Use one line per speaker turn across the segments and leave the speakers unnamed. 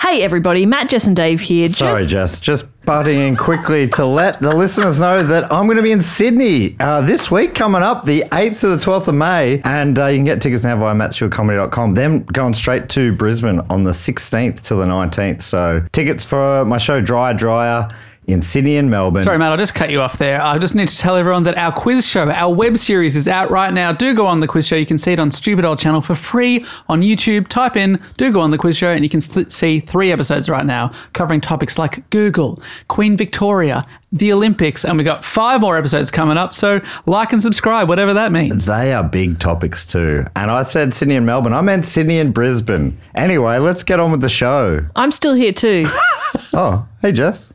Hey, everybody, Matt, Jess, and Dave here.
Sorry,
Just-
Jess. Just butting in quickly to let the listeners know that I'm going to be in Sydney uh, this week coming up, the 8th to the 12th of May. And uh, you can get tickets now via mattsfieldcomedy.com. Then going straight to Brisbane on the 16th to the 19th. So tickets for my show Dry Dryer in Sydney and Melbourne.
Sorry, Matt, I'll just cut you off there. I just need to tell everyone that our quiz show, our web series, is out right now. Do go on the quiz show. You can see it on Stupid Old Channel for free on YouTube. Type in Do Go on the Quiz Show, and you can st- see three episodes right now covering topics like Google, Queen Victoria, the Olympics, and we got five more episodes coming up. So like and subscribe, whatever that means.
They are big topics too. And I said Sydney and Melbourne. I meant Sydney and Brisbane. Anyway, let's get on with the show.
I'm still here too.
Oh, hey, Jess.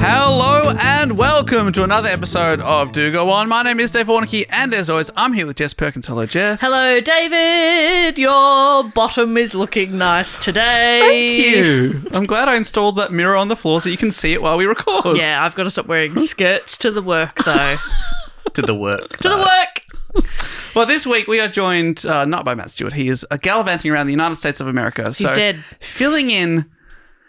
Hello and welcome to another episode of Do Go On. My name is Dave Warnicky, and as always, I'm here with Jess Perkins. Hello, Jess.
Hello, David. Your bottom is looking nice today.
Thank you. I'm glad I installed that mirror on the floor so you can see it while we record.
Yeah, I've got to stop wearing skirts to the work though.
Did the work.
to the work.
Well, this week we are joined uh, not by Matt Stewart. He is uh, gallivanting around the United States of America. He's so
dead.
Filling in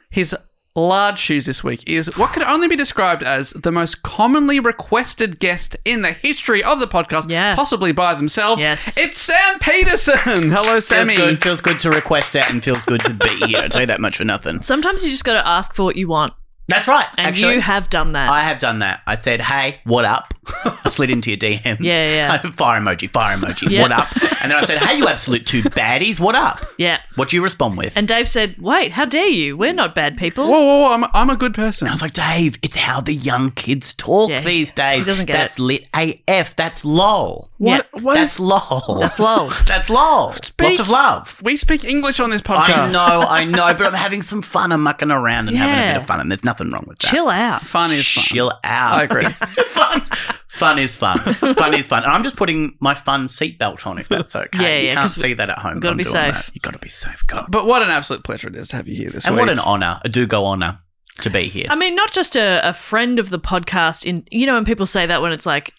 his large shoes this week is what could only be described as the most commonly requested guest in the history of the podcast,
Yeah.
possibly by themselves.
Yes.
It's Sam Peterson. Hello,
Feels
Sammy.
good. Feels good to request it, and feels good to be here. I'd say that much for nothing.
Sometimes you just got to ask for what you want,
That's right.
and
actually.
you have done that.
I have done that. I said, "Hey, what up?" I slid into your DMs.
Yeah, yeah,
fire emoji, fire emoji.
Yeah.
What up? And then I said, "Hey, you absolute two baddies. What up?"
yeah.
What do you respond with?
And Dave said, "Wait, how dare you? We're not bad people."
Whoa, whoa, whoa. I'm, I'm a good person.
I was like, "Dave, it's how the young kids talk
Yeah,
these days.
he doesn't get
That's
it.
lit AF. That's lol.
What-
Yeah. what
That's
is-
lol.
That's lol.
That's lol. Lots of love.
we speak English on this podcast.
I know, I know, but I'm having some fun. I'm mucking around and having
Yeah.
a bit of fun, and there's nothing wrong with that.
Chill out.
Fun is fun.
Chill out.
I agree.
fun, fun is fun. Fun is fun. And I'm just putting my fun seatbelt on, if that's okay.
Yeah,
you
yeah,
can't
'cause
see that at home.
we've gotta
I'm
be
doing
safe.
that. you got to be safe. God.
But what an absolute pleasure it is to have you here this
and
week.
what an honour, a do go honour to be here.
I mean, not just a, a friend of the podcast. In you know, when people say that, when it's like,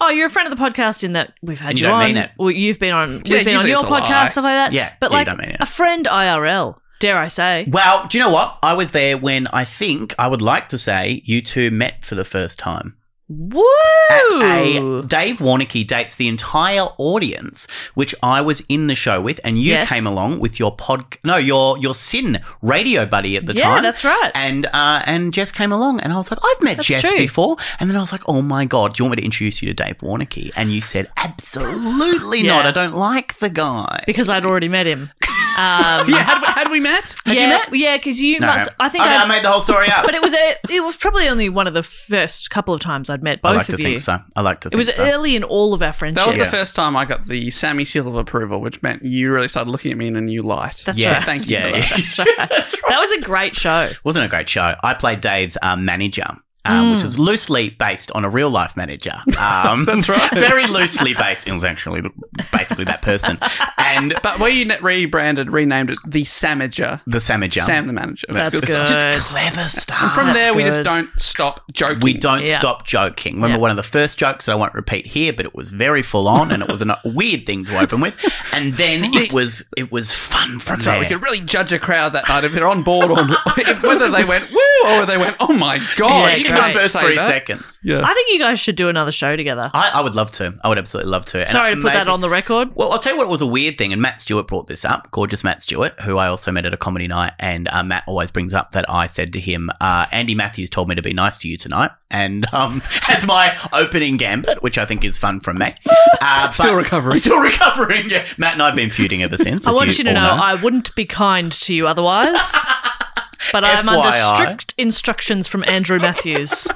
"Oh, you're a friend of the podcast," in that we've had
And
you,
you don't
on,
mean it.
or you've been on,
Yeah,
we've been on
usually
your
it's a lie.
podcast, stuff like that.
Yeah,
but
yeah, you
like
don't mean it.
a friend IRL, dare I say?
well, do you know what? I was there when I think I would like to say you two met for the first time.
Woo!
at a Dave Warnicky dates the entire audience, which I was in the show with, and you
Yes.
came along with your pod, no, your your sin radio buddy at the
Yeah,
time.
that's right.
And uh, and Jess came along, and I was like, I've met
That's
Jess
true.
before, and then I was like, oh my god, do you want me to introduce you to Dave Warnicky? And you said, absolutely
Yeah.
not. I don't like the guy.
because I'd already met him. Um,
yeah, had we, had we met?
yeah, yeah, because you
No,
must. I think
I,
I.
made the whole story up.
but it was a, it was probably only one of the first couple of times I'd met both
I like
of
to
you.
think so. I like to
It
think
was
so.
early in all of our friendships.
That was
Yes.
the first time I got the Sammy seal of approval, which meant you really started looking at me in a new light.
That's
Yes.
right.
Thank you
Yeah,
for that.
yeah.
That's right. That was a great show.
wasn't a great show. I played Dave's um, manager um, which is loosely based on a real life manager. Um, That's right. Very loosely based. It was actually basically that person. And but
But we n- rebranded, renamed it the Samager.
the Samager.
Sam the manager.
That's
It's
it's
good.
just clever stuff.
From there, we just
good.
don't stop joking.
We don't
Yeah.
stop joking. Remember one of the first jokes that I won't repeat here, but it was very full on and it was a weird thing to open with. And then it was it was fun from
So
there.
we could really judge a crowd that night if they're on board or if, whether they went woo or they went oh my god.
yeah,
you
even
can't
the first
say
three
that.
seconds.
I think you guys should do another show together.
I, I would love to. I would absolutely love to. And
Sorry to put that
maybe-
on the record.
Well, I'll tell you what was a weird thing, and Matt Stewart brought this up. Gorgeous Matt Stewart, who I also met at a comedy night, and uh, Matt always brings up that I said to him, uh, "Andy Matthews told me to be nice to you tonight," and um, as my opening gambit, which I think is fun from me. Uh,
Still
but-
recovering.
Still recovering. Yeah, Matt and I've been feuding ever since.
I
as
want you to
all
know, I wouldn't be kind to you otherwise. But I'm under
FYI.
strict instructions from Andrew Matthews.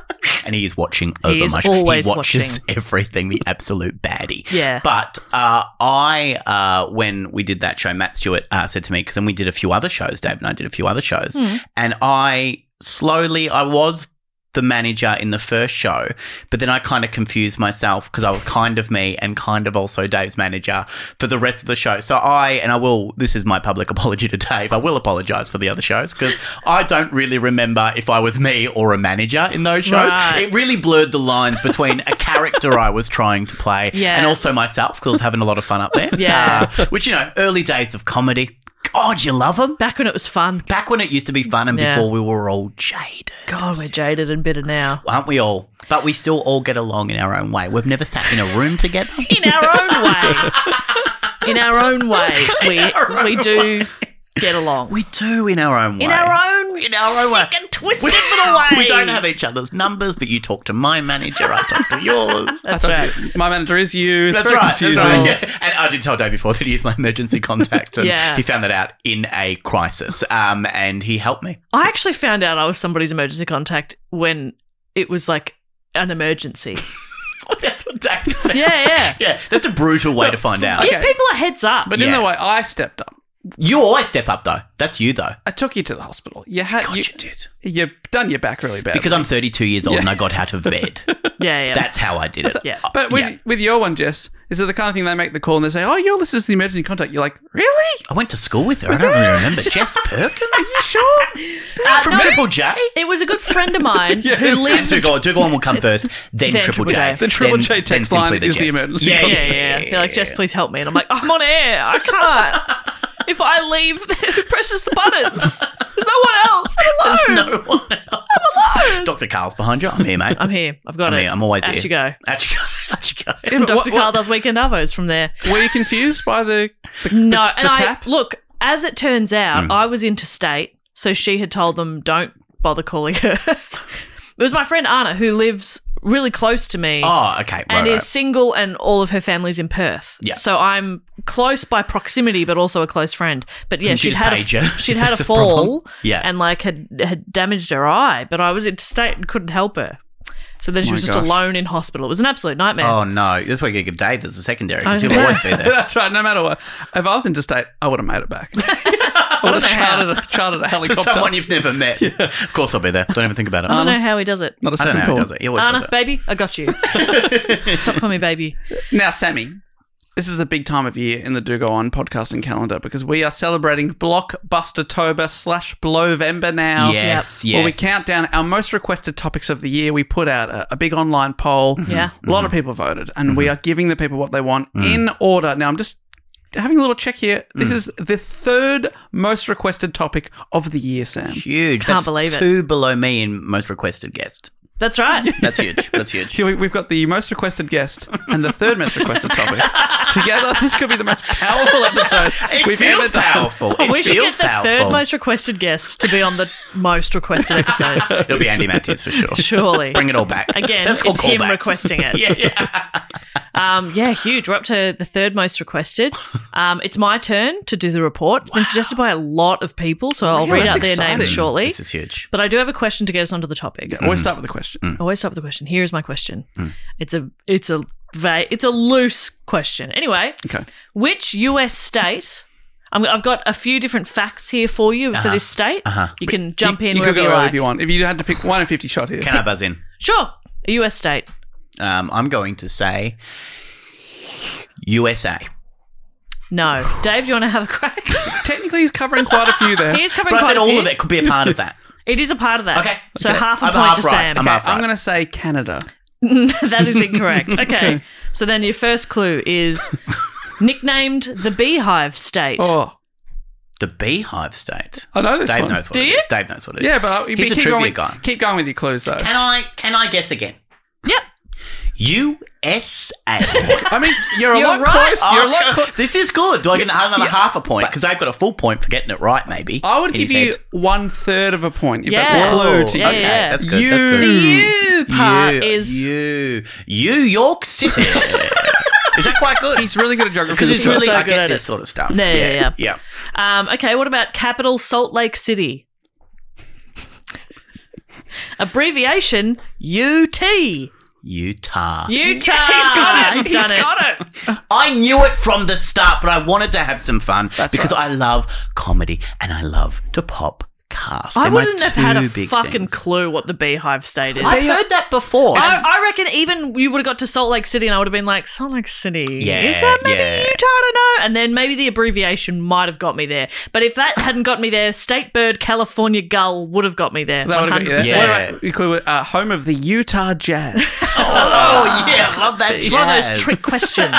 and he is watching over
is
my sh-
always
he watches
watching.
everything the absolute baddie
Yeah.
but uh, i uh, when we did that show matt stewart uh, said to me because then we did a few other shows dave and i did a few other shows
Hmm.
and i slowly i was the manager in the first show, but then I kind of confused myself because I was kind of me and kind of also Dave's manager for the rest of the show. So I, and I will, this is my public apology to Dave, I will apologize for the other shows because I don't really remember if I was me or a manager in those shows.
Right.
It really blurred the lines between a character I was trying to play
Yeah.
and also myself because I was having a lot of fun up there.
Yeah.
Uh, which, you know, early days of comedy. God, you love them.
Back when it was fun.
Back when it used to be fun and
Yeah.
before we were all jaded
God, we're jaded and bitter now.
aren't we all? But we still all get along in our own way. We've never sat in a room together.
In our own way. In our own way, we we do get along.
we do in our own way.
in our own, in
our own way.
sick and twisted little way.
We don't have each other's numbers, but you talk to my manager, I talk to yours.
That's right.
My manager is you. It's
That's
very
right. That's
confusing.
right. Yeah. And I did tell Dave before that he is my emergency contact, and
Yeah.
he found that out in a crisis. Um, and he helped me.
I actually found out I was somebody's emergency contact when it was like an emergency.
Oh, that's what Dave. Found.
Yeah, yeah.
yeah. That's a brutal way to find out.
Give people a heads up.
But in
Yeah.
the way I stepped up,
You always step up though. That's you though.
I took you to the hospital. You had
God,
you,
you, did.
you've done your back really bad.
Because I'm 32 years old and I got out of bed.
yeah, yeah.
That's how I did it.
Yeah.
Uh,
but with,
yeah.
with your one, Jess, is it the kind of thing they make the call and they say, "Oh, you're this is the emergency contact." You're like, "Really?
I went to school with her. I don't really remember. Jess Perkins?
Sure."
Uh,
From
no,
Triple J?
it was a good friend of mine who
And
lives
Dougal, Dougal will come first, then
Then
Triple
Triple
J.
J. The
Triple
then-
J
then
text
Simply
line is the
Jets.
emergency
Yeah,
yeah,
yeah,
yeah. yeah. They're like, Jess, please help me. And I'm like, I'm on air. I can't. If I leave, who presses the buttons? There's no one else. I'm alone.
No one else. Dr. Carl's behind you. I'm here, mate.
I'm here. I've got
I'm
it.
here. I'm always
Out
here.
you go.
Out you go. Out you go.
And Dr.
what-
Carl
what-
does weekend avos from there.
Were you confused by the? the
No, and I
tap?
look. As it turns
Hmm.
out, I was interstate, so she had told them don't bother calling her. it was my friend Anna who lives really close to me.
Oh, okay. Right,
and
right.
is single and all of her family's in Perth.
Yeah.
So I'm close by proximity, but also a close friend. But yeah,
And
she'd
just
had a,
page her
she'd
if
had
there's
a
a problem.
fall
Yeah.
and like had had damaged her eye, but I was interstate and couldn't help her. So then she was just
gosh.
alone in hospital. It was an absolute nightmare.
oh, no. This is why you give Dave as a secondary because
I
he'll
know.
always be there.
That's right. No matter what, if I was interstate, I would have made it back. I would have chartered a, chartered a
For
helicopter.
someone you've never met. Of course I'll be there. Don't even think about it.
I don't know how he does it.
Not a
I
second
don't know how
call.
he does it. He always does
Anna,
it.
baby, I got you. Stop calling me baby.
Now, Sammy, this is a big time of year in the Do Go On podcasting calendar because we are celebrating Blockbuster Tober slash Blovember now.
Yes, yes.
Where we count down our most requested topics of the year. We put out a, a big online poll.
Mm-hmm. Yeah.
A lot of people voted, and we
Mm-hmm.
are giving the people what they want
Mm.
in order. Now, I'm just having a little check here. This is the third most requested topic of the year, Sam.
Huge.
Can't
That's
believe it.
Two below me in most requested guest.
That's right.
That's huge. That's huge.
Here we- we've got the most requested guest and the third most requested topic. Together, this could be the most powerful episode
It
we've
feels
ever done.
powerful. It
we should
feels
get the
powerful.
third most requested guest to be on the most requested episode.
It'll be Andy Matthews for sure.
Surely.
Bring it all back.
Again,
That's called
it's him
callbacks.
requesting it.
yeah, yeah.
Um, yeah, huge. We're up to the third most requested. Um, it's my turn to do the report. It's been suggested by a lot of people, so I'll
Really?
read
That's
out their names
exciting.
shortly.
This is huge.
but I do have a question to get us onto the topic.
Yeah,
Mm.
always start with a question.
Always start with a question. Here is my question. It's a it's a va- it's a loose question. Anyway,
Okay.
which U.S. state? I'm, I've got a few different facts here for you for this state. You can jump in
you could
wherever
go
you
wherever
like.
you want. If you had to pick one in fifty shot here,
Can I buzz in?
Sure, a US state.
Um, I'm going to say USA.
No, Dave, do you want to have a crack?
technically he's covering quite a few there.
He's
But
covering
I
quite
said
a
all
few.
of it could be a part of that.
It is a part of that.
Okay.
So
Okay.
half a
I'm
point
half
to
right.
Sam.
I'm
Okay,
half right.
I'm going to say Canada.
that is incorrect. Okay. So then your first clue is nicknamed the Beehive State.
Oh,
The Beehive State.
I know this
Dave
one.
knows what
Do
it
you?
is. Dave knows what it is.
yeah, but I,
he's
but
a
keep
trivia
going,
guy.
Keep going with your clues though.
Can I? Can I guess again?
Yep.
USA.
I mean, you're a
You're
lot
right.
close. You're a lot
Oh,
close.
This is good. Do I get another half a point? Because I've got a full point for getting it right, maybe.
I would
in
give
his
you
head.
one third of a point if that's
Yeah.
a
Whoa.
clue to you.
Yeah,
okay,
yeah.
that's good. That's
The you
good.
part is
you, you, York City. is that quite good?
He's really good at geography.
because
this
he's
guy.
really
so
I
good
get
at
this
it.
sort of stuff.
Yeah, yeah, yeah.
yeah.
um, okay. What about capital Salt Lake City? Abbreviation UT. Utah.
Utah. He's got it.
Ah, He's done
He's
it.
got it. I knew it from the start, but I wanted to have some fun because I love comedy and I love to pop cast.
I
They're my
wouldn't have had a
two big
fucking
things.
clue what the Beehive State is.
I've heard that before.
I, I reckon even you would have got to Salt Lake City and I would have been like, Salt Lake City.
Yeah,
Is that maybe
yeah.
Utah? I don't know. And then maybe the abbreviation might have got me there. But if that hadn't got me there, State Bird California Gull would have got me there.
That would have got
100%.
you there.
Yeah.
What about- you clue it, uh, home of the Utah Jazz.
oh yeah, I love that.
It's one of
jazz.
those trick questions.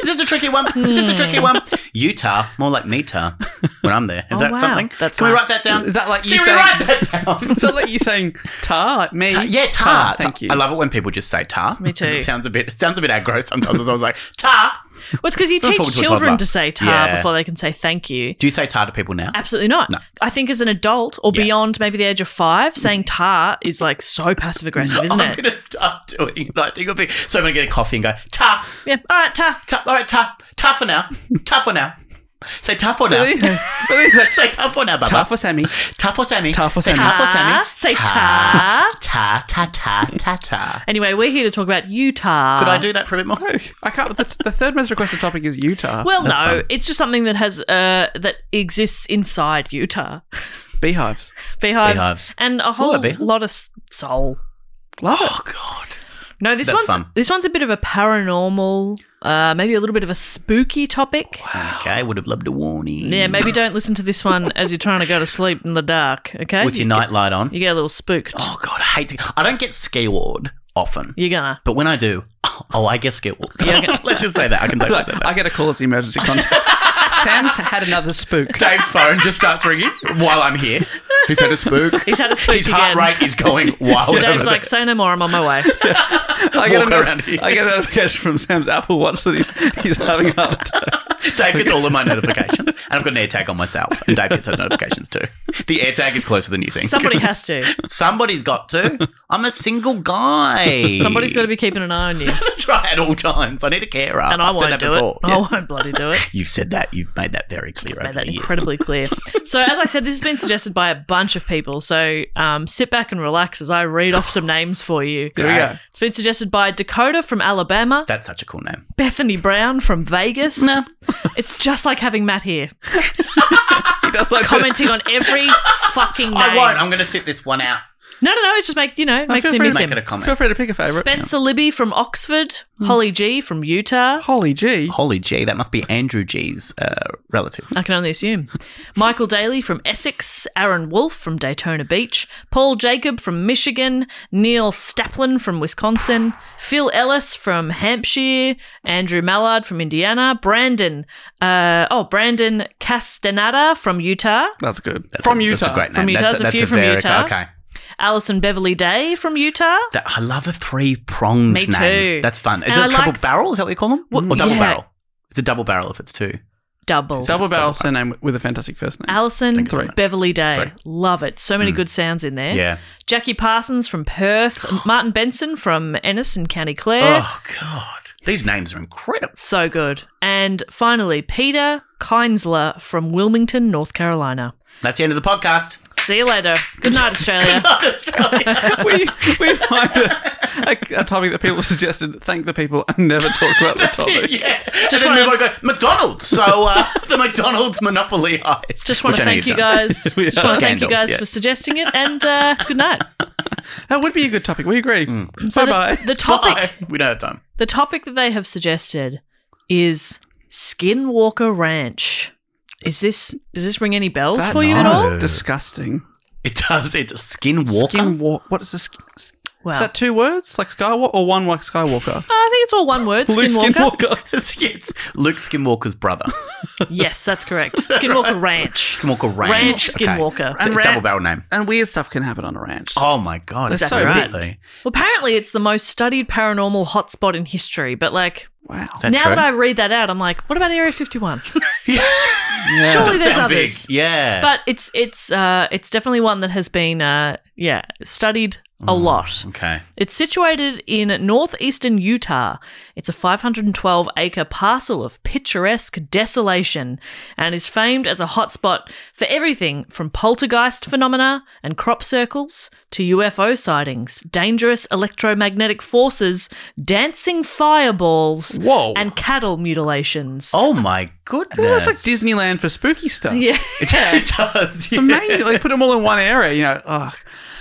Is this a tricky one? Is this a tricky one? Hmm. Utah, more like Meta when I'm there. Is
Oh,
that
wow.
something?
That's
Can we
nice.
write that down?
Is that like you
Siri,
saying-
write that down?
Is that like you saying tar like me?
Ta- yeah, tar.
Thank you.
I love it when people just say tar.
Me
'cause It
too.
sounds a bit. It sounds a bit aggro sometimes. I was like tar.
well, it's because you
That's what
teach
we were
children
talking
to
about.
say tar
Yeah.
before they can say thank you.
Do you say tar to people now?
Absolutely not. I think as an adult or
Yeah.
beyond maybe the age of five, saying tar is like so passive aggressive, isn't
I'm
it?
gonna start doing it. I think it'll be so. I'm gonna get a coffee and go tar.
Yeah. All right, tar.
tar all right, tar. Tar for now. tar for now. Say tar for now. say tar for now, Baba.
Tar for Sammy.
Tar for Sammy.
Tar for
Say
Sammy.
Tar for Sammy.
Tar. Say
Ta.
tar.
Ta ta ta ta ta.
Anyway, we're here to talk about Utah.
Could I do that for a bit more?
I can't. The, the third most requested topic is Utah.
Well, no,
fun.
it's just something that has uh, that exists inside Utah.
Beehives.
Beehives,
Beehives.
and a
all
whole
about beehives.
lot of s- soul.
Love it.
Oh, God.
No, this
That's
one's
fun.
this one's a bit of a paranormal, uh, maybe a little bit of a spooky topic.
Okay, would have loved a warning.
Yeah, maybe don't listen to this one as you're trying to go to sleep in the dark. Okay,
With your
you,
nightlight on.
you get a little spooked.
Oh God, I hate to. I don't get skewered often,
You're gonna.
but when I do, oh, I get skewered. Let's just say that. I can say
Like,
that.
I get a call as the emergency contact. Sam's had another spook.
Dave's phone just starts ringing while I'm here. Who's had a spook?
He's had a spook
His
again.
heart rate is going wild.
Dave's like, say no more. I'm on my way.
I get,
walk
a,
around here.
I get a notification from Sam's Apple Watch that he's, he's having a heart attack.
Dave gets all of my notifications, and I've got an AirTag on myself, and Dave gets her notifications too. The AirTag is closer than you think.
Somebody has to.
Somebody's got to. I'm a single guy.
Somebody's got to be keeping an eye on you,
That's right, at all times. I need a carer.
and I
I've said
won't
that
do
before.
it.
Yeah.
I won't bloody do it.
You've said that. You've made that very clear. over
made that
the years.
incredibly clear. So, as I said, this has been suggested by a bunch of people. So, um, sit back and relax as I read off some names for you.
There we go.
It's been suggested by Dakota from Alabama,
That's such a cool name.
Bethany Brown from Vegas. No. It's just like having Matt here,
He does like to-
commenting on every fucking name.
I won't. I'm going to sit this one out.
No, no, no. It just make you know, it makes
feel
me
free
miss
to
Make
him.
it a comment.
Feel free to pick a favorite.
Spencer Libby from Oxford, Holly G from Utah.
Holy gee.
Holy G, that must be Andrew G's uh, relative.
I can only assume. Michael Daly from Essex, Aaron Wolf from Daytona Beach, Paul Jacob from Michigan, Neil Staplin from Wisconsin, Phil Ellis from Hampshire, Andrew Mallard from Indiana, Brandon, uh, oh, Brandon Castaneda from Utah,
Oh.
That's good.
That's
from
a,
Utah.
That's a great name.
From Utah.
That's
There's a few from
very-
Utah.
Okay.
Allison Beverly Day from Utah.
That, I love a three pronged
Me
name.
too.
That's fun. Is
And
it
I
a
like-
triple barrel? Is that what you call them? or double
yeah.
barrel? It's a double barrel if it's two.
Double.
Double barrel surname with a fantastic first name.
Allison
Thank you so much.
Beverly Day.
Three.
Love it. So many good sounds in there.
Yeah.
Jackie Parsons from Perth, Martin Benson from Ennis and County Clare.
Oh, God. These names are incredible.
So good. And finally, Peter Kinsler from Wilmington, North Carolina.
That's the end of the podcast.
See you later. Good night, Australia.
Australia.
we, we find a, a, a topic that people suggested. Thank the people and never talk about the topic.
yeah. Just and then move on and go, McDonald's. So uh, the McDonald's Monopoly Heist.
Just want
Which
to
I know
thank you
you've done.
guys. Just want to thank you
Scandal,
guys
yeah.
for suggesting it, and uh, good night.
That would be a good topic. We agree.
So
Bye-bye.
the, the topic,
Bye. We don't have time.
the topic that they have suggested is Skinwalker Ranch. Is this does this ring any bells
That
for you at all?
sounds disgusting.
It does. It's a skinwalker.
Skinwalk. What is this?
Well,
Is that two words? Like Skywalker or one like Skywalker?
I think it's all one word.
Luke
Skinwalker.
Skinwalker.
it's, it's Luke Skinwalker's brother.
Yes, that's correct. Skinwalker Ranch.
Skinwalker Ranch.
Ranch
Okay.
Skinwalker.
It's a
Ranch-
double barrel name.
And weird stuff can happen on a ranch.
Oh my god! It's
Exactly
so
right.
big.
Well, apparently it's the most studied paranormal hotspot in history, but like
wow.
Is that
now
true?
that I read that out, I'm like, what about Area 51?
Yeah.
Surely
Does
there's
sound big.
others.
Yeah.
But it's it's uh it's definitely one that has been uh yeah, studied a lot.
Mm, okay.
It's situated in northeastern Utah. It's a 512 acre parcel of picturesque desolation and is famed as a hotspot for everything from poltergeist phenomena and crop circles to UFO sightings, dangerous electromagnetic forces, dancing fireballs,
Whoa.
and cattle mutilations.
Oh my goodness!
This looks like Disneyland for spooky stuff.
yeah.
it does.
It's amazing. Like put them all in one area, you know. Oh,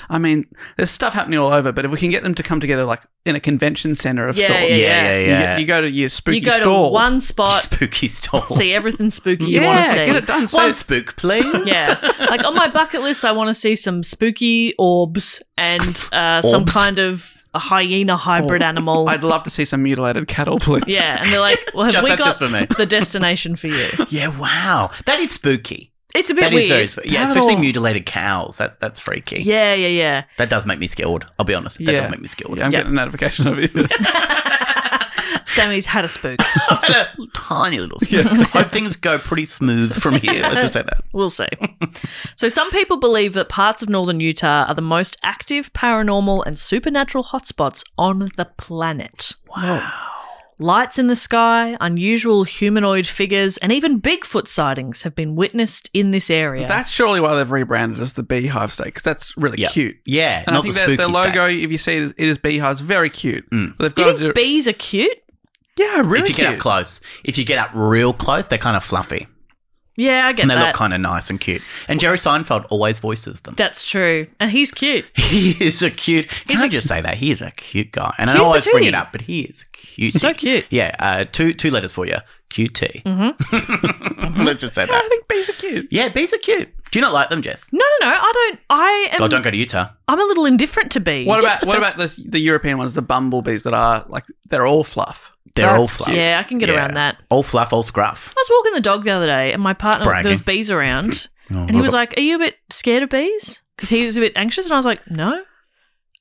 I mean, there's stuff happening all over, but if we can get them to come together like in a convention center of
Yeah,
sorts.
yeah,
Yeah, yeah,
You,
yeah.
get- you go to your spooky
You go
stall.
to one spot,
spooky store.
see everything spooky you want to
yeah,
see.
get it done. So
One spook, please.
Yeah. Like on my bucket list, I want to see some spooky orbs and uh, some
Orbs?
kind of a hyena hybrid animal.
I'd love to see some mutilated cattle, please.
yeah. And they're like, well, have
Just-
we
that's
got
just for me.
the destination for you?
Yeah. Wow. That is spooky.
It's a bit
That is
weird.
very spooky. Yeah,
Cattle.
especially mutilated cows. That's that's freaky.
yeah, yeah, yeah.
That does make me scared. I'll be honest. That
yeah.
does make me scared.
Yeah, I'm
Yeah.
getting a notification of it.
Sammy's had a spook.
I've had a tiny little spook. Hope things go pretty smooth from here. Let's just say that.
We'll see. so, some people believe that parts of northern Utah are the most active paranormal and supernatural hotspots on the planet. Wow. Lights in the sky, unusual humanoid figures, and even Bigfoot sightings have been witnessed in this area.
That's surely why they've rebranded as the Beehive State because that's really
Yeah.
cute.
Yeah,
and I
not
think
the
that
spooky
their
state. Mm.
logo, if you see it, is- it is beehives, very cute. But They've
you
got
think
to do
bees are cute?
yeah, really
if you
cute.
get up close, if you get up real close, they're kind of fluffy
Yeah, I get
and they
that.
look kind of nice and cute. And Jerry Seinfeld always voices them.
That's true. And he's cute.
He is a cute. Can
He's
I
a-
just say that he is a cute guy? And I
Cute
always bring
patootie.
it up, but he is cute.
So cute.
Yeah. Uh, two two letters for you. QT. Mm-hmm. Let's just say
I
that.
think bees are cute.
Yeah, bees are cute. Do you not like them, Jess?
No, no, no. I don't. I am.
God, don't go to Utah.
I'm a little indifferent to bees.
What about what
So-
about the the European ones, the bumblebees that are like they're all fluff.
They're all
That's
fluff.
cute.
Yeah, I can get
Yeah.
around that.
All fluff, all scruff.
I was walking the dog the other day, and my partner
Bragging. Oh,
there was bees around, and he was like, "Are you a bit scared of bees?" Because he was a bit anxious, and I was like, "No."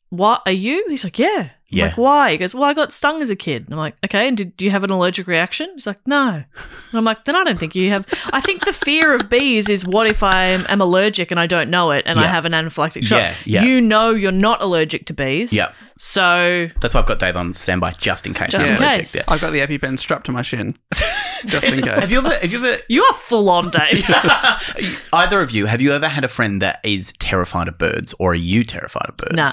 What are you? He's like, "Yeah." I'm
Yeah.
Like, why? He goes, "Well, I got stung as a kid." And I'm like, "Okay." And did do you have an allergic reaction? He's like, "No." And I'm like, "Then I don't think you have." I think the fear of bees is what if I am, am allergic and I don't know it and I
Yeah.
have an anaphylactic shock?
Yeah, yeah.
You know you're not allergic to bees.
Yeah.
So
That's why I've got Dave on standby just in case.
Just
I'm
in
allergic.
case.
Yeah.
I've got the EpiPen strapped to my shin, just in case.
Have you ever? Have you ever?
you are full on, Dave.
Either of you, have you ever had a friend that is terrified of birds, or are you terrified of birds?
Nah.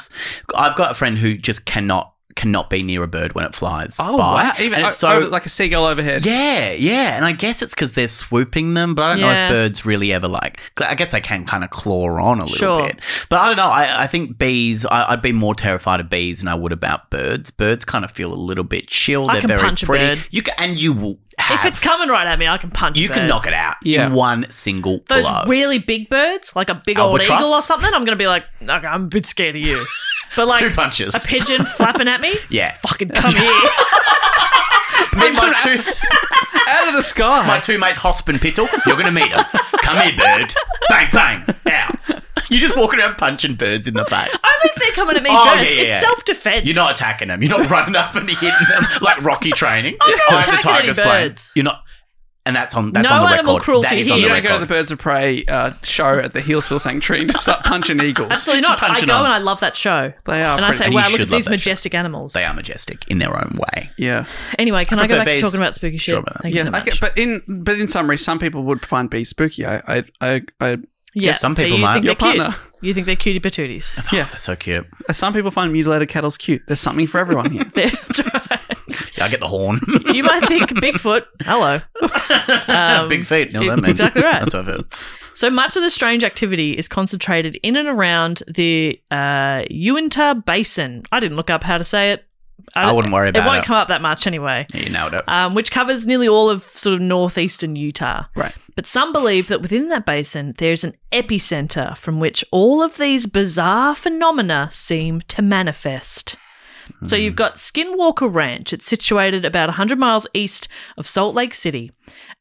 I've got a friend who just cannot cannot be near a bird when it flies.
oh
by.
wow! Even
and
oh,
it's so
oh, like a seagull overhead.
yeah, yeah. And I guess it's because they're swooping them, but I don't know
Yeah.
if birds really ever like. I guess they can kind of claw on a little
Sure.
bit, but I don't know. I, I think bees. I, I'd be more terrified of bees than I would about birds. Birds kind of feel a little bit chill.
I
They're
can
very
punch a
pretty.
bird.
You can, and you will have.
if it's coming right at me, I can punch.
you
a
can
bird.
knock it out
Yeah.
in one single
those
blow.
really big birds, like a big
Albatross?
old eagle or something, I'm gonna be like, okay, I'm a bit scared of you. But like
Two punches.
a pigeon flapping at me,
Yeah.
fucking come here.
Meet my two,
out of the sky.
my two mates, Hosp and Pittle. You're going to meet them. Come here, bird. Bang, bang. Out. You're just walking around punching birds in the face.
Only if they're coming at me
Oh,
first.
yeah, yeah, yeah.
It's self defense.
You're not attacking them. You're not running up and hitting them like Rocky training.
I'm not
I have
attacking any birds.
You're not. And that's on that's
No
on the
animal
record.
cruelty
that is on
here.
you
the
don't
record.
go to the Birds of Prey uh, show at the Hillsville Sanctuary and just start punching eagles.
Absolutely not. I
punching
go
on.
and I love that show.
They are
And I
pretty-
say,
And
wow,
you
look
should
at
love
these
that show.
majestic animals.
they are majestic in their own way.
Yeah,
Anyway, can I, go
prefer
back to
bees.
talking about spooky shit?
Sure, man.
Thank you
yeah.
so much.
okay, but in but in summary, some people would find bees spooky. I I I, I
Yeah,
Some
but
people
you
might.
Think
Your
they're cute.
partner.
You think they're cutie patooties.
Yeah, that's so cute.
Uh, Some people find mutilated cattle's cute. There's something for everyone here.
That's right.
Yeah, I get the horn.
You might think Bigfoot. Hello.
Big feet. No, that makes
exactly right.
That's what I feel.
So much of the strange activity is concentrated in and around the uh, Uinta Basin. I didn't look up how to say it. Uh,
I wouldn't worry about
It won't
it.
come up that much anyway.
Yeah, you nailed it.
Um, which covers nearly all of sort of northeastern Utah.
Right.
But some believe that within that basin, there's an epicenter from which all of these bizarre phenomena seem to manifest. So you've
Hmm.
got Skinwalker Ranch. It's situated about 100 miles east of Salt Lake City.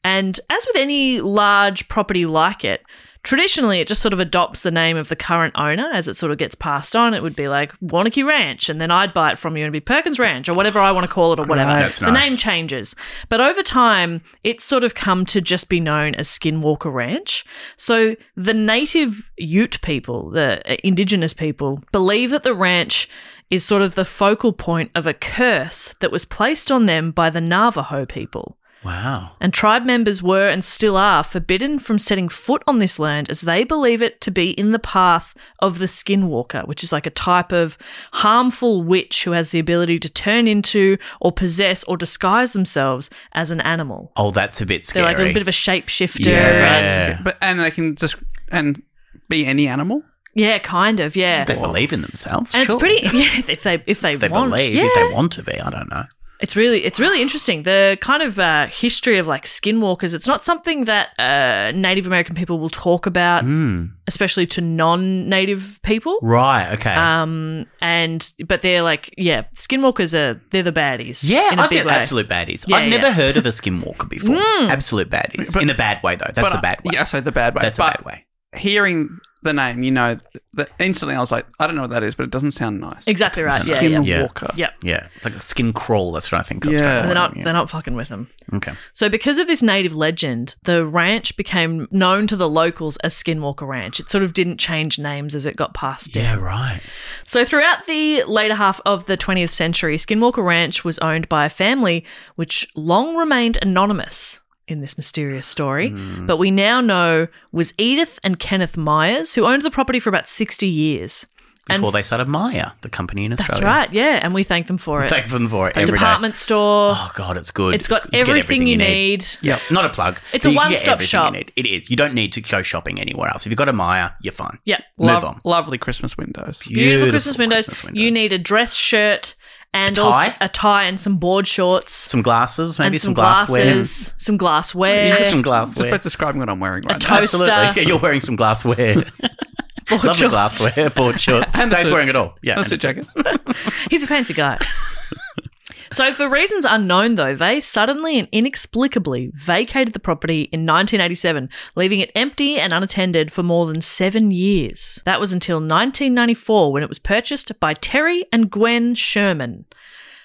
And as with any large property like it, traditionally it just sort of adopts the name of the current owner as it sort of gets passed on. It would be like Wanakee Ranch, and then I'd buy it from you and it'd be Perkins Ranch or whatever I want to call it or whatever.
That's
the
nice.
name changes. But over time, it's sort of come to just be known as Skinwalker Ranch. So the native Ute people, the uh, indigenous people, believe that the ranch is sort of the focal point of a curse that was placed on them by the Navajo people.
Wow.
And tribe members were and still are forbidden from setting foot on this land as they believe it to be in the path of the skinwalker, which is like a type of harmful witch who has the ability to turn into or possess or disguise themselves as an animal.
Oh, that's a bit
They're
scary.
like a bit of a shapeshifter.
Yeah.
and-
But and they can just and be any animal.
yeah, kind of, yeah.
They believe in themselves.
and
sure.
it's pretty yeah, if they if they,
If they
want,
believe,
yeah.
if they want to be, I don't know.
It's really it's really interesting. The kind of uh, history of like skinwalkers. It's not something that uh, Native American people will talk about,
Hmm.
especially to non-native people.
Right. Okay.
Um, and but they're like, yeah, skinwalkers are they're the baddies.
yeah,
in a
I
big
get
way.
absolute baddies.
Yeah,
I've never
yeah. Mm.
heard of a skinwalker before. Absolute baddies.
But-
in the bad way, though. That's
but,
the bad way.
Yeah, so the bad way.
That's
but
a bad way.
Hearing the name, you know, that instantly I was like, I don't know what that is, but it doesn't sound nice.
Exactly right. Yeah, yeah.
Skinwalker.
Yep.
Yeah. It's like a skin crawl. That's what I think. of.
Yeah.
That's
So they're
what I
not
mean,
they're not fucking with them.
yeah. Okay.
So, because of this native legend, the ranch became known to the locals as Skinwalker Ranch. It sort of didn't change names as it got passed down.
Yeah. Right.
So, throughout the later half of the 20th century, Skinwalker Ranch was owned by a family which long remained anonymous in this mysterious story,
Hmm.
but we now know was Edith and Kenneth Myers, who owned the property for about 60 years. And
Before they started Maya, the company in
That's
Australia.
right, yeah. And we thank them for it.
Thank them for it
a
every day.
department store.
Oh god, it's good.
it's got
good. You get
everything, you need.
Yep. Not a plug.
It's
but
a
you can get
one-stop
everything
shop.
You need. It is. You don't need to go shopping anywhere else. If you've got a Maya, you're fine.
Yeah.
Move
Lov-
on.
Lovely Christmas windows.
beautiful, Christmas, windows.
Christmas
You need a dress shirt and
A
also
tie?
a tie and some board shorts
some glasses, maybe
and some,
some, glassware.
glasses, some glassware,
Yeah,
Just
some glassware.
about describing what I'm wearing right now.
toaster.
Absolutely. Yeah, you're wearing some glassware.
board
Lovely
shorts.
glassware, board shorts.
And a
Dave's
suit.
wearing it all. Yeah.
That's it,
and a suit.
Jacob.
He's a fancy guy. so, for reasons unknown, though, they suddenly and inexplicably vacated the property in 1987, leaving it empty and unattended for more than seven years. That was until 1994 when it was purchased by Terry and Gwen Sherman.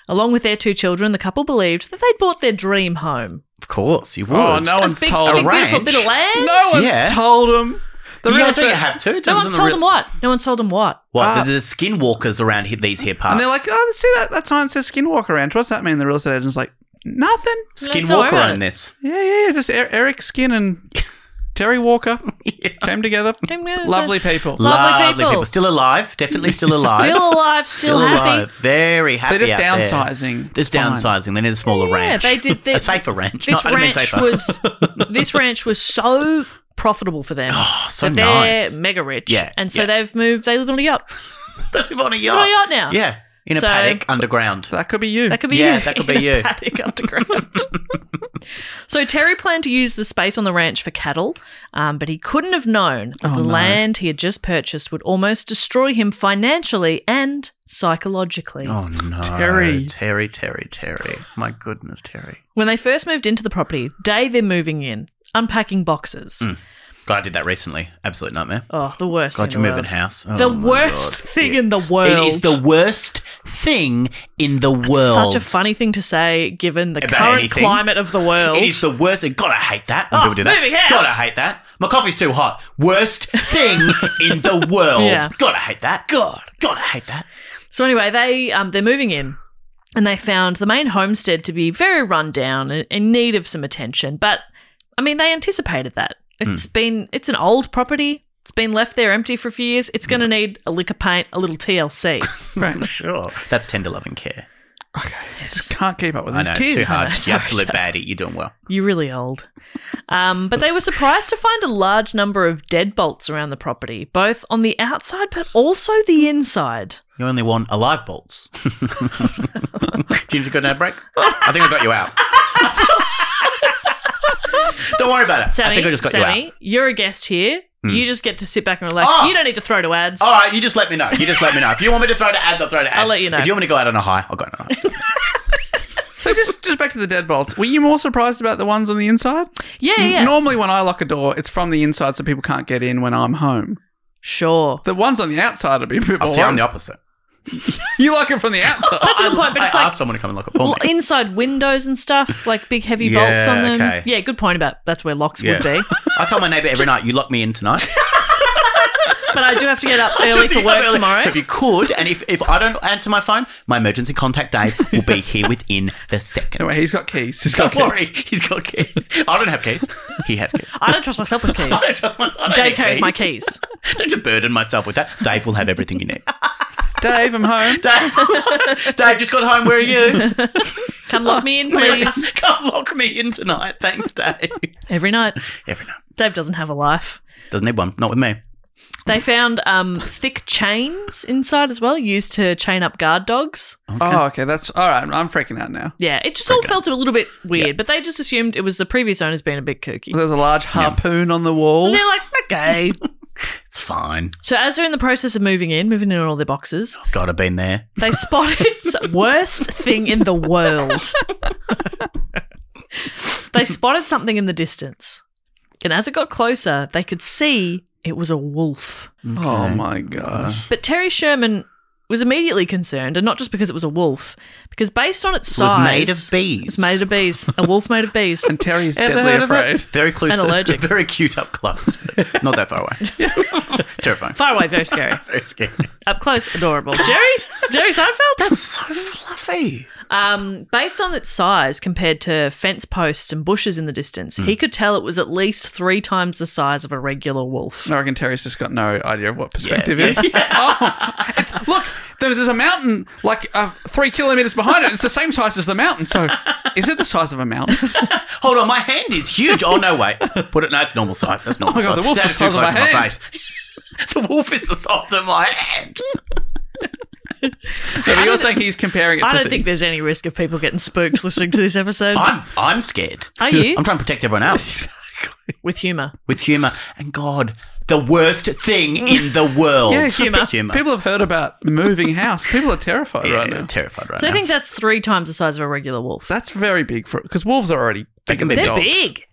Along with their two children, the couple believed that they'd bought their dream home.
Of course, you would.
Oh, no
That's
one's
big,
told
big,
them.
beautiful
ranch.
bit of land.
No one's
Yeah.
told them. The
You
real
have to,
estate-
you have to.
No one's told them what. No one's told them what.
What?
Ah.
There's skinwalkers around here, these here parts.
And they're like, oh, see that that sign says Skinwalker Ranch. What's that mean? The real estate agent's like, nothing.
Like, don't worry
skinwalker
about
on
it.
this.
Yeah, yeah, yeah. Just E- Eric Skin and Terry Walker came together.
Came together.
Lovely people.
Lovely people.
Still alive. Definitely still alive.
Still alive, still, happy.
Very happy.
They're just
out there.
downsizing.
Just
Fine.
downsizing. They need a smaller ranch.
Yeah, they did. They,
a safer ranch.
This
No, I didn't mean
ranch
safer.
was this ranch was so profitable for them. Oh,
so
they're
nice.
mega rich.
Yeah,
and so
yeah.
they've moved. They live on a yacht.
They live on a yacht.
on a yacht now.
Yeah, in a
So-
paddock underground.
That could be you.
That could be
Yeah,
you.
that could be
in a
you.
paddock underground. so Terry planned to use the space on the ranch for cattle, um, but he couldn't have known
Oh,
that the land he had just purchased would almost destroy him financially and psychologically.
Oh no,
Terry.
Terry, Terry, Terry. My goodness, Terry.
When they first moved into the property, day they're moving in, unpacking boxes.
Mm. God, I did that recently. Absolute nightmare.
Oh, the worst.
God,
in
you're
the
moving
world.
house.
The
Oh, my
worst
God.
thing
Yeah.
in the world.
It is the worst thing in the world.
Such a funny thing to say, given the
About
current
anything.
climate of the world.
It is the worst. thing. God, I hate that when
Oh,
people do that.
moving house.
God, I hate that. My coffee's too hot. Worst thing in the world.
Yeah.
God, I hate that. God, God, I hate that.
so anyway, they um, they're moving in, and they found the main homestead to be very run down and in
Hmm.
need of some attention. But I mean, they anticipated that. It's been it's an old property. It's been left there empty for a few years. It's
Hmm.
going to need a lick of paint, a little TLC.
Right.
Sure. Oh, That's tender loving care.
Just can't keep up with
I
these
know,
kids.
it's too hard.
Sorry,
You're absolute baddie. You're doing well.
You're really old. Um, but they were surprised to find a large number of deadbolts around the property, both on the outside but also the inside.
You only want alive bolts. Do you need to go down a break? I think I got you out. Don't worry about it.
Sammy,
I think I just got you out. Hmm.
Sammy, you are a guest here. You just get to sit back and relax.
Oh!
You don't need to throw to ads.
All right, you just let me know. You just let me know. If you want me to throw to ads, I'll throw to ads.
I'll let you know.
If you want me to go out on a high, I'll go out on a high.
So just just back to the deadbolts. Were you more surprised about the ones on the inside?
Yeah, yeah.
Normally, when I lock a door, it's from the inside so people can't get in when I'm home.
sure.
The ones on the outside would be a bit
I'll
more.
see, I'm the opposite.
you like it from the outside.
That's a good point, but
I
it's
asked
like
someone to come and lock it for me.
l- inside windows and stuff, like big heavy bolts
Yeah,
on them.
okay.
Yeah, good point about that's where locks would
Yeah.
be.
I tell my neighbour every night, you lock me in tonight.
But I do have to get up early for work tomorrow.
So if you could, and if, if I don't answer my phone, my emergency contact Dave will be here within the second.
Anyway, he's got keys. He's got
don't worry,
keys.
he's got keys. I don't have keys. He has keys.
I don't trust myself with keys.
I don't trust my, I don't
Dave
need
carries my keys.
Don't to burden myself with that. Dave will have everything you need.
Dave, I'm home.
Dave, Dave just got home. Where are you?
Come lock me in, please.
Come lock me in tonight. Thanks, Dave.
Every night.
Every night.
Dave doesn't have a life.
Doesn't need one. Not with me.
They found um, thick chains inside as well, used to chain up guard dogs.
Oh, okay. That's all right. I'm freaking out now.
Yeah, it just all felt a little bit weird, but they just assumed it was the previous owner's been a bit kooky.
There's a large harpoon on the wall.
And they're like, okay.
It's fine.
so as they're in the process of moving in, moving in all their boxes,
God, I've been there.
they spotted some- worst thing in the world. they spotted something in the distance, and as it got closer, they could see it was a wolf.
Oh my gosh.
But Terry Sherman was immediately concerned, and not just because it was a wolf, because based on its
It was
size,
made of bees.
It's made of bees. A wolf made of bees.
And Terry's
Ever
deadly
heard of it?
afraid.
Very close.
And allergic.
Very cute up close. but Not that far away. Terrifying.
Far away, very scary.
Very scary.
Up close, adorable. Jerry, Jerry Seinfeld.
That's so fluffy.
Um, based on its size compared to fence posts and bushes in the distance,
Hmm.
he could tell it was at least three times the size of a regular wolf.
I reckon Terry's just got no idea of what perspective is. Oh, it- look, there- there's a mountain like uh, three kilometers behind it. It's the same size as the mountain. So, is it the size of a mountain?
Hold on, my hand is huge. Oh no, wait. Put it. No, it's normal size. That's normal
Oh my God,
size.
the wolf's
That's
the
too
size of
close
my
to my
hand.
face. the wolf is the size of my hand.
No, but you're saying he's comparing it.
I
to
don't think
things.
there's any risk of people getting spooked listening to this episode.
I'm I'm scared.
Are you?
I'm trying to protect everyone else
With humour.
with humor. And God, the worst thing in the world.
Yeah, so
Humour.
pe- People have heard about moving house. People are terrified
yeah,
right now.
terrified right
So I
now.
think that's three times the size of a regular wolf.
That's very big for because wolves are already
They
bigger
can
than
be
They're
dogs.
big.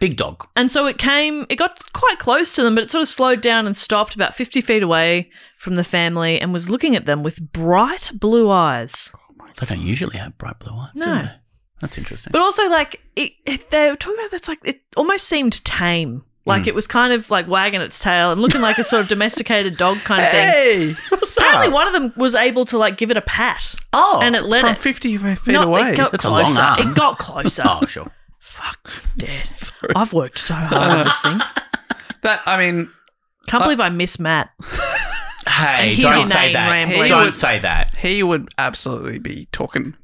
Big dog.
And so it came, it got quite close to them, but it sort of slowed down and stopped about 50 feet away from the family and was looking at them with bright blue eyes.
They don't usually have bright blue eyes, do
No.
Oh, they? That's interesting.
But also, like, it, it, they were talking about that's like, it almost seemed tame. Like,
Hmm.
it was kind of like wagging its tail and looking like a sort of domesticated dog kind of thing.
Hey,
Apparently, one of them was able to, like, give it a pat.
Oh,
and it let
from
it.
fifty feet
No,
away.
It got
That's a long
closer.
arm.
It got closer.
oh, sure.
Fuck, Dad. I've worked so hard on this thing.
that I mean,
Can't
Uh,
believe I miss Matt.
Hey,
he's
don't
your
say
name,
that.
Rambler.
Don't say that.
he would absolutely be talking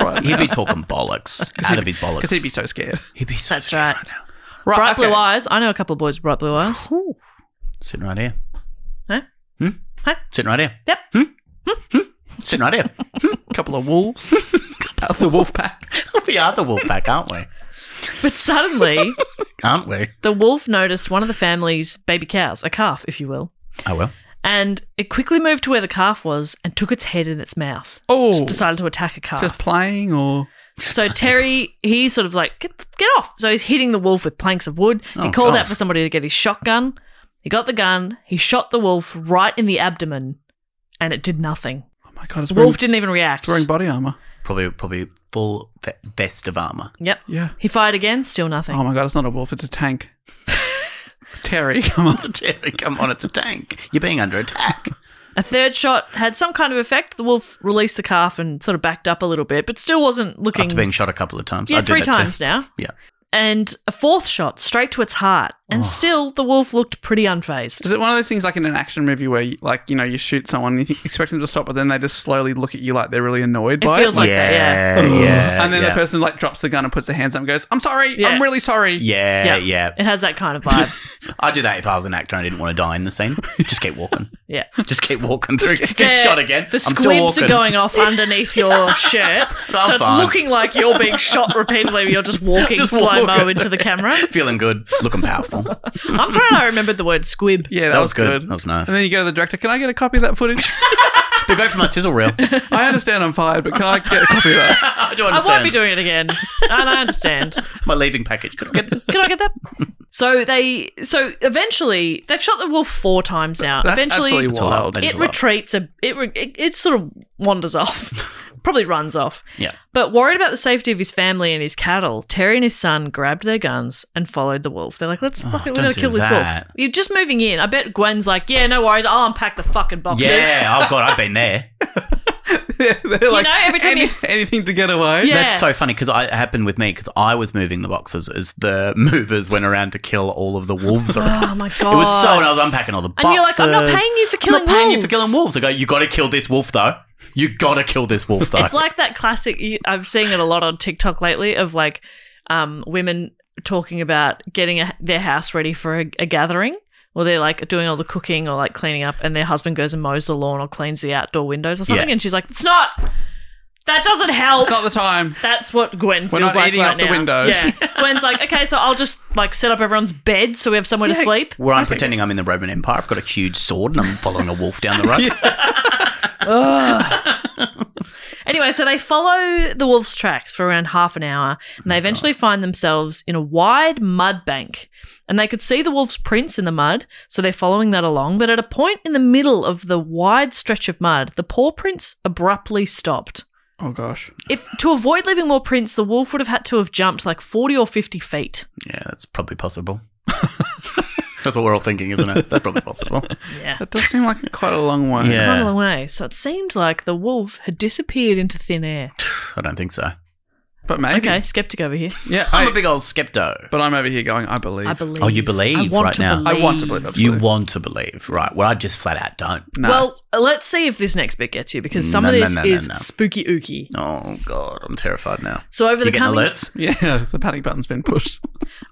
right
He'd
now
be talking bollocks out of his bollocks.
because he'd be so scared.
He'd be so
That's right.
scared right now.
Right,
Bright blue
okay.
eyes. I know a couple of boys with bright blue eyes.
Sitting right here.
Huh? Huh?
Sitting right here.
Yep.
Hmm?
Sitting right here.
Couple of wolves. the wolf pack.
we are the wolf pack, aren't we?
But suddenly,
Aren't we?
the wolf noticed one of the family's baby cows, a calf, if you will,
Oh well.
and it quickly moved to where the calf was and took its head in its mouth.
Oh.
Just decided to attack a calf.
Just playing or
so Terry, he sort of like, get, get off. So he's hitting the wolf with planks of wood.
Oh,
he called
God.
out for somebody to get his shotgun. He got the gun. He shot the wolf right in the abdomen, and it did nothing.
oh my god, it's
The
wearing,
wolf didn't even react.
it's wearing body armor.
Probably, probably full ve- vest of armor.
Yep.
Yeah.
He fired again, still nothing.
Oh my god, it's not a wolf, it's a tank. Terry, come on.
It's a Terry. Come on, it's a tank. You're being under attack.
A third shot had some kind of effect. The wolf released the calf and sort of backed up a little bit, but still wasn't looking.
After being shot a couple of times.
yeah,
I do
three
that too.
times now.
Yeah.
and a fourth shot straight to its heart. And
Oh.
still, the wolf looked pretty unfazed.
Is it one of those things like in an action movie where, you, like, you know, you shoot someone and you think, expect them to stop, but then they just slowly look at you like they're really annoyed
It
by
feels
it?
like that, yeah.
yeah, yeah,
and then
yeah.
the person like drops the gun and puts their hands up and goes, "I'm sorry,
Yeah.
I'm really sorry."
Yeah, Eh, yeah.
It has that kind of vibe.
I'd do that if I was an actor and I didn't want to die in the scene. Just keep walking.
yeah.
Just keep walking through.
Yeah,
Get shot again.
The
I'm still
squibs
walking.
are going off underneath your shirt.
I'm
so it's
fine.
looking like you're being shot repeatedly, but you're just walking
Just
slow mo
walking.
into the camera.
Feeling good, looking powerful.
I'm proud I remembered the word squib.
Yeah, that,
That
was
was good.
good.
That was nice.
And then you go to the director. Can I get a copy of that footage?
They're going for my sizzle reel. I
I understand I'm fired, but can I get a copy of that?
do understand.
I won't be doing it again. And I understand.
my leaving package. Could I get this?
Can I get that? So they, so eventually, they've shot the wolf four times now.
That's
eventually,
absolutely
It's a lot.
wild.
That is
it
a lot.
retreats. A, it, re- it it sort of wanders off, probably runs off.
Yeah.
But worried about the safety of his family and his cattle, Terry and his son grabbed their guns and followed the wolf. They're like, "Let's fucking, we're
Oh, don't
gonna
do
kill this
that.
wolf." You're just moving in. I bet Gwen's like, "Yeah, no worries. I'll unpack the fucking boxes."
Yeah. Oh god, I've been there.
They're like,
know, every time
"Any-
you-
anything to get away.
Yeah.
That's so funny because it happened with me because I was moving the boxes as the movers went around to kill all of the wolves around.
Oh my
It was so,
God.
and I was unpacking all the boxes.
And you're like, "I'm not paying you for
I'm not
killing
paying you for
wolves."
killing wolves. I go, you got to kill this wolf though. You got to kill this wolf though.
It's like that classic. I'm seeing it a lot on TikTok lately of like um, women talking about getting a, their house ready for a, a gathering, or they're like doing all the cooking or like cleaning up, and their husband goes and mows the lawn or cleans the outdoor windows or something,
Yeah.
and she's like, "It's not. That doesn't help."
It's not the time.
That's what Gwen feels
We're not
like
eating
right
off the
now.
windows.
Yeah. Gwen's like, "Okay, so I'll just like set up everyone's bed so we have somewhere to sleep."
Where I'm pretending I'm in the Roman Empire. I've got a huge sword and I'm following a wolf down the road.
Anyway, so they follow the wolf's tracks for around half an hour
Oh
and they eventually find themselves in a wide mud bank. And they could see the wolf's prints in the mud, so they're following that along. But at a point in the middle of the wide stretch of mud, the paw prints abruptly stopped.
Oh gosh.
If to avoid leaving more prints, the wolf would have had to have jumped like 40 or 50 feet.
Yeah, that's probably possible. that's what we're all thinking, isn't it? That's probably possible.
Yeah.
That does seem like quite a long way.
Yeah.
Quite a long way. So it seemed like the wolf had disappeared into thin air.
I don't think so.
But maybe.
Okay, skeptic over here.
Yeah.
I'm
I-
a big old skepto.
but I'm over here going, I believe.
I believe.
Oh, you believe
I want
right
to
now.
Believe.
I want to believe.
You
Absolutely.
want to believe, right? Well, I just flat out don't.
Nah.
Well, uh, let's see if this next bit gets you because some
No,
of
no,
this
no, no,
is
no.
spooky ooky.
Oh god, I'm terrified now.
So over
you
the
getting
coming
alerts?
yeah. The panic button's been pushed.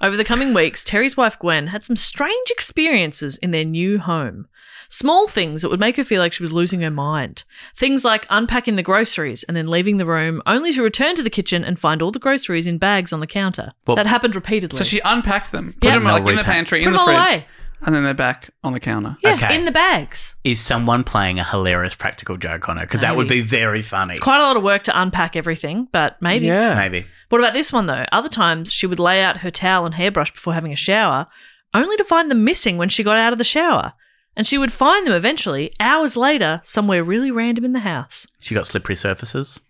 over the coming weeks, Terry's wife Gwen had some strange experiences in their new home. Small things that would make her feel like she was losing her mind. Things like unpacking the groceries and then leaving the room, only to return to the kitchen and find all the groceries in bags on the counter.
Well-
that happened repeatedly.
So she unpacked them, put
Yeah.
them
No
like in the
repack.
pantry,
Put
in the
them
fridge,
all away.
and then they're back on the counter. Oh,
yeah,
Okay.
in the bags.
Is someone playing a hilarious practical joke on her? Because that would be very funny.
It's quite a lot of work to unpack everything, but maybe.
Maybe.
What about this one though? Other times she would lay out her towel and hairbrush before having a shower, only to find them missing when she got out of the shower. And she would find them eventually, hours later, somewhere really random in the house.
She got slippery surfaces.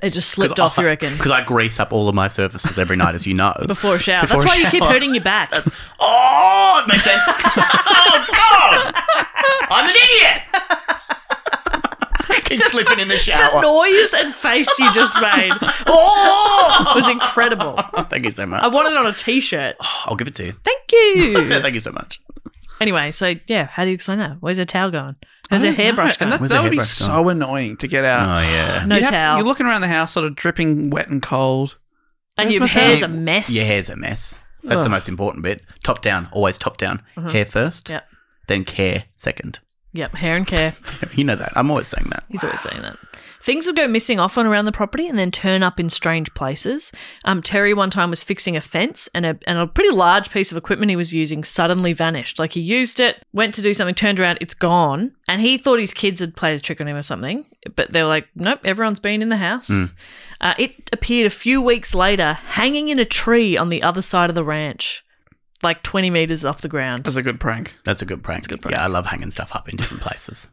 It just slipped off, you reckon,
Because I grease up all of my surfaces every night, as you know.
before a shower.
Before
That's
a
why you keep
shower.
hurting your back.
Oh, it makes sense. oh god, I'm an idiot. Keep slipping in the
the
shower.
noise and face you just made oh, was incredible.
Thank you so much.
I want it on a t shirt.
I'll give it to you.
Thank you.
Yeah, thank you so much.
Anyway, so yeah, how do you explain that? Where's her towel going? Where's her hairbrush going?
And that,
Where's
that
the
would be
hairbrush
so annoying to get out.
Oh yeah.
No
You'd have-
towel.
You're looking around the house, sort of dripping wet and cold.
and
Where's
your
my towel?
hair's a mess.
Your hair's a mess. That's the most important bit. Top down, always top down.
Mm-hmm.
Hair first,
Yep.
then care second.
Yep, hair and care.
You know that. I'm always saying that.
He's always saying that. Things would go missing off and around the property and then turn up in strange places. Um, Terry one time was fixing a fence and a, and a pretty large piece of equipment he was using suddenly vanished. Like he used it, went to do something, turned around, it's gone. And he thought his kids had played a trick on him or something. But they were like, nope, everyone's been in the house. Uh, it appeared a few weeks later hanging in a tree on the other side of the ranch, like 20 meters off the ground.
That's a good prank.
That's a good prank. Yeah, I love hanging stuff up in different places.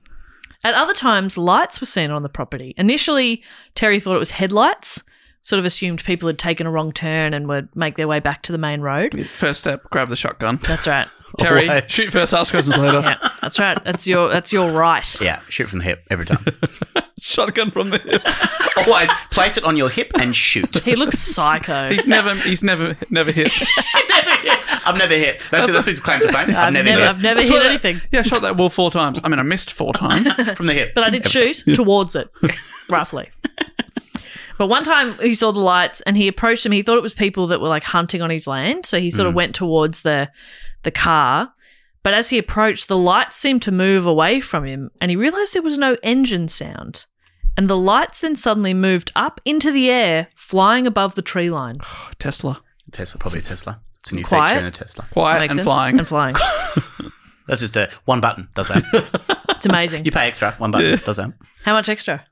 At other times, lights were seen on the property. Initially, Terry thought it was headlights, sort of assumed people had taken a wrong turn and would make their way back to the main road.
First step, grab the shotgun.
That's right.
Terry,
Always.
shoot first, ask questions later.
Yeah, that's right. That's your that's your right.
Yeah, shoot from the hip every time.
Shotgun from the hip.
Always place it on your hip and shoot.
He looks psycho.
He's never, he's never, never hit.
I've never hit. That's, that's his claim to fame. I've,
I've
never,
never,
hit
I've never
That's
hit
what I-
anything,
Yeah, I shot that wall four times. I mean, I missed four times.
from the hip.
but I did shoot towards it, roughly. But one time he saw the lights and he approached them. He thought it was people that were like hunting on his land, so he sort
Mm.
of went towards the the car. But as he approached, the lights seemed to move away from him, and he realized there was no engine sound. And the lights then suddenly moved up into the air, flying above the tree line.
Tesla,
Tesla, probably a Tesla. It's a new
Quiet.
feature in a Tesla.
quiet
Makes
and
sense?
flying.
And flying.
That's just a one button. Does that?
It's amazing.
you pay extra. One button. Does that?
How much extra?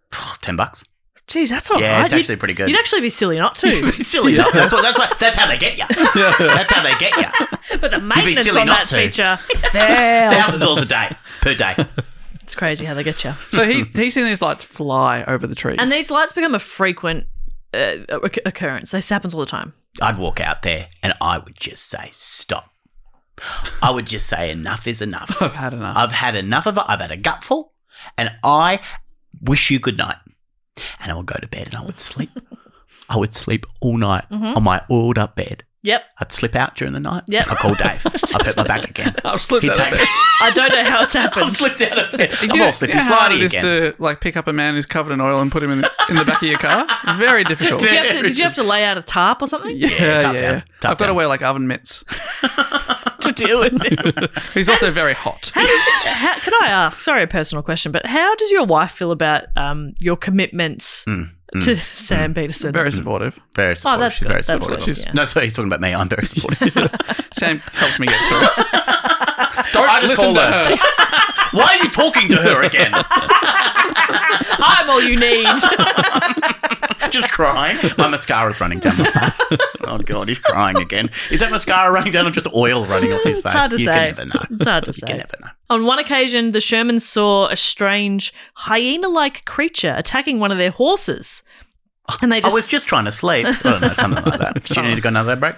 Ten bucks.
Jeez, that's all right.
Yeah, it's actually
You'd-
pretty good.
You'd actually be silly not to.
Silly. though. That's what. That's what. That's how they get you. That's how they get you.
but the
be
maintenance
silly
on that
not to.
feature.
Thousands of dollars a day per day.
It's crazy how they get you.
So he, he's seen these lights fly over the trees.
And these lights become a frequent uh, oc- occurrence. This happens all the time.
I'd walk out there and I would just say stop. I would just say enough is enough.
I've had enough.
I've had enough of it. I've had a gutful, and I wish you good night. And I would go to bed and I would sleep. I would sleep all night
Mm-hmm.
on my oiled up bed.
Yep.
I'd slip out during the night.
Yep.
I call Dave. I've hurt my back again.
I've slipped
He'd
out of
take.
bed.
I don't know how it's happened.
slipped out of bed. I'm
You know-
all slippy
you know how hard
slidey
it is
again.
to like pick up a man who's covered in oil and put him in, in the back of your car. Very difficult.
Did you, have to, did you have to lay out a tarp or something
Yeah, yeah.
top down, top
I've got to
down.
wear like oven mitts.
to deal with it?
He's also very hot.
How does- how- can I ask? Sorry, a personal question, but how does your wife feel about um, your commitments to Sam Peterson?
Very supportive.
Mm, Very
oh,
supportive.
that's
She's
good.
very
That's
supportive.
good,
She's-
yeah.
No, sorry, he's talking about me. I'm very supportive.
Sam helps me get through.
Don't I just
Listen
call
to
her.
her.
Why are you talking to her again?
I'm all you need.
just crying. My mascara's running down my face. Oh god, he's crying again. Is that mascara running down or just oil running off his face?
It's hard to
you
say.
can never know.
It's hard to
You
say.
can never know.
On one occasion, the Shermans saw a strange hyena like creature attacking one of their horses. And they
I was
just.
just trying to sleep. I don't know, something like that. Do you need to go another break?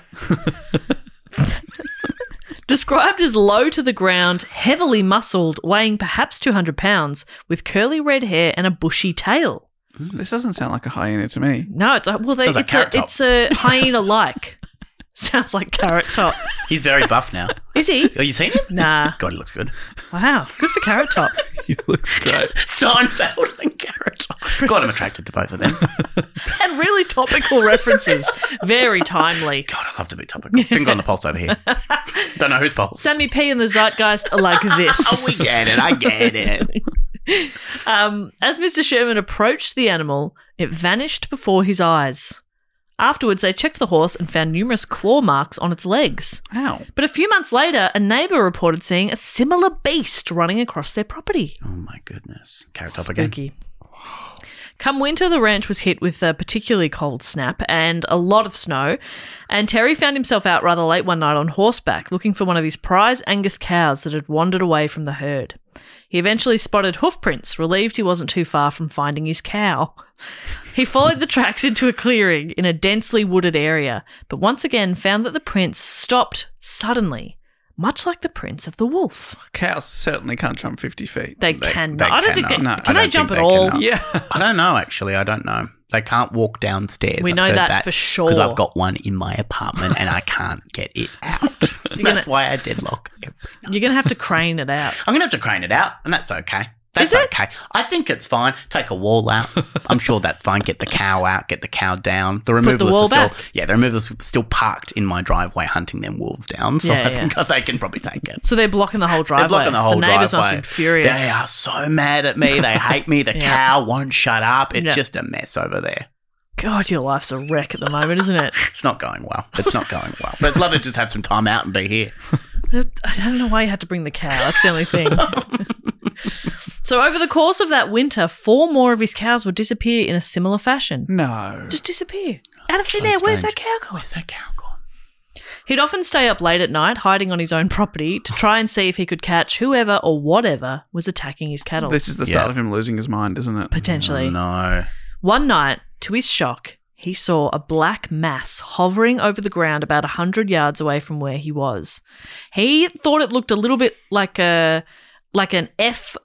Described as low to the ground, heavily muscled, weighing perhaps 200 pounds, with curly red hair and a bushy tail.
This doesn't sound like a hyena to me.
No, it's a. Well, they,
Sounds like
it's,
Carrot
a,
Top.
it's a hyena like. Sounds like Carrot Top.
He's very buff now.
Is he?
Have you seen him?
Nah.
God, he looks good.
Wow. Good for Carrot Top.
He looks great.
Seinfeld and Carrot. God, I'm attracted to both of them.
And really topical references. Very timely.
God, I love to be topical. Finger on the pulse over here. Don't know whose pulse.
Sammy P and the Zeitgeist are like this.
Oh, we get it. I get it.
Um, as Mr. Sherman approached the animal, it vanished before his eyes. Afterwards, they checked the horse and found numerous claw marks on its legs.
How?
But a few months later, a neighbor reported seeing a similar beast running across their property.
Oh my goodness. Carrot top again.
Spooky. Come winter, the ranch was hit with a particularly cold snap and a lot of snow, and Terry found himself out rather late one night on horseback looking for one of his prize Angus cows that had wandered away from the herd. He eventually spotted hoofprints, relieved he wasn't too far from finding his cow. He followed the tracks into a clearing in a densely wooded area, but once again found that the prints stopped suddenly, much like the prints of the wolf.
Cows certainly can't jump 50 feet.
They,
They-
cannot.
they
I don't think they,
cannot. No, I
can they
don't
jump at
think they
all.
cannot.
yeah.
I don't know, actually. I don't know. They can't walk downstairs.
We
I've
know
heard
that for sure.
Because I've got one in my apartment and I can't get it out. that's why I deadlock.
You're gonna have to crane it out.
I'm going to have to crane it out, and that's okay. That's
Is it?
okay. I think it's fine. Take a wall out. I'm sure that's fine. Get the cow out. Get the cow down. The removalists
wall
are still
back.
yeah. The removalists are still parked in my driveway hunting them wolves down. So
Yeah,
I think they can probably take it.
So they're blocking the whole driveway.
They're blocking the whole
neighbors
driveway.
must be furious.
They are so mad at me. They hate me. The
Yeah.
cow won't shut up. It's
Yeah.
just a mess over there.
God, your life's a wreck at the moment, isn't it?
It's not going well. It's not going well. But it's lovely to just have some time out and be here.
I don't know why you had to bring the cow. That's the only thing. so over the course of that winter, four more of his cows would disappear in a similar fashion.
No.
Just disappear. Out of
Mm. so
thin air, where's that
strange.
cow going?
Where's that cow gone?
He'd often stay up late at night, hiding on his own property, to try and see if he could catch whoever or whatever was attacking his cattle.
This is the start
Yeah.
of him losing his mind, isn't it?
potentially.
No.
One night, to his shock, he saw a black mass hovering over the ground about a 100 yards away from where he was. He thought it looked a little bit like a like an F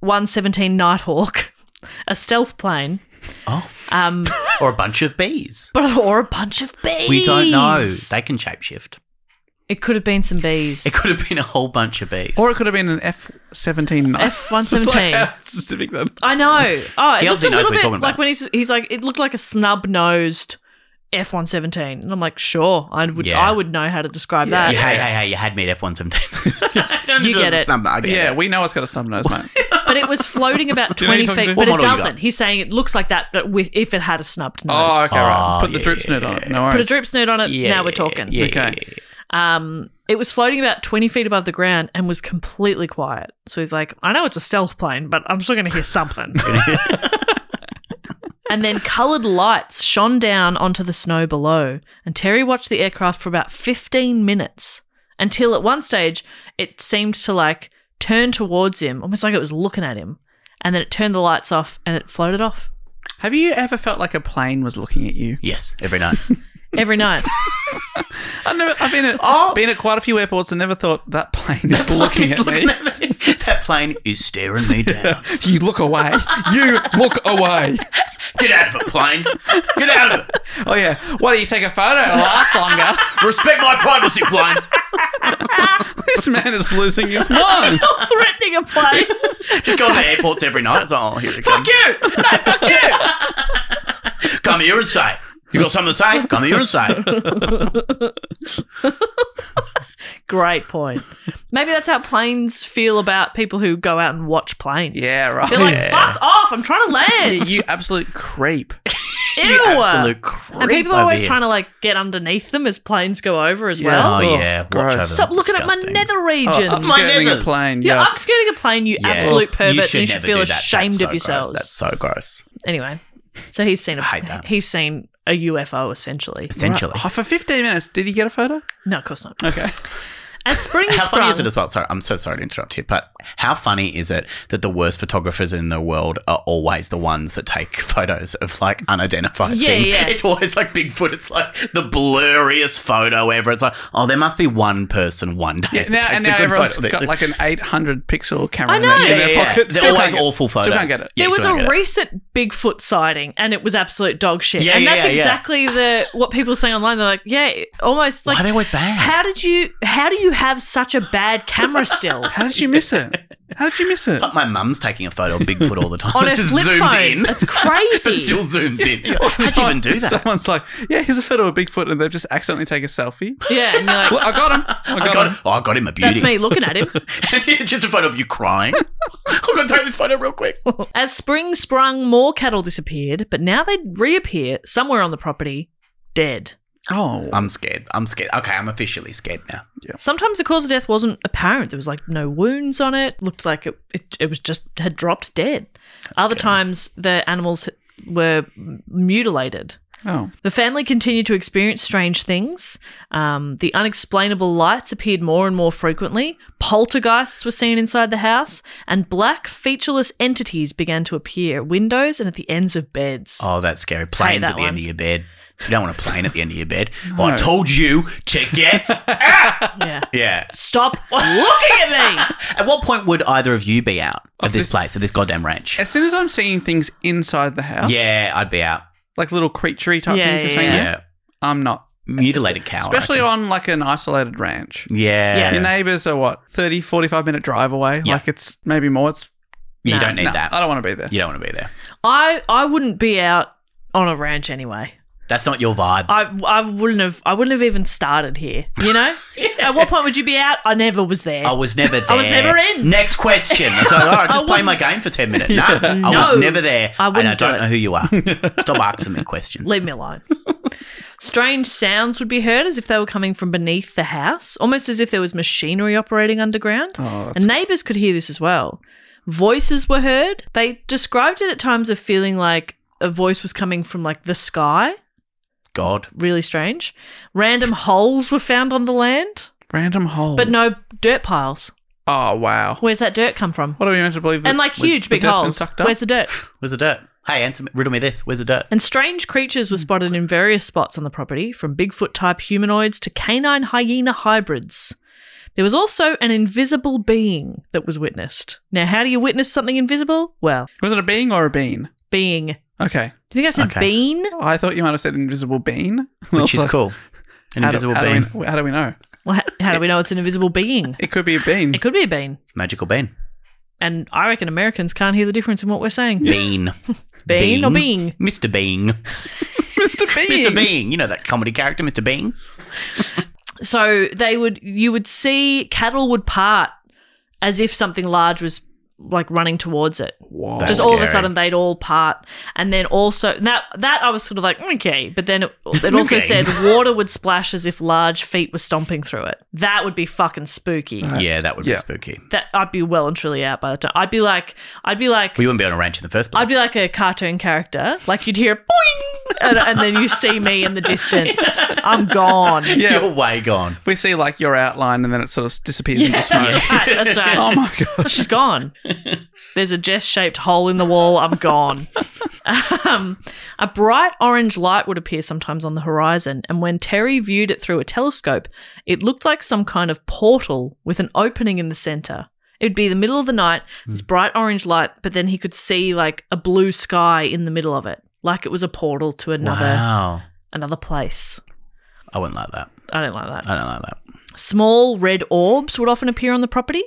117 Nighthawk, a stealth plane,
Oh,
um,
or a bunch of bees.
but or a bunch of bees.
We don't know. They can shapeshift.
It could have been some bees.
It could have been a whole bunch of bees.
Or it could have been an F seventeen knife. Just like
F-117.
how specific that.
I know. Oh, it
He
looks a
obviously knows
little
what he's
bit
talking
like
about.
when he's he's like it looked like a snub nosed F one seventeen, and I'm like, sure, I would
Yeah.
I would know how to describe that.
You- hey, hey, hey, you had me at F 117.
You get it.
I
Yeah,
get it.
we know it's got a snub nose, mate.
But it was floating about
Do you know
twenty
what you're talking
feet, but
to?
What
it
model you got?
doesn't. He's saying it looks like that, but with if it had a snubbed nose.
oh, okay, right.
Oh,
Put the
yeah,
drips
yeah,
in it on it.
yeah.
No
Put a
worries.
droops nerd on it.
Yeah,
now we're
yeah,
talking.
yeah,
Okay.
yeah, yeah.
Um, it was floating about twenty feet above the ground and was completely quiet. So he's like, I know it's a stealth plane, but I'm still going to hear something. and then coloured lights shone down onto the snow below, and Terry watched the aircraft for about 15 minutes until at one stage it seemed to like turn towards him, almost like it was looking at him. And then it turned the lights off and it floated off
Have you ever felt like a plane was looking at you?
Yes, every night.
every night.
I've never. I've been at. Been at quite a few airports and never thought that plane is looking at me.
that plane is staring me down.
you look away. You look away.
Get out of it, plane. Get out of it.
Oh yeah. Why do you take a photo? It'll last longer.
Respect my privacy, plane.
this man is losing his mind.
Threatening a plane.
Just go to the airports every night. It's like, oh, here it
fuck
comes.
you! No, fuck you!
Come here and say. You got something to say? Come here and say.
Great point. Maybe that's how planes feel about people who go out and watch planes.
Yeah, right.
They're like,
Yeah.
fuck off, I'm trying to
You,
land.
you absolute creep.
Ew.
Absolute creep.
and people are always
over here.
trying to like get underneath them as planes go over as
Yeah.
well.
Oh,
Oh,
yeah. Watch
gross.
over
Stop
them.
looking
Disgusting. Oh,
at my nether regions.
Oh, I'm
my
scaring a
goodness.
plane.
You're
Yeah.
upskirting a plane, you
Yeah.
absolute pervert, and you
never
should feel
do that. That's
ashamed
so
of
gross.
yourselves.
That's so gross.
Anyway, so he's seen a
hate that.
he's seen a UFO essentially.
Essentially.
Oh, for 15 minutes, did he get a photo?
No, of course not.
Okay.
As spring
How
sprung,
funny is it as well? Sorry, I'm so sorry to interrupt you, but how funny is it that the worst photographers in the world are always the ones that take photos of like unidentified
Yeah,
things?
yeah.
It's always like Bigfoot. It's like the blurriest photo ever. It's like, oh, there must be one person one day. that
Now,
takes
and
a
now
good
everyone's
photo of
got
this.
like an 800 pixel camera
I
in their-
know.
in
yeah,
their
yeah, yeah.
pocket.
They're
Still
always
can't get it.
awful photos.
Still can't get it.
Yeah,
there was
still
a
can't get it.
recent Bigfoot sighting, and it was absolute dog shit.
Yeah,
and
yeah,
that's
yeah, yeah.
exactly the what people are saying online. They're like, yeah, it- almost
Why
like
are they always bad?
How did you? How do you have such a bad camera still?
How did you miss it? How did you miss it?
It's like my mum's taking a photo of Bigfoot all the time.
On
it's
her
just
flip
zoomed
phone.
in.
That's
it
crazy.
still zooms in. How'd you even do that?
Someone's like, yeah, here's a photo of Bigfoot, and they've just accidentally taken a selfie.
yeah, and you're like,
Look, I got him. I got,
I got,
him.
oh, I got him a beauty.
that's me looking at him.
It's just a photo of you crying. I'm gonna take this photo real quick.
As spring sprung, more cattle disappeared, but now they reappear somewhere on the property, dead.
Oh,
I'm scared. I'm scared. Okay, I'm officially scared now.
Sometimes the cause of death wasn't apparent. There was like no wounds on it. Looked like it it, it was just had dropped dead. Other times the animals were m- mutilated.
oh,
The family continued to experience strange things. Um, the unexplainable lights appeared more and more frequently. Poltergeists were seen inside the house, and black featureless entities began to appear at windows and at the ends of beds.
Oh, that's scary. Planes
that
at the
one.
end of your bed. You don't want a plane at the end of your bed. Well, I told you to get.
Yeah.
yeah.
Stop looking at me.
At what point would either of you be out of,
Of
this,
this-
place, of this goddamn ranch?
as soon as I'm seeing things inside the house,
Yeah, I'd be out.
like little creaturey type
Yeah,
things, you're
yeah,
saying,
Yeah.
Yeah.
I'm not.
Mutilated cow. I
Especially
reckon.
on like an isolated ranch.
Yeah.
Yeah.
Your neighbors are what, 30, 45 minute drive away?
Yeah.
Like it's maybe more. It's
You
Nah,
don't need
nah,
that.
I don't want to be there.
You don't want to be there.
I I wouldn't be out on a ranch anyway.
That's not your vibe.
I I wouldn't have I wouldn't have even started here. You know. At what point would you be out? I never was there.
I was never there.
I was never in.
Next question. So, all right, just
I
play
wouldn't-
my game for 10 minutes. No, I
No.
was never there.
I
and I
wouldn't do
don't
it.
know who you are. Stop asking me questions.
Leave me alone. Strange sounds would be heard as if they were coming from beneath the house, almost as if there was machinery operating underground.
Oh,
and neighbors could hear this as well. Voices were heard. They described it at times of feeling like a voice was coming from like the sky.
God.
Really strange. Random holes were found on the land,
Random holes.
but no dirt piles.
Oh, wow.
Where's that dirt come from?
What are we meant to believe? that
And like
was-
huge
the
big
dirt's been
holes.
sucked up?
Where's the dirt?
Where's the dirt? Hey, answer, me- riddle me this. Where's the dirt?
And strange creatures were spotted in various spots on the property, from Bigfoot type humanoids to canine hyena hybrids. There was also an invisible being that was witnessed. Now, how do you witness something invisible? Well,
Was it a being or a bean?
being. Do
Okay.
you think I said
Okay.
bean?
I thought you might have said invisible bean.
Oh,
Which is cool. An invisible
how do,
bean.
How do, we, how do we know?
Well, h- how do we know it's an invisible being?
It could be a bean.
It could be a bean.
It's a magical bean.
And I reckon Americans can't hear the difference in what we're saying.
Bean.
Bean or being?
Mr. Bean.
Mr. Bean.
Mr. Bean. You know that comedy character, Mr. Bean?
So they would, you would see cattle would part as if something large was like running towards it.
That's
just all of a
scary.
sudden they'd all part and then also that that i was sort of like okay but then it, it also
Okay.
said water would splash as if large feet were stomping through it that would be fucking spooky
Yeah, that would
Yeah.
be spooky.
that i'd be well and truly out by the time i'd be like i'd be like
We wouldn't be on a ranch in the first place.
i'd be like a cartoon character like you'd hear a boing and, and then you see me in the distance i'm gone
Yeah.
You're way gone.
We see like your outline and then it sort of disappears into
that's
smoke.
right that's right
Oh my god.
She's gone. There's a jest shaped hole in the wall. I'm gone. um, a bright orange light would appear sometimes on the horizon, and when Terry viewed it through a telescope, it looked like some kind of portal with an opening in the center. It'd be the middle of the night, this bright orange light, but then he could see like a blue sky in the middle of it, like it was a portal to another
Wow.
another place.
I wouldn't like that.
I don't like that.
I don't like that.
Small red orbs would often appear on the property,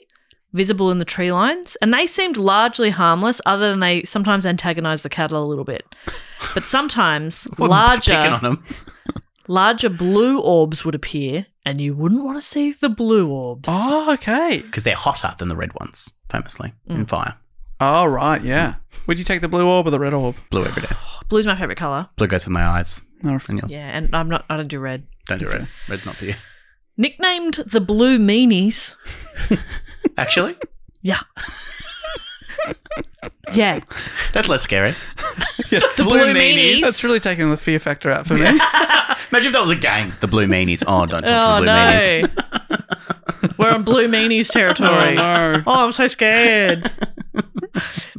visible in the tree lines, and they seemed largely harmless, other than they sometimes antagonize the cattle a little bit. But sometimes
Picking
larger,
on them.
larger blue orbs would appear, and you wouldn't want to see the blue orbs.
Oh, okay.
Because they're hotter than the red ones, famously,
Mm.
in fire.
All right, yeah. Would you take the blue orb or the red orb?
Blue every day.
Blue's my favorite color.
Blue goes with my eyes.
No.
And yours.
Yeah, and I'm not. I don't do red.
Don't do red. Red's not for you.
Nicknamed the Blue Meanies.
Actually,
Yeah. yeah.
that's less scary.
The
Blue Meanies.
That's really taking the fear factor out for me.
Imagine if that was a gang. The blue meanies. Oh, don't talk
Oh
to the blue meanies.
no. We're on blue meanies territory.
Oh, no.
Oh, I'm so scared.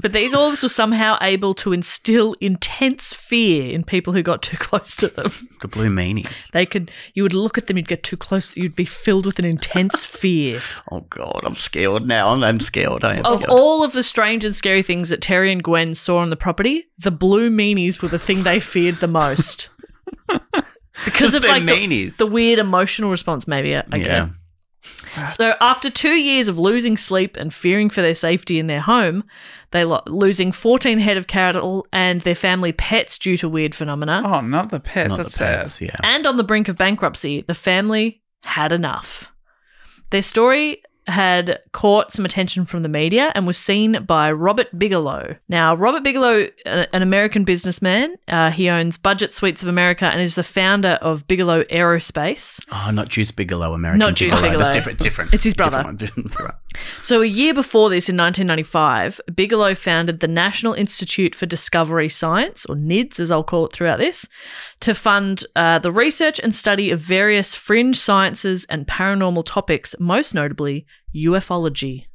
but these orbs were somehow able to instill intense fear in people who got too close to them.
The blue meanies.
They could you would look at them, you'd get too close, you'd be filled with an intense fear.
Oh god, I'm scared now. I'm, I'm scared. I am
Of
scared.
all of the strange and scary things that Terry and Gwen saw on the property, the blue meanies were the thing they feared the most. Because
Just
of
their
like the,
meanies.
the weird emotional response, maybe I, I get it.
yeah.
So after two years of losing sleep and fearing for their safety in their home, they lo- losing 14 head of cattle and their family pets due to weird phenomena.
Oh, not the pet.
Not
That's
the pets.
sad.
Yeah.
And on the brink of bankruptcy, the family had enough. Their story had caught some attention from the media and was seen by Robert Bigelow. Now, Robert Bigelow, a- an American businessman, uh, he owns Budget Suites of America and is the founder of Bigelow Aerospace.
Oh, not Juice Bigelow, American.
Not Juice
Bigelow.
Bigelow.
That's different. Different.
It's his brother.
Different one.
So, a year before this, in 1995, Bigelow founded the National Institute for Discovery Science, or NIDS as I'll call it throughout this, to fund uh, the research and study of various fringe sciences and paranormal topics, most notably ufology.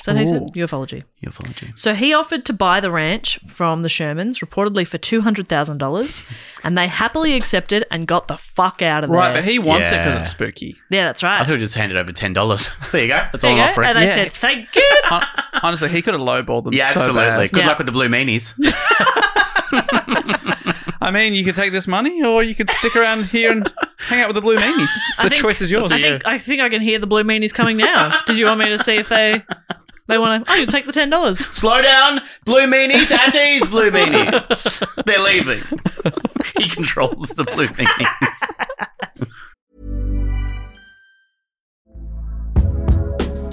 Is that how you said? Ufology.
Your apology.
So he offered to buy the ranch from the Shermans, reportedly for two hundred thousand dollars, and they happily accepted and got the fuck out of
Right,
there.
but he wants it because
Yeah.
it's spooky.
yeah, that's
I
right.
thought we just handed over ten dollars. there you go. That's
There
all
you
I'm
go.
offering.
And they
yeah,
said, "Thank you."
Hon- Honestly, he could have lowballed them.
yeah
so
absolutely.
bad.
Good
Yeah.
luck with the blue meanies.
I mean, you could take this money, or you could stick around here and hang out with the blue meanies. The
I think-
choice is yours.
I think I think I can hear the blue meanies coming now. Did you want me to see if they they want to? Oh, you take the ten dollars.
Slow down, blue meanies at ease, blue meanies. They're leaving. he controls the blue meanies.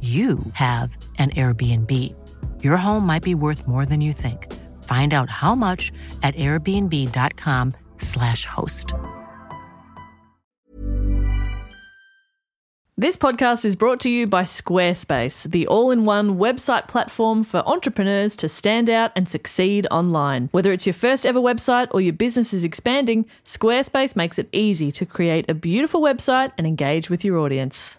you have an Airbnb. Your home might be worth more than you think. Find out how much at airbnb.com slash host.
This podcast is brought to you by Squarespace, the all in one website platform for entrepreneurs to stand out and succeed online. Whether it's your first ever website or your business is expanding, Squarespace makes it easy to create a beautiful website and engage with your audience.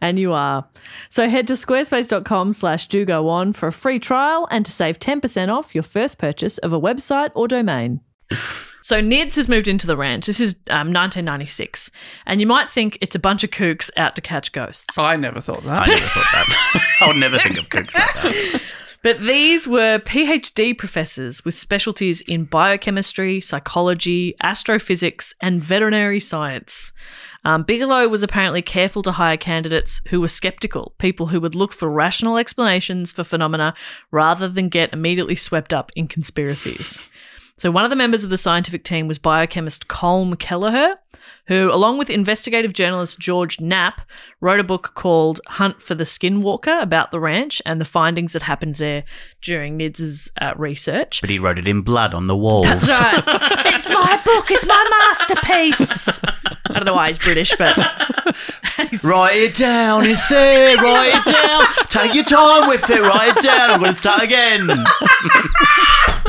And you are. So head to squarespace.com slash do go on for a free trial and to save 10% off your first purchase of a website or domain. So Nids has moved into the ranch. This is um, 1996. And you might think it's a bunch of kooks out to catch ghosts.
I never thought
I
that.
never thought that. I would never think of cooks like that.
But these were PhD professors with specialties in biochemistry, psychology, astrophysics, and veterinary science. Um, Bigelow was apparently careful to hire candidates who were skeptical, people who would look for rational explanations for phenomena rather than get immediately swept up in conspiracies. So, one of the members of the scientific team was biochemist Colm Kelleher, who, along with investigative journalist George Knapp, wrote a book called Hunt for the Skinwalker about the ranch and the findings that happened there during Nids' uh, research.
But he wrote it in blood on the walls.
That's right. it's my book, it's my masterpiece. I don't know why he's British, but
Write it down, it's there, write it down. Take your time with it, write it down. I'm going to start again.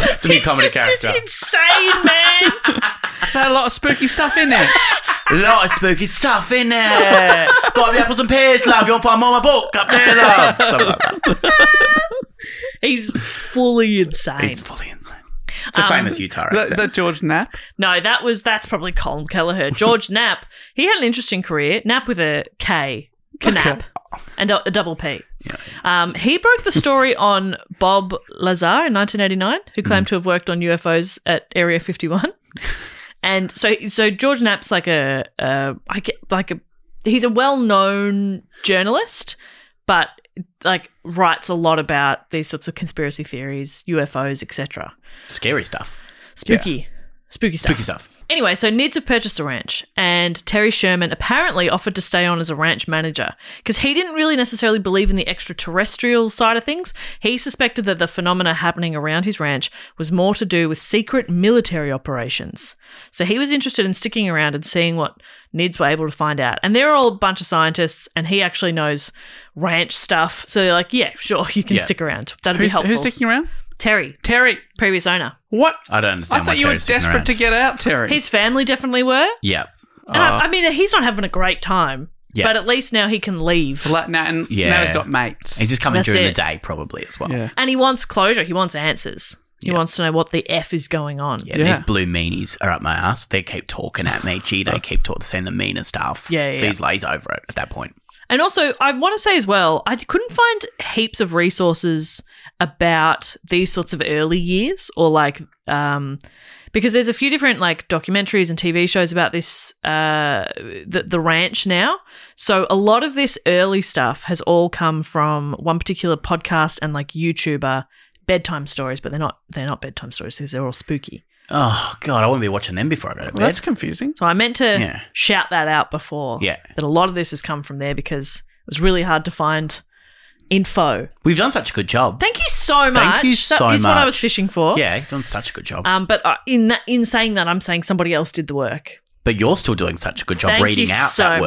it's a new comedy
it's
character.
insane, man.
It's had a lot of spooky stuff in there.
A lot of spooky stuff in there. Got the apples and pears, love. You want to find more of my book up there, love? Something like that.
He's fully insane.
It's fully insane. Um, It's a famous Utah
Is
accent.
that, that George Knapp?
No, that was that's probably Colin Kelleher. George Knapp, he had an interesting career. Knapp with a K, Knapp, and a, a double P. Um, he broke the story on Bob Lazar in 1989, who claimed to have worked on UFOs at Area 51. And so, so George Knapp's like a, uh, I get like a, he's a well-known journalist, but like writes a lot about these sorts of conspiracy theories, UFOs, etc.
Scary stuff.
Spooky, spooky stuff.
Spooky stuff.
Anyway, so Nids have purchased a ranch, and Terry Sherman apparently offered to stay on as a ranch manager because he didn't really necessarily believe in the extraterrestrial side of things. He suspected that the phenomena happening around his ranch was more to do with secret military operations. So he was interested in sticking around and seeing what Nids were able to find out. And they're all a bunch of scientists, and he actually knows ranch stuff. So they're like, yeah, sure, you can
Yeah.
stick around. That'd
Who's,
be helpful.
who's sticking around?
Terry,
Terry.
previous owner.
What?
I don't
I
understand why
thought you were
Terry's sticking
desperate
around.
to get out, Terry.
His family definitely were.
Yeah.
And I, I mean, he's not having a great time.
Yeah.
But at least now he can leave.
Flat now, and
Yeah.
now he's got mates.
He's just coming
That's
during
it.
the day, probably, as well.
yeah.
And he wants closure. He wants answers. He wants to know what the F is going on.
Yeah,
Yeah.
these blue meanies are up my ass. They keep talking at me. Gee, they keep talking, saying the meanest stuff.
Yeah, yeah,
So he's, like, he's over it at that point.
And also, I want to say as well, I couldn't find heaps of resources about these sorts of early years or like, um, because there's a few different like documentaries and TV shows about this, uh, the, the ranch now. So a lot of this early stuff has all come from one particular podcast and like YouTuber bedtime stories, but they're not, they're not bedtime stories because they're all spooky.
Oh, God, I want to be watching them before I go to bed.
Well, that's confusing.
So I meant to
Yeah.
shout that out before.
Yeah.
That a lot of this has come from there because it was really hard to find info.
We've done such a good job.
Thank you so much.
Thank you so
That is what I
much.
was fishing for.
yeah, you've done such a good job.
Um, but uh, in that, in saying that, I'm saying somebody else did the work.
but you're still doing such a good job
Thank
reading
you
out
so
that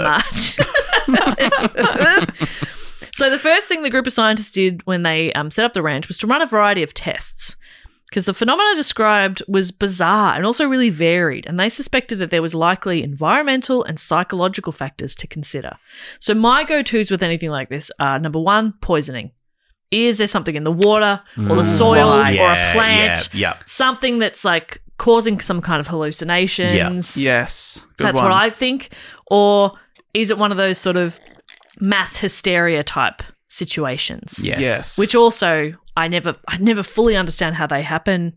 work.
much. so the first thing the group of scientists did when they um, set up the ranch was to run a variety of tests. because the phenomena described was bizarre and also really varied, and they suspected that there was likely environmental and psychological factors to consider. So, my go tos with anything like this are number one, poisoning. Is there something in the water or the soil
Mm, Right.
or
Yeah,
a plant?
yeah, yeah.
Something that's like causing some kind of hallucinations.
Yes. Good
That's
one.
what I think. Or is it one of those sort of mass hysteria type situations?
Yes.
Yes.
Which also I never I never fully understand how they happen,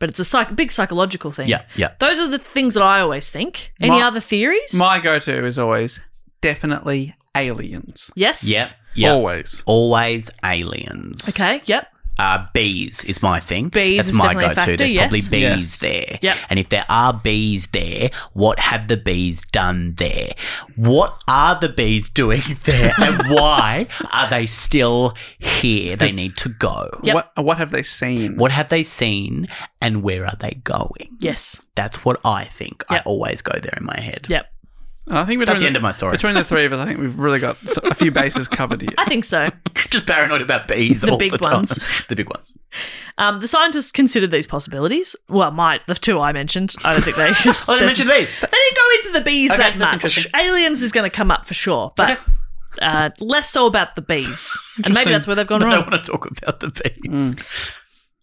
but it's a psych- big psychological thing.
Yeah, yeah.
Those are the things that I always think. Any
My-
other theories?
My go to is always definitely aliens.
yes.
Yep. Yep.
Always.
Always aliens.
Okay. Yep.
Uh, bees is my thing.
Bees
That's
is
my
definitely a
go-to.
factor,
There's probably
yes.
bees
Yes.
there.
Yep.
And if there are bees there, what have the bees done there? What are the bees doing there, and why are they still here? They need to go.
Yep.
What, what have they seen?
What have they seen, and where are they going?
Yes.
That's what I think. I
Yep.
always go there in my head.
Yep.
I think
That's
between
the end of my story.
Between the three of us, I think we've really got s- a few bases covered here.
I think so.
Just paranoid about bees.
The
all
big
the time.
ones.
the big ones.
Um, the scientists considered these possibilities. Well, my the two I mentioned. I don't think they.
Oh, they
there's-
mentioned bees.
They didn't go into the bees
Okay,
that
that's
much.
interesting.
Aliens is going to come up for sure, but uh, less so about the bees. and maybe that's where they've gone
I
wrong. Mm.
don't want to talk about the bees.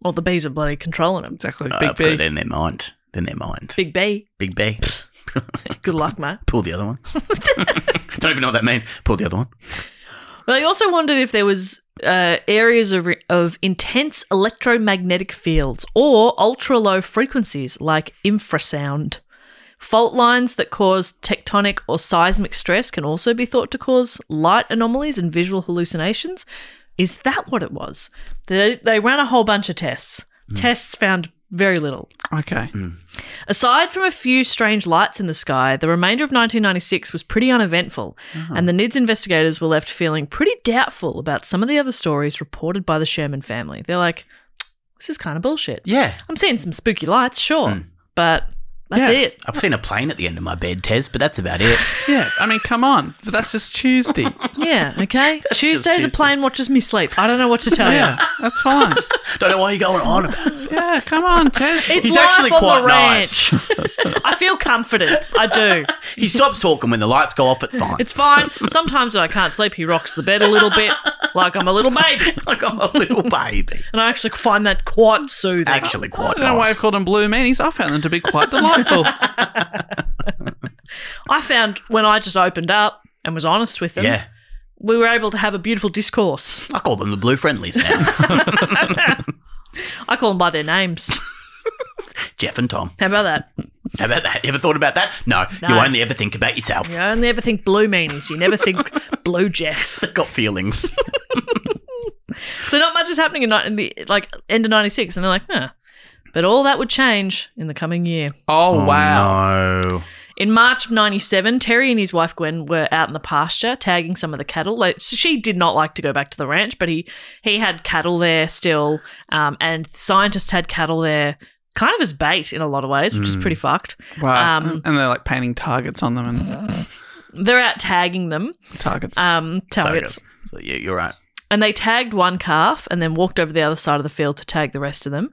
Well, the bees are bloody controlling them.
Exactly.
Uh,
Big
I've got
B.
it in their mind. Then their mind.
Big bee.
Big B.
Good luck, mate.
Pull the other one. Don't even know what that means. Pull the other one.
But they also wondered if there was uh, areas of, of intense electromagnetic fields or ultra low frequencies like infrasound. Fault lines that cause tectonic or seismic stress can also be thought to cause light anomalies and visual hallucinations. Is that what it was? They, they ran a whole bunch of tests. Tests found very little.
Okay.
Hmm.
Aside from a few strange lights in the sky, the remainder of 1996 was pretty uneventful,
Uh-huh.
and the NIDS investigators were left feeling pretty doubtful about some of the other stories reported by the Sherman family. They're like, this is kind of bullshit.
Yeah. Hmm.
I'm seeing some spooky lights, sure, but that's
Yeah.
it.
I've seen a plane at the end of my bed, Tez, but that's about it.
Yeah. I mean, come on. But that's just Tuesday.
Oh, Yeah, okay.
That's just
Tuesday's a
Tuesday.
plane watches me sleep. I don't know what to tell
yeah. That's fine.
Don't know why you're going on about it.
Yeah. Come on, Tez.
you. It's
He's
life
actually
on
quite
the ranch.
nice.
I feel confident. I do.
He stops talking when the lights go off. It's fine.
It's fine. Sometimes when I can't sleep, he rocks the bed a little bit, like I'm a little baby,
like I'm a little baby.
and I actually find that quite soothing.
Actually, quite
I don't know why I've
nice.
called them blue meanies. I found them to be quite delightful.
I found when I just opened up and was honest with them,
Yeah.
we were able to have a beautiful discourse.
I call them the blue friendlies now.
I call them by their names.
Jeff and Tom.
How about that?
How about that? You ever thought about that? No, you
No.
only ever think about yourself.
You only ever think blue meanies. You never think blue Jeff.
Got feelings.
So not much is happening in, ni- in the like end of '96, and they're like, huh. But all that would change in the coming year.
Oh, wow.
No.
In March of 97, Terry and his wife Gwen were out in the pasture tagging some of the cattle. Like, she did not like to go back to the ranch, but he, he had cattle there still, um, and scientists had cattle there kind of as bait in a lot of ways, which is pretty fucked.
Wow.
Um,
and they're like painting targets on them and
They're out tagging them,
targets.
um,
Sorry,
targets.
guys. So, yeah, you're right.
And they tagged one calf and then walked over the other side of the field to tag the rest of them.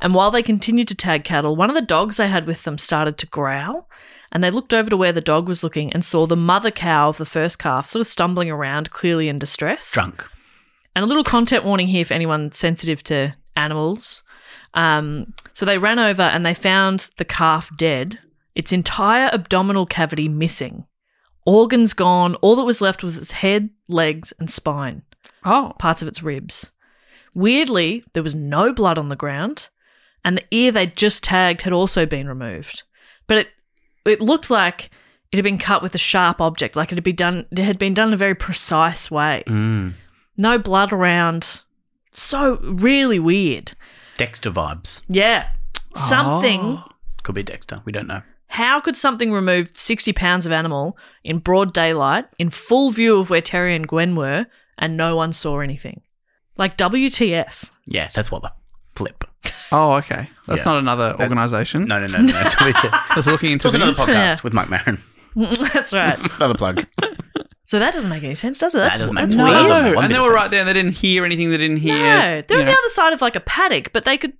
And while they continued to tag cattle, one of the dogs they had with them started to growl. And they looked over to where the dog was looking and saw the mother cow of the first calf sort of stumbling around, clearly in distress.
Drunk.
And a little content warning here for anyone sensitive to animals. Um, so they ran over and they found the calf dead, its entire abdominal cavity missing, organs gone. All that was left was its head, legs, and spine
oh.
parts of its ribs. Weirdly, there was no blood on the ground, and the ear they'd just tagged had also been removed. But it it looked like it had been cut with a sharp object, like it had been done it had been done in a very precise way. No blood around. So really weird.
Dexter vibes.
Yeah. Something
Could be Dexter. We don't know.
how could something remove 60 pounds of animal in broad daylight, in full view of where Terry and Gwen were, and no one saw anything? Like WTF.
Yeah, that's what the flip.
Oh, okay. That's
Yeah.
not another
That's-
organisation.
No, no, no, no. That's what we said.
That's looking
It
into
was another podcast
Yeah.
with Mike Maron.
That's right.
Another plug.
So that doesn't make any sense, does it? That's,
That doesn't
that's
make
No,
any
weird.
sense. doesn't make one
and
bit
they
of
were right
sense.
there. and They didn't hear anything. They didn't hear.
No, they're
you
on
know.
the other side of like a paddock, but they could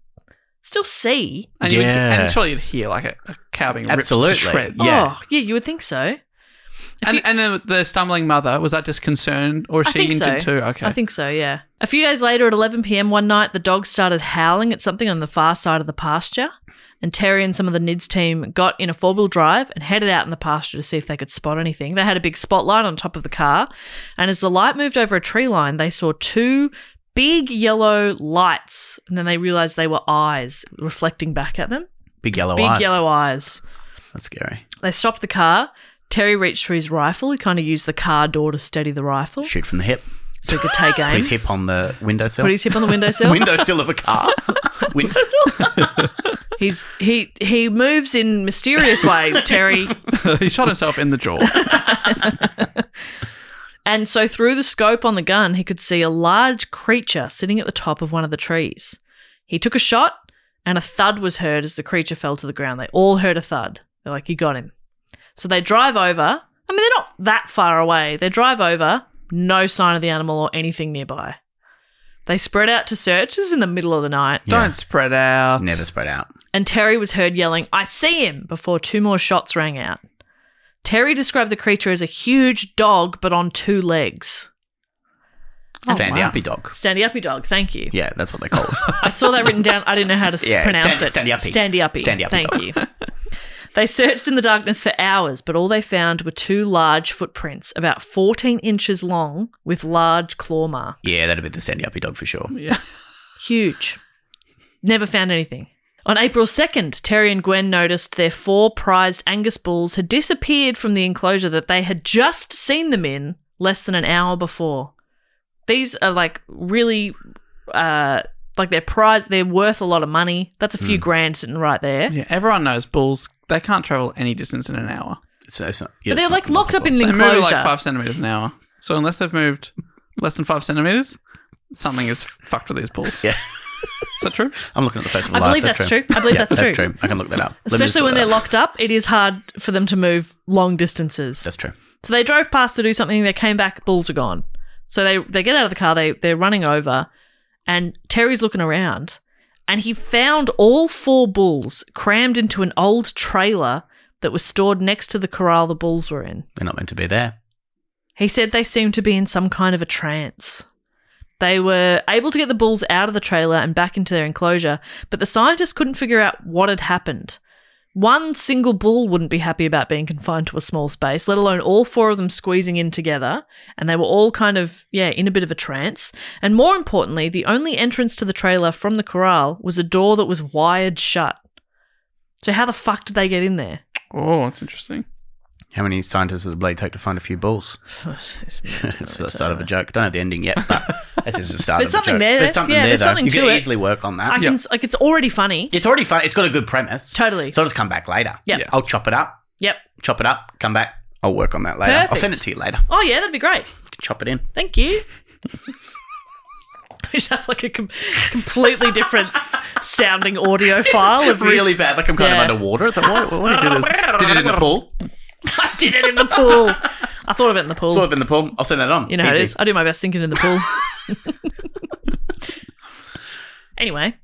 still see.
And, you would,
Yeah.
and surely you'd hear like a, a cow being
Absolutely.
ripped to shreds.
Yeah.
Oh, yeah, you would think so.
And, and then the stumbling mother, was that just concern or is
I
she
think so.
injured too? Okay.
I think so, yeah. A few days later at 11 p.m. one night, the dog started howling at something on the far side of the pasture. And Terry and some of the NIDS team got in a four wheel drive and headed out in the pasture to see if they could spot anything. They had a big spotlight on top of the car. And as the light moved over a tree line, they saw two big yellow lights. And then they realized they were eyes reflecting back at them.
Big yellow
big
eyes.
yellow eyes.
That's scary.
They stopped the car. Terry reached for his rifle. He kind of used the car door to steady the rifle
Shoot from the hip.
so he could take
Put
aim.
his hip on the windowsill.
Put his hip on the windowsill.
windowsill of a car. windowsill.
He's he he moves in mysterious ways, Terry.
he shot himself in the jaw.
And so through the scope on the gun, he could see a large creature sitting at the top of one of the trees. He took a shot, and a thud was heard as the creature fell to the ground. They all heard a thud. They're like, "You got him." So they drive over. I mean, they're not that far away. They drive over, no sign of the animal or anything nearby. They spread out to search. This is in the middle of the night.
Yeah.
Don't spread out.
Never spread out.
and Terry was heard yelling, I see him, before two more shots rang out. Terry described the creature as a huge dog, but on two legs. Oh,
Standing
wow.
uppy dog.
Standy uppy dog, thank you.
Yeah, that's what they call it.
I saw that written down. I didn't know how to s-
Yeah,
pronounce
stand-
it.
standy uppy.
Standy uppy.
Standy uppy
Thank
dog.
you. They searched in the darkness for hours, but all they found were two large footprints, about 14 inches long, with large claw marks.
yeah, that'd be the standing uppy dog for sure.
Huge. Never found anything. On April 2nd, Terry and Gwen noticed their four prized Angus bulls had disappeared from the enclosure that they had just seen them in less than an hour before. These are like really, uh, like they're prized, they're worth a lot of money. That's a few grand sitting right there.
Hmm. Yeah, everyone knows bulls, they can't travel any distance in an hour.
It's, it's not, yeah,
but they're
it's
like
not
locked up in an
They
enclosure.
move at like five centimeters an hour. So unless they've moved less than five centimeters, something is fucked with these bulls.
Yeah.
Is that true?
I'm looking at the first one.
I
live.
believe that's true. I believe
Yeah,
that's true.
I can look that up. Let me just
Especially
look
when
that
they're
up.
locked up, it is hard for them to move long distances.
That's true.
So they drove past to do something. They came back. Bulls are gone. So they they get out of the car. They they're running over, and Terry's looking around, and he found all four bulls crammed into an old trailer that was stored next to the corral the bulls were in.
They're not meant to be there.
He said they seemed to be in some kind of a trance. They were able to get the bulls out of the trailer and back into their enclosure, but the scientists couldn't figure out what had happened. One single bull wouldn't be happy about being confined to a small space, let alone all four of them squeezing in together, and they were all kind of, yeah, in a bit of a trance. And more importantly, the only entrance to the trailer from the corral was a door that was wired shut. So, how the fuck did they get in there?
Oh, that's interesting.
How many scientists does the blade take to find a few bulls? it's the start of a joke. Don't have the ending yet, but this is the start
There's
of a
something
joke.
there.
There's something
Yeah,
there,
there's
though.
something
you
to
can
it.
easily work on that.
I can, like, it's already funny.
It's already fun. It's got a good premise.
Totally.
So I'll just come back later.
Yeah.
I'll chop it up,
Yep.
chop it up, come back. I'll work on that later. I'll
Perfect.
send it to you later.
Oh yeah, that'd be great.
Chop it in.
Thank you. we just have like a com- completely different sounding audio file of
Really
you-
bad. Like I'm kind
Yeah.
of underwater. It's like, what, what did you do this? Did it in the pool?
I did it in the pool. I thought of it in the pool.
Throw it in the pool. I'll send that on.
you know how it
Easy.
is. I do my best thinking in the pool. anyway,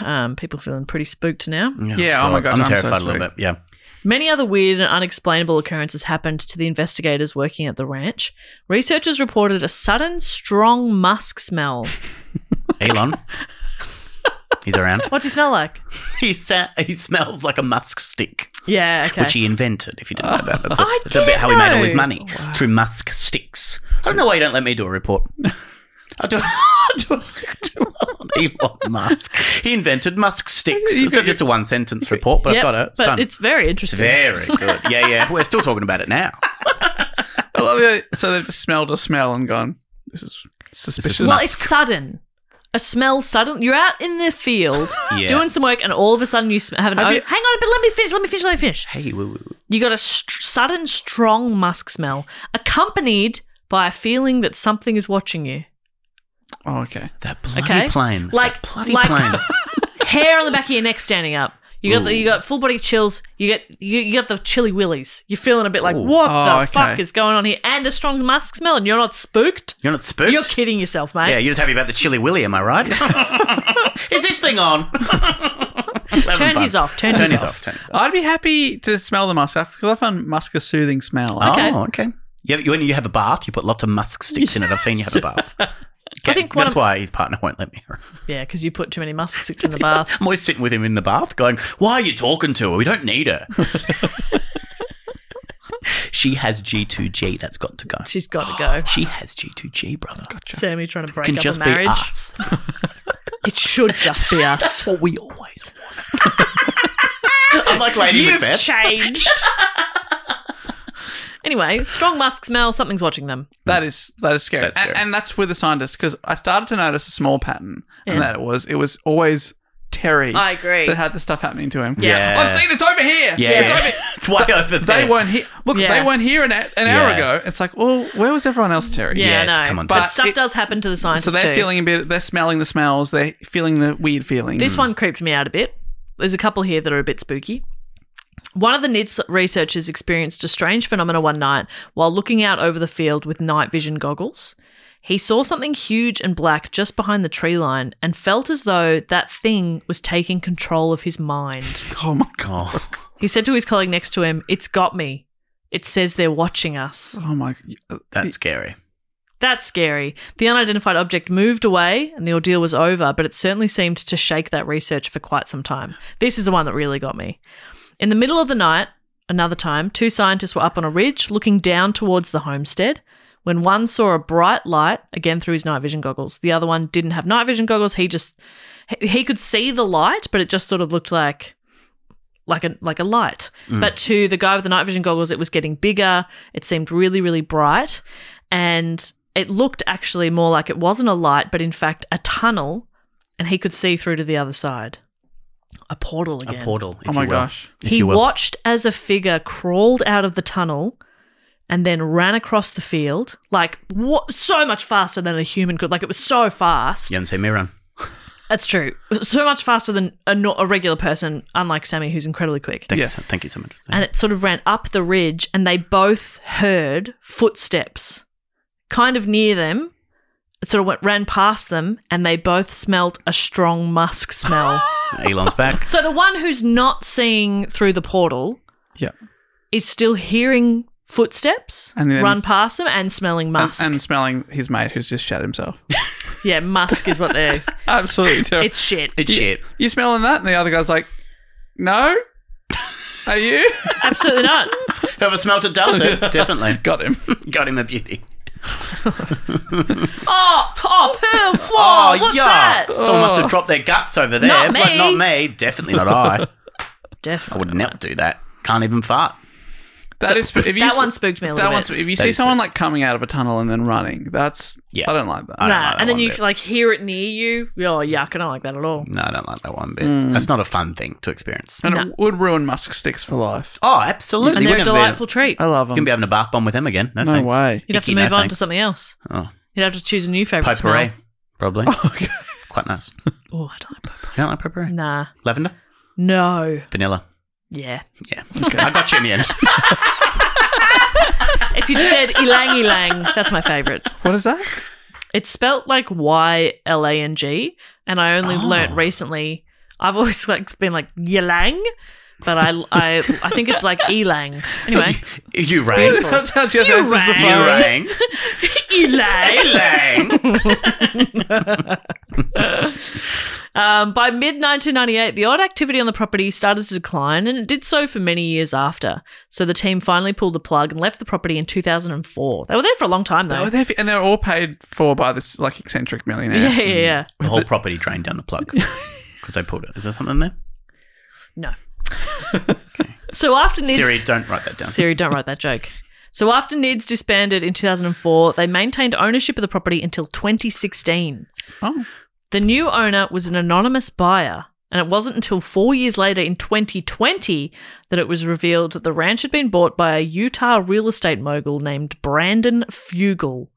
um, people feeling pretty spooked now.
Yeah, oh my gosh,
I'm
I'm so
terrified a little bit.
spooked.
Yeah.
Many other weird and unexplainable occurrences happened to the investigators working at the ranch. Researchers reported a sudden strong musk smell.
Elon. He's around.
What's he smell like?
He sa- he smells like a musk stick,
Yeah, okay.
which he invented. If you didn't know that, that's a,
I
that's a bit how he
didn't
made all his
know.
money through musk sticks. I don't know why you don't let me do a report. I do. I do, I do Elon Musk. He invented musk sticks. It's not just a one sentence report, but
Yep,
I've got it. It's
but
done.
it's very interesting.
very good. Yeah, yeah. We're still talking about it now.
I love it. So they've just smelled a smell and gone, this is suspicious.
Well,
nuts.
it's sudden. A smell sudden. You're out in the field
Yeah.
doing some work, and all of a sudden you sm- have an.
Have
oh,
you-
hang on, but let me finish. Let me finish. Let me finish.
Hey, woo, woo, woo.
You got a st- sudden strong musk smell, accompanied by a feeling that something is watching you.
oh, okay.
that bloody
Okay.
plane.
Like-
that bloody
like-
plane.
Hair on the back of your neck standing up. You got the, you got full body chills. You get you, you got the chilly willies. You're feeling a bit like what
Oh,
the
okay.
fuck is going on here? And a strong musk smell, and you're not spooked.
You're not spooked.
You're kidding yourself, mate.
Yeah, you're just happy about the chilly willy, am I right? Is this thing on?
Turn his off. Turn,
Turn
his,
his
off.
off. Turn his off.
I'd be happy to smell the musk because I find musk a soothing smell.
Okay.
Oh, okay. You have, when you have a bath, you put lots of musk sticks in it. I've seen you have a bath. Okay,
think one
that's
of-
why his partner won't let me.
Yeah, because you put too many musk sticks in the bath.
I'm always sitting with him in the bath, going, "Why are you talking to her? We don't need her." she has G2G. That's got to go.
She's got to go.
She has G2G, brother.
Sammy trying to break
Can
up
just
a
be
marriage.
us.
It should just be us.
That's what we always want. I'm like Lady
You've
Macbeth.
changed. anyway, strong musk smell. Something's watching them.
That is that is scary,
That's
And-
scary.
And, that's with the scientists because I started to notice a small pattern, and
Yes.
that it was it was always Terry.
I agree.
That had the stuff happening to him.
Yeah.
I've seen it, it's over here.
yeah,
it's over.
it's way over there.
They weren't here. Look,
Yeah.
they weren't here an, an hour
Yeah.
ago. It's like, well, where was everyone else, Terry?
Yeah,
it's-
no.
come on,
but
Tess.
stuff
It-
does happen to the scientists
So they're
too.
feeling a bit. They're smelling the smells. They're feeling the weird feelings.
This one creeped me out a bit. There's a couple here that are a bit spooky. One of the NIDS researchers experienced a strange phenomena one night while looking out over the field with night vision goggles. He saw something huge and black just behind the tree line and felt as though that thing was taking control of his mind.
Oh my god.
Oh,
He said to his colleague next to him, It's got me. It says they're watching us.
Oh my. uh,
that's scary.
That's scary. The unidentified object moved away and the ordeal was over, but it certainly seemed to shake that research for quite some time. This is the one that really got me. In the middle of the night, another time, two scientists were up on a ridge looking down towards the homestead when one saw a bright light again through his night vision goggles. The other one didn't have night vision goggles. He just he- he could see the light, but it just sort of looked like like a like a light.
Mm.
But to the guy with the night vision goggles, it was getting bigger. It seemed really really bright, and it looked actually more like it wasn't a light, but in fact a tunnel, and he could see through to the other side, a portal again.
A portal. If
Oh my
you will.
gosh.
If
he
you will.
watched as a figure crawled out of the tunnel and then ran across the field like what, so much faster than a human could like it was so fast
You haven't seen me run.
that's true so much faster than a, nor a regular person unlike sammy who's incredibly quick
Thank,
Yeah.
you, so, thank you so much.
and it sort of ran up the ridge and they both heard footsteps kind of near them it sort of went, ran past them and they both smelt a strong musk smell
Elon's back.
so the one who's not seeing through the portal
Yeah.
is still hearing footsteps
And then-
run past them and smelling
And,
musk.
and smelling his mate who's just shat himself.
yeah, musk is what they're.
Absolutely terrible.
It's shit.
It's shit.
you smelling that? And the other guy's like, no. Are you?
Absolutely not.
Whoever smelt it does it. Definitely.
Got him.
Got him a beauty.
Oh, oh, poo. Whoa, what's
yeah.
that?
Oh, Someone
Oh.
must have dropped their guts over there,
Not
but
me.
not me. Definitely not I.
Definitely.
I would never do that. Can't even fart.
That is If you
that
s-
one spooked me a
that
little
one
bit.
sp- if you see
is
someone like coming out of a tunnel and then running, that's
Yeah.
I don't like that.
I don't
Nah,
like that
and then
one
you
bit.
like hear it near you. Oh, yuck! I don't like that at all.
No, I don't like that one bit. That's not a fun thing to experience.
Hmm. and
No.
it would ruin musk sticks for life.
Oh, absolutely.
And
You
they're a
wouldn't have
delightful
been-
treat.
I love
You
them.
can be having a bath bomb with them again. No,
no
thanks.
way.
You'd have to
Icky, no
move on to
thanks.
something else.
Oh,
You'd have to choose a new favorite
potpourri,
smell.
probably. Quite nice. You
Oh, I don't like potpourri.
don't like potpourri?
Nah,
Lavender,
no.
vanilla.
Yeah.
Yeah, I got you in the end.
If you'd said ilang ilang, that's my favorite.
What is that?
It's spelt like Y L A N G, and I only learnt recently. I've always like been like Yelang, but I I I think it's like Elang. Anyway,
You rang. You
beautiful.
That's how Jess
You
answers the
rang.
phone.
rang.
Elang.
Lang.
Um, by mid 1998, the odd activity on the property started to decline, and it did so for many years after. So the team finally pulled the plug and left the property in 2004. They were there for a long time though.
Oh, they're, and they're all paid for by this like eccentric millionaire.
Yeah, yeah, yeah.
The whole property drained down the plug because they pulled it. Is there something there?
No. Mm. So after Ned's-
Siri, don't write that down.
Siri, don't write that joke. So after NIDS disbanded in 2004, they maintained ownership of the property until 2016.
Oh,
The new owner was an anonymous buyer, and it wasn't until four years later in 2020 that it was revealed that the ranch had been bought by a Utah real estate mogul named Brandon Fugel.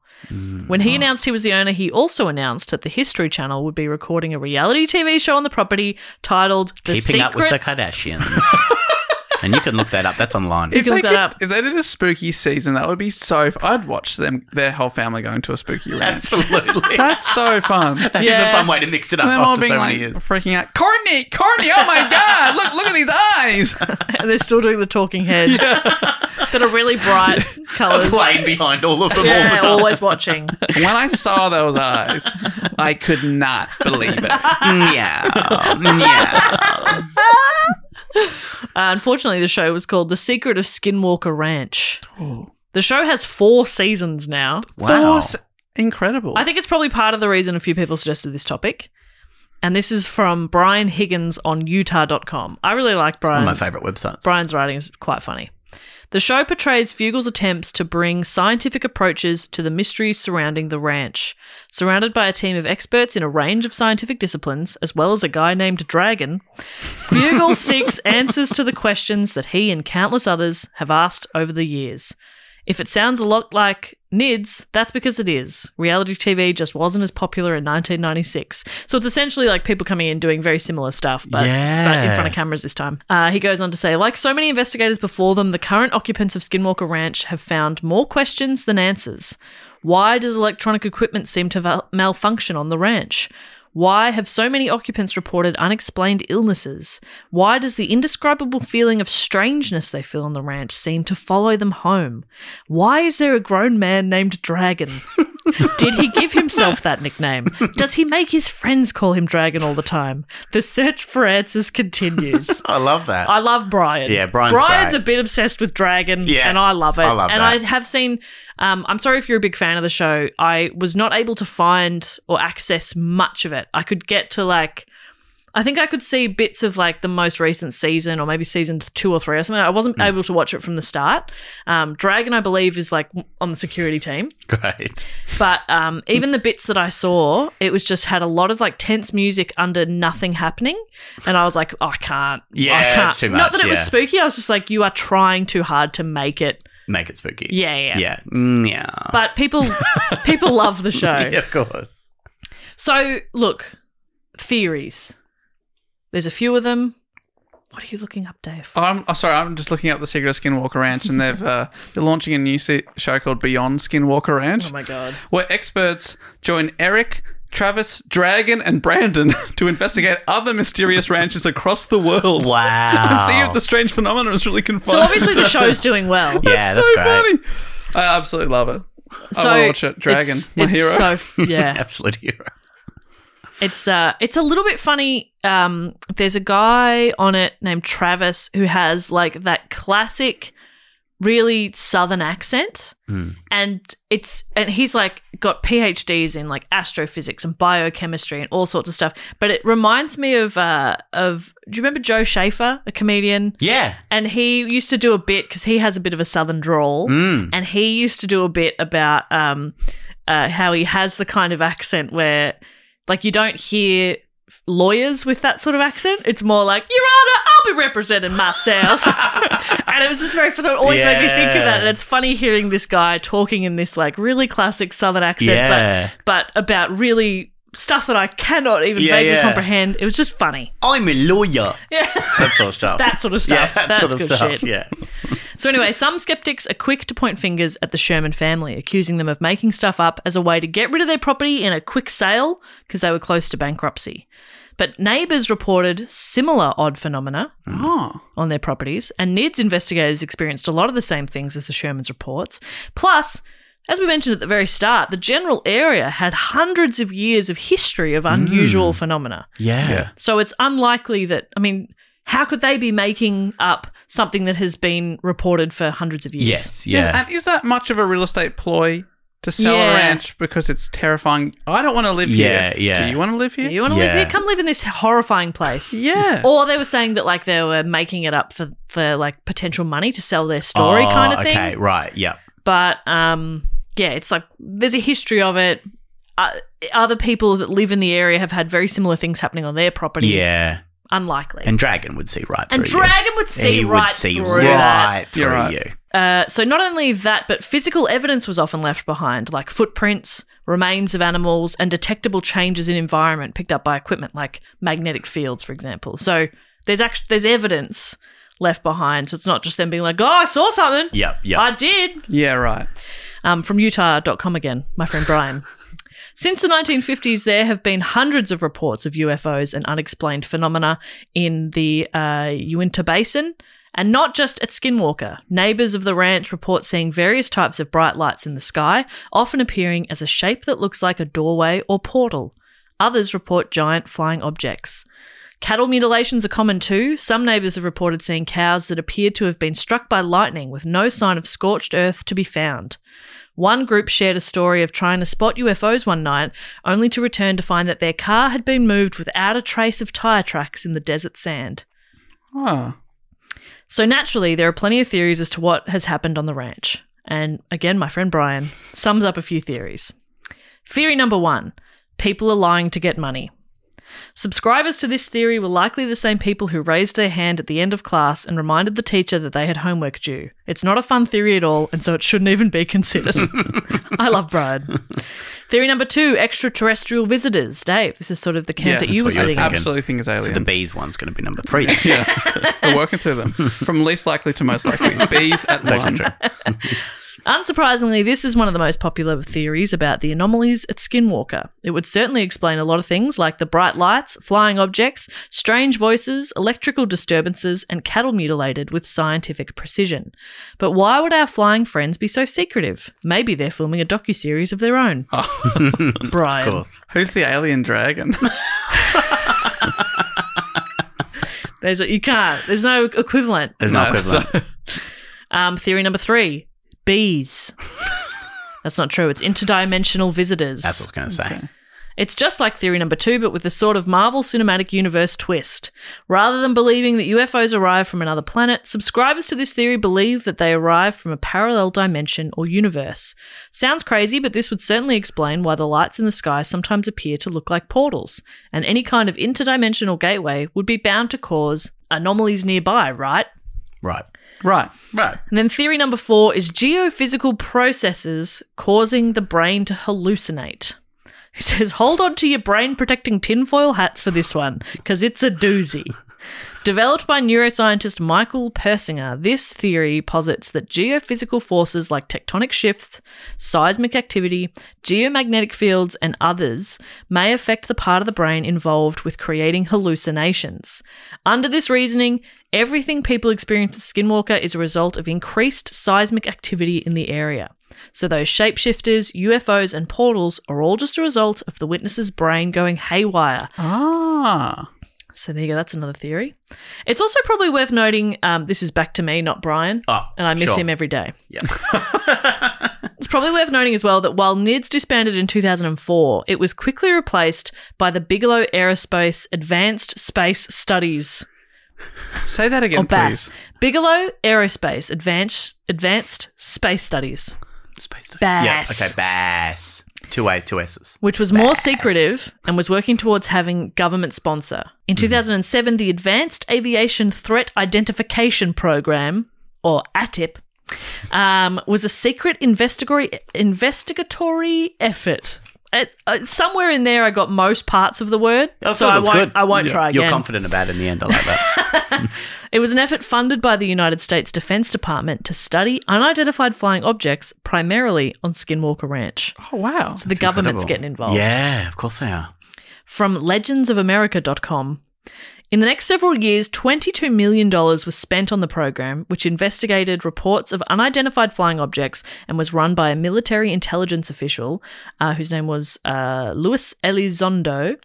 When he announced he was the owner, he also announced that the History Channel would be recording a reality TV show on the property titled The
Keeping
Secret
up with the Kardashians. and you can look that up. That's online.
can
they
look that
could-
up.
If they did a spooky season, that would be so. F- I'd watch them, their whole family going to a spooky ranch.
Absolutely.
That's so fun. And
That is
Yeah.
a fun way to mix it up
them all
after
being
so
like
many years.
freaking out. Courtney, Courtney, oh my god! Look, look at these eyes.
and they're still doing the talking heads that are really bright colours.
Playing behind all of them all
Yeah,
the time.
always watching. Uh,
When I saw those eyes, I could not believe it.
yeah. Yeah.
Uh, unfortunately, the show was called The Secret of Skinwalker Ranch.
Oh.
The show has four seasons now.
Wow.
Force, incredible.
I think it's probably part of the reason a few people suggested this topic. And this is from Brian Higgins on Utah.com. I really like Brian.
One of my favorite websites.
Brian's writing is quite funny. The show portrays Fugel's attempts to bring scientific approaches to the mysteries surrounding the ranch. Surrounded by a team of experts in a range of scientific disciplines, as well as a guy named Dragon, Fugel seeks answers to the questions that he and countless others have asked over the years. If it sounds a lot like NIDS, that's because it is. Reality TV just wasn't as popular in 1996. So it's essentially like people coming in doing very similar stuff, but, but in front of cameras this time. Uh, he goes on to say, like so many investigators before them, the current occupants of Skinwalker Ranch have found more questions than answers. Why does electronic equipment seem to val- malfunction on the ranch? Why have so many occupants reported unexplained illnesses? Why does the indescribable feeling of strangeness they feel on the ranch seem to follow them home? Why is there a grown man named Dragon? Did he give himself that nickname? Does he make his friends call him Dragon all the time? The search for answers continues.
I love that.
I love Brian.
Yeah, Brian's
Brian's
great.
a bit obsessed with Dragon.
Yeah.
and I love it.
I love
and
that.
I have seen. Um, I'm sorry if you're a big fan of the show. I was not able to find or access much of it. I could get to like. I think I could see bits of like the most recent season, or maybe season two or three or something. I
Hmm.
wasn't able to watch it from the start. Um, Dragon, I believe, is like on the security team,
Great.
but um, even the bits that I saw, it was just had a lot of like tense music under nothing happening, and I was like, oh, I can't.
Yeah,
I can't.
it's too
Not
much,
that it was
yeah.
spooky. I was just like, you are trying too hard to make it.
Make it spooky.
Yeah, yeah.
Yeah. Mm, Yeah.
But people, people love the show.
Yeah, of course.
So look, theories. There's a few of them. What are you looking up, Dave?
Oh, I'm, I'm sorry. I'm just looking up the Secret of Skinwalker Ranch, and they've uh, they're launching a new se- show called Beyond Skinwalker Ranch.
Oh my god.
where experts join Eric, Travis, Dragon, and Brandon to investigate other mysterious ranches across the world and
Wow.
see if the strange phenomenon is really confined.
So obviously the show's doing well.
yeah, that's
so
great.
funny. I absolutely love it.
So
I will watch it. Dragon,
it's-
my
it's
hero.
So f- yeah.
Absolute hero.
It's uh, it's a little bit funny. Um, there's a guy on it named Travis who has like that classic, really southern accent, and it's and he's like got PhDs in like astrophysics and biochemistry and all sorts of stuff. But it reminds me of uh, of do you remember Joe Schaefer, a comedian?
Yeah.
And he used to do a bit because he has a bit of a southern drawl,
Mm.
and he used to do a bit about um, uh, how he has the kind of accent where, like, you don't hear f- lawyers with that sort of accent. It's more like, Your Honor, I'll be representing myself. and it was just very, so it always made me think of that.
Yeah.
And it's funny hearing this guy talking in this like really classic southern accent,
Yeah.
but but about really stuff that I cannot even
Yeah,
vaguely
yeah.
comprehend. It was just funny.
I'm a lawyer.
Yeah.
That sort of stuff.
That sort of stuff.
Yeah, that
That's
sort of
good
stuff.
shit.
Yeah.
So, anyway, some skeptics are quick to point fingers at the Sherman family, accusing them of making stuff up as a way to get rid of their property in a quick sale because they were close to bankruptcy. But neighbours reported similar odd phenomena
Hmm.
on their properties, and NIDS investigators experienced a lot of the same things as the Sherman's reports. Plus, as we mentioned at the very start, the general area had hundreds of years of history of unusual phenomena.
Yeah.
So it's unlikely that, I mean, how could they be making up something that has been reported for hundreds of years?
Yes. Yeah.
And is that much of a real estate ploy to sell
Yeah.
a ranch because it's terrifying? I don't want to live
Yeah,
here.
yeah.
Do you want to live here?
Do you want to live
Yeah.
here? Come live in this horrifying place.
yeah.
Or they were saying that like they were making it up for, for like potential money to sell their story
Oh,
kind of thing.
Okay. Right. Yeah.
But um, yeah, it's like there's a history of it. Uh, other people that live in the area have had very similar things happening on their property.
Yeah.
Unlikely.
And Dragon would see right through
And
you.
Dragon would see
he
right
would see
through that.
right through
You're right.
you.
Uh, so not only that, but physical evidence was often left behind, like footprints, remains of animals, and detectable changes in environment picked up by equipment, like magnetic fields, for example. So there's actually there's evidence left behind. So it's not just them being like, oh, I saw something.
Yep, yep.
I did.
Yeah, right.
Um, from Utah.com again, my friend Brian. Since the 1950s, there have been hundreds of reports of UFOs and unexplained phenomena in the uh, Uinta Basin, and not just at Skinwalker. Neighbors of the ranch report seeing various types of bright lights in the sky, often appearing as a shape that looks like a doorway or portal. Others report giant flying objects. Cattle mutilations are common too. Some neighbours have reported seeing cows that appeared to have been struck by lightning with no sign of scorched earth to be found. One group shared a story of trying to spot UFOs one night, only to return to find that their car had been moved without a trace of tyre tracks in the desert sand.
Oh.
So, naturally, there are plenty of theories as to what has happened on the ranch. And again, my friend Brian sums up a few theories. Theory number one people are lying to get money. Subscribers to this theory were likely the same people who raised their hand at the end of class and reminded the teacher that they had homework due. It's not a fun theory at all, and so it shouldn't even be considered. I love Brian. Theory number two extraterrestrial visitors. Dave, this is sort of the camp
Yeah,
that you were
that's what you were
sitting in.
thinking.
Absolutely think it's aliens.
So the bees one's going to be number three.
Yeah. We're working through them. From least likely to most likely. Bees at one.
Unsurprisingly, this is one of the most popular theories about the anomalies at Skinwalker. It would certainly explain a lot of things like the bright lights, flying objects, strange voices, electrical disturbances, and cattle mutilated with scientific precision. But why would our flying friends be so secretive? Maybe they're filming a docuseries of their own. Brian.
Who's the alien dragon?
There's a, you can't. There's no equivalent.
There's no, equivalent.
Um, theory number three bees. That's not true. It's interdimensional visitors.
That's what I was going to say.
It's just like theory number two, but with a sort of Marvel Cinematic Universe twist. Rather than believing that UFOs arrive from another planet, subscribers to this theory believe that they arrive from a parallel dimension or universe. Sounds crazy, but this would certainly explain why the lights in the sky sometimes appear to look like portals, and any kind of interdimensional gateway would be bound to cause anomalies nearby, right?
Right.
right.
Right.
And then theory number four is geophysical processes causing the brain to hallucinate. He says, hold on to your brain protecting tinfoil hats for this one, because it's a doozy. Developed by neuroscientist Michael Persinger, this theory posits that geophysical forces like tectonic shifts, seismic activity, geomagnetic fields, and others may affect the part of the brain involved with creating hallucinations. Under this reasoning, everything people experience at Skinwalker is a result of increased seismic activity in the area. So, those shapeshifters, UFOs, and portals are all just a result of the witness's brain going haywire
Ah.
so there you go. That's another theory. It's also probably worth noting um, this is back to me, not Brian.
Oh,
and I miss
sure.
him every day.
Yeah.
It's probably worth noting as well that while NIDS disbanded in 2004, it was quickly replaced by the Bigelow Aerospace Advanced Space Studies,
Say that
or
again,
BAS.
please.
Bigelow Aerospace Advanced Advanced Space Studies,
Space station.
Bass.
Yeah. Okay. Bass. Two A's, two S's.
which was more secretive and was working towards having government sponsor.
Hmm.
In 2007, the Advanced Aviation Threat Identification Program, or ATIP, um, was a secret investigatory investigatory effort. Uh, uh, somewhere in there, I got most parts of the word,
That's
so
good,
I
Oh, that's
won't.
good.
I won't
Yeah.
try again.
You're confident about it in the end. I like that.
It was an effort funded by the United States Defense Department to study unidentified flying objects, primarily on Skinwalker Ranch.
Oh, wow.
So the government's
Incredible.
getting involved.
Yeah, of course they are.
from legendsofamerica.com. In the next several years, $22 million was spent on the program, which investigated reports of unidentified flying objects and was run by a military intelligence official uh, whose name was uh, Luis Elizondo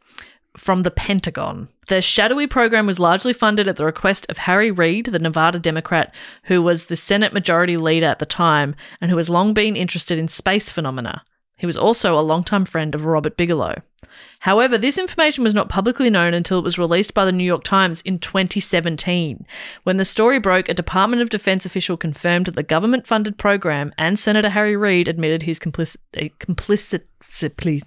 from the Pentagon. The shadowy program was largely funded at the request of Harry Reid, the Nevada Democrat, who was the Senate Majority Leader at the time and who has long been interested in space phenomena. He was also a longtime friend of Robert Bigelow. However, this information was not publicly known until it was released by the New York Times in 2017. When the story broke, a Department of Defense official confirmed that the government funded program and Senator Harry Reid admitted his complicit. eh, complicit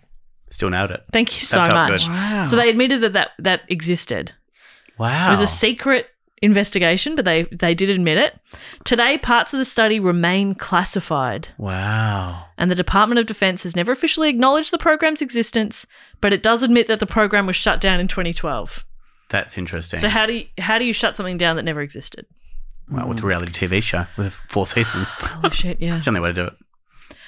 Still nailed it.
Thank you so
felt
much.
good.
So they admitted that, that that existed.
Wow.
It was a secret investigation, but they, they did admit it. Today, parts of the study remain classified
wow.
and the Department of Defense has never officially acknowledged the program's existence, but it does admit that the program was shut down in 2012.
That's interesting.
So how do you, how do you shut something down that never existed?
Well, with a reality TV show with four seasons.
Holy shit, yeah.
It's the only way to do it.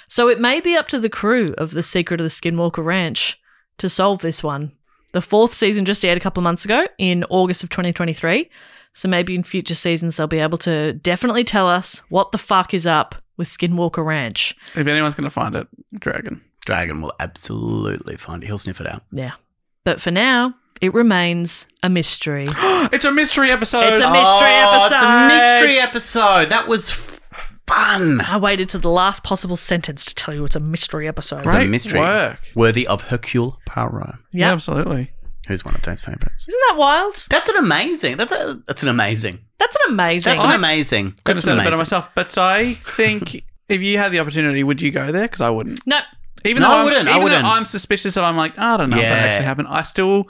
So it may be up to the crew of The Secret of the Skinwalker Ranch to solve this one. The fourth season just aired a couple of months ago in August of 2023. So maybe in future seasons, they'll be able to definitely tell us what the fuck is up with Skinwalker Ranch.
If anyone's going to find it, Dragon.
Dragon will absolutely find it. He'll sniff it out.
Yeah. But for now, it remains a mystery.
It's a mystery episode.
It's a mystery
Oh,
episode.
It's a mystery episode. That was f- fun.
I waited to the last possible sentence to tell you it's a mystery episode.
It's a
Great
mystery
work.
worthy of Hercule Poirot,
yeah,
Yeah.
absolutely.
who's one of Dave's favorites.
Isn't that wild?
That's an amazing. That's a. That's an amazing.
That's an amazing.
That's an amazing.
Couldn't have
That's an
said it better
amazing.
myself. But I think if you had the opportunity, would you go there? Because I wouldn't.
no.
Even
No,
though
I
I'm-
wouldn't, I
Even
wouldn't.
though I'm suspicious that I'm like, "Ah, I don't know if
Yeah.
that actually happened. I still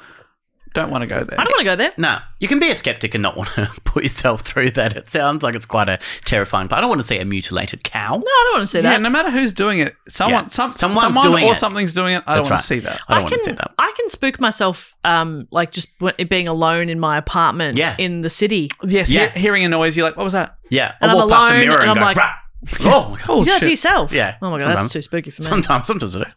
don't want to go there.
I don't want to go there.
Nah, you can be a skeptic and not want to put yourself through that. It sounds like it's quite a terrifying. But I don't want to see a mutilated cow.
No, I don't want to see
yeah,
that.
no matter who's doing it, someone,
Yeah.
some,
Someone's
someone
doing
or
it.
something's doing it. I
That's
don't want
right.
to see that.
I don't
I
want
can,
to see that.
I can spook myself, um, like just w- being alone in my apartment
Yeah. Oh,
in the city.
Yes,
Yeah.
he- hearing a noise, you're like, what was that?
Yeah,
And
I
I'm
walk past a
alone
mirror and,
and
go,
I'm like-
"Brah." oh my god.
you do that to
shit.
yourself.
Yeah,
Oh my god,
sometimes.
that's too spooky for me.
Sometimes, sometimes I do.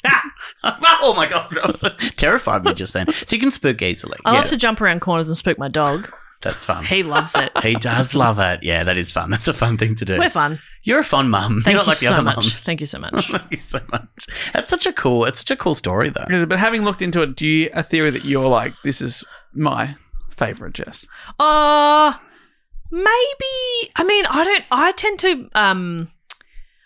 Ah! oh my god, that terrified me just then. So you can spook easily.
I
yeah,
love to jump around corners and spook my dog.
that's fun.
He loves it.
He does love it. Yeah, that is fun. That's a fun thing to do.
We're fun.
You're a fun mum.
Thank
You're not
you
like the
so
other
much.
mums.
Thank you so much.
Thank you so much. That's such a cool. It's such a cool story though.
Yeah, But having looked into it, do you a theory that you're like, this is my favorite, Jess?
Uh maybe I mean, I don't I tend to um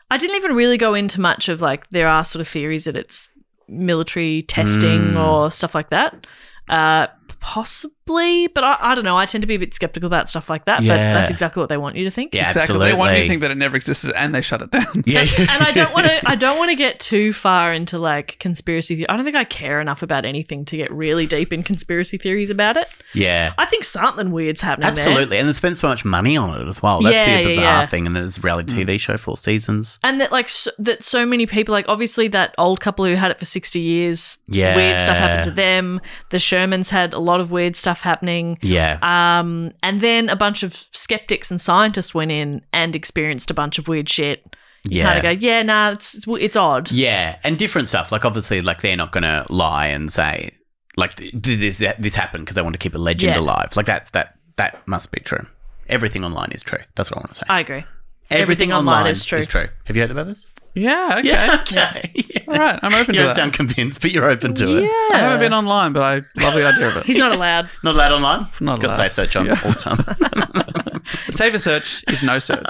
I didn't even really go into much of like there are sort of theories that it's military
Hmm.
testing or stuff like that. Uh possibly, but I, I don't know. I tend to be a bit skeptical about stuff like that, but
Yeah.
that's exactly what they want you to think.
Yeah,
Exactly.
absolutely.
They want you to think that it never existed, and they shut it down.
yeah,
and I don't want to. I don't want to get too far into like conspiracy. The- I don't think I care enough about anything to get really deep in conspiracy theories about it.
yeah.
I think something weird's happening. there.
Absolutely, and they spend so much money on it as well. That's
Yeah, yeah, Mm.
the bizarre
yeah.
thing. And there's a reality TV show, Four Seasons.
and that like so, that so many people like obviously that old couple who had it for 60 years
Yeah.
weird stuff happened to them the shermans had a lot of weird stuff happening
Yeah,
um and then a bunch of skeptics and scientists went in and experienced a bunch of weird shit
yeah.
kind of go yeah nah it's it's, it's odd
Yeah, and different stuff. Like obviously, like they're not going to lie and say like th- th- this that- this happened because they want to keep a legend
Yeah.
alive. Like that's that that must be true. Everything online is true. That's what I want to say.
i agree
everything,
everything online
online,
is true.
Is true. Have you heard about this?
Yeah. Okay.
Okay.
All right. I'm open to
You don't
that.
sound convinced, but you're open to it.
I haven't been online, but I love the idea of it.
he's not allowed
Not allowed online.
Not
Got
allowed.
safe search on all the time.
Save a search is no search.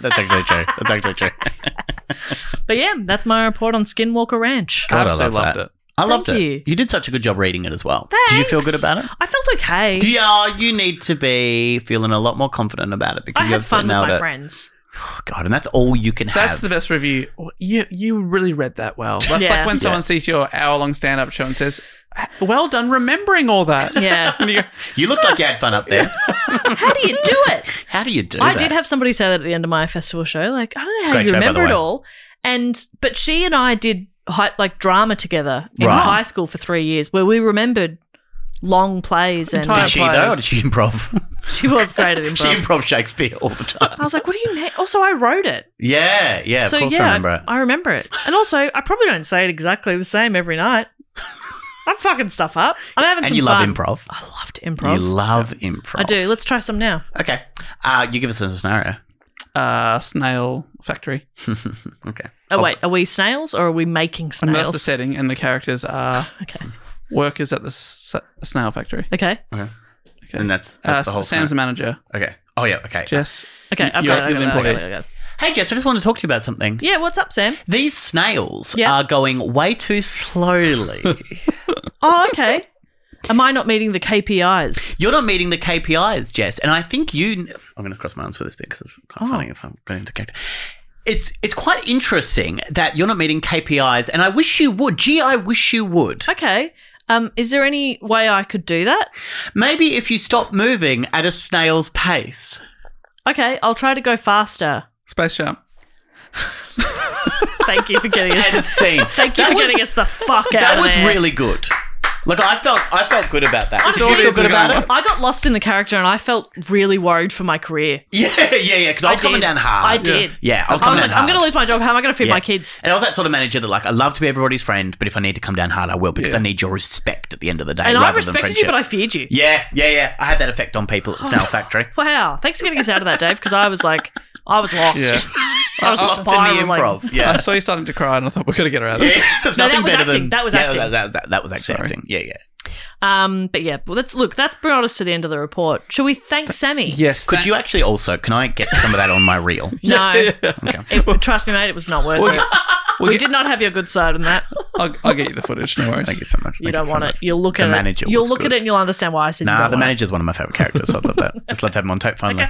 That's actually true. That's actually true.
but yeah that's my report on skinwalker ranch
God,
I absolutely loved it.
I loved
Thank
it.
you.
did such a good job reading it as well. Did you feel good
Thanks.
about it?
i felt okay
Do you, oh, you need to be feeling a lot more confident about it because
i
you
had fun
absolutely
with
nailed
my
it.
friends
Oh, God, and that's all you can
That's
have.
the best review. You you really read that well. That's
Yeah.
like when someone sees your hour long stand up show and says, "Well done remembering all that."
yeah
And you go,
You looked like you had fun up there.
how do you do it
How do you do
I
that?
did have somebody say that at the end of my festival show. Like, I don't know how
Great
you
show, by the
remember it
way.
all. And but she and I did hi- like drama together in
Right.
high school for three years, where we remembered long plays. And
Entire-
Did she though, or did she improv?
she was great at
she
improv.
improv Shakespeare all the time.
I was like, "What do you mean?" Also, I wrote it,
Yeah, yeah. Of
so
course,
yeah,
I remember it.
I remember it. And also, I probably don't say it exactly the same every night. I'm fucking stuff up. I'm having
and
some
you
fun.
love improv.
I loved improv.
You love improv.
I do. Let's try some now.
Okay. Uh, you give us a scenario.
uh, snail factory.
Okay.
Oh, wait, are we snails or are we making
And that's
snails?
the setting, and the characters are
okay.
workers at the s- snail factory.
Okay.
Okay.
And that's,
uh,
that's the whole
Sam's
thing.
manager,
Okay. Oh, yeah. Okay.
Jess.
Okay. I've
you're-
got it. I've
you're
got it, I've got
employee.
it, I've got it.
Hey, Jess, I just wanted to talk to you about something.
Yeah, what's up, Sam?
These snails
Yeah.
are going way too slowly.
Oh, okay. Am I not meeting the KPIs?
You're not meeting the KPIs, Jess, and I think you. I'm going to cross my arms for this bit because it's quite
Oh.
funny if I'm going into character. It's it's quite interesting that you're not meeting KPIs, and I wish you would. Gee, I wish you would.
Okay. Um, is there any way I could do that?
Maybe if you stop moving at a snail's pace.
Okay, I'll try to go faster.
Space Jump.
Thank you for getting us.
And scene.
Thank you
That
for
was-
getting us the fuck out
That
of
was
there.
really good. Look, I felt I felt good about that. Did you
feel
feel good about it?
I got lost in the character and I felt really worried for my career.
Yeah, yeah, yeah. Because I was coming
did.
down hard.
I did.
Yeah, I was
I
coming
was
down
like,
hard.
I'm going to lose my job. How am I going to feed
Yeah.
my kids?
And I was that sort of manager that, like, I love to be everybody's friend, but if I need to come down hard, I will because I need your respect at the end of the day.
And I
rather
respected
than
you, but I Oh.
friendship.
feared you.
Yeah, yeah, yeah. I had that effect on people at Snail Factory.
Wow. Thanks for getting us out of that, Dave, because I was like, I was lost. I was
Lost in
spiraling.
the improv.
I
Yeah.
saw you starting to cry and I thought, we've got to get her out of this.
There's
No, that
nothing
was
better
acting.
than
That was
yeah,
acting.
That, that, that, that was actually acting. Yeah, yeah.
Um, but yeah, well, let's look. That's brought us to the end of the report. Shall we thank Sammy?
Yes.
Could you actually also? Can I get some of that on my reel?
No. It- trust me, mate. It was not worth it. we did not have your good side in that.
I'll, I'll get you the footage, no worries.
Thank you so much.
You don't want it. You'll look at
the
it.
Manager
You'll
was
look
good.
at it and you'll understand why I said. you
Nah,
don't
the
want it.
manager's one of my favorite characters. so I love that. Just love to have him on tape finally.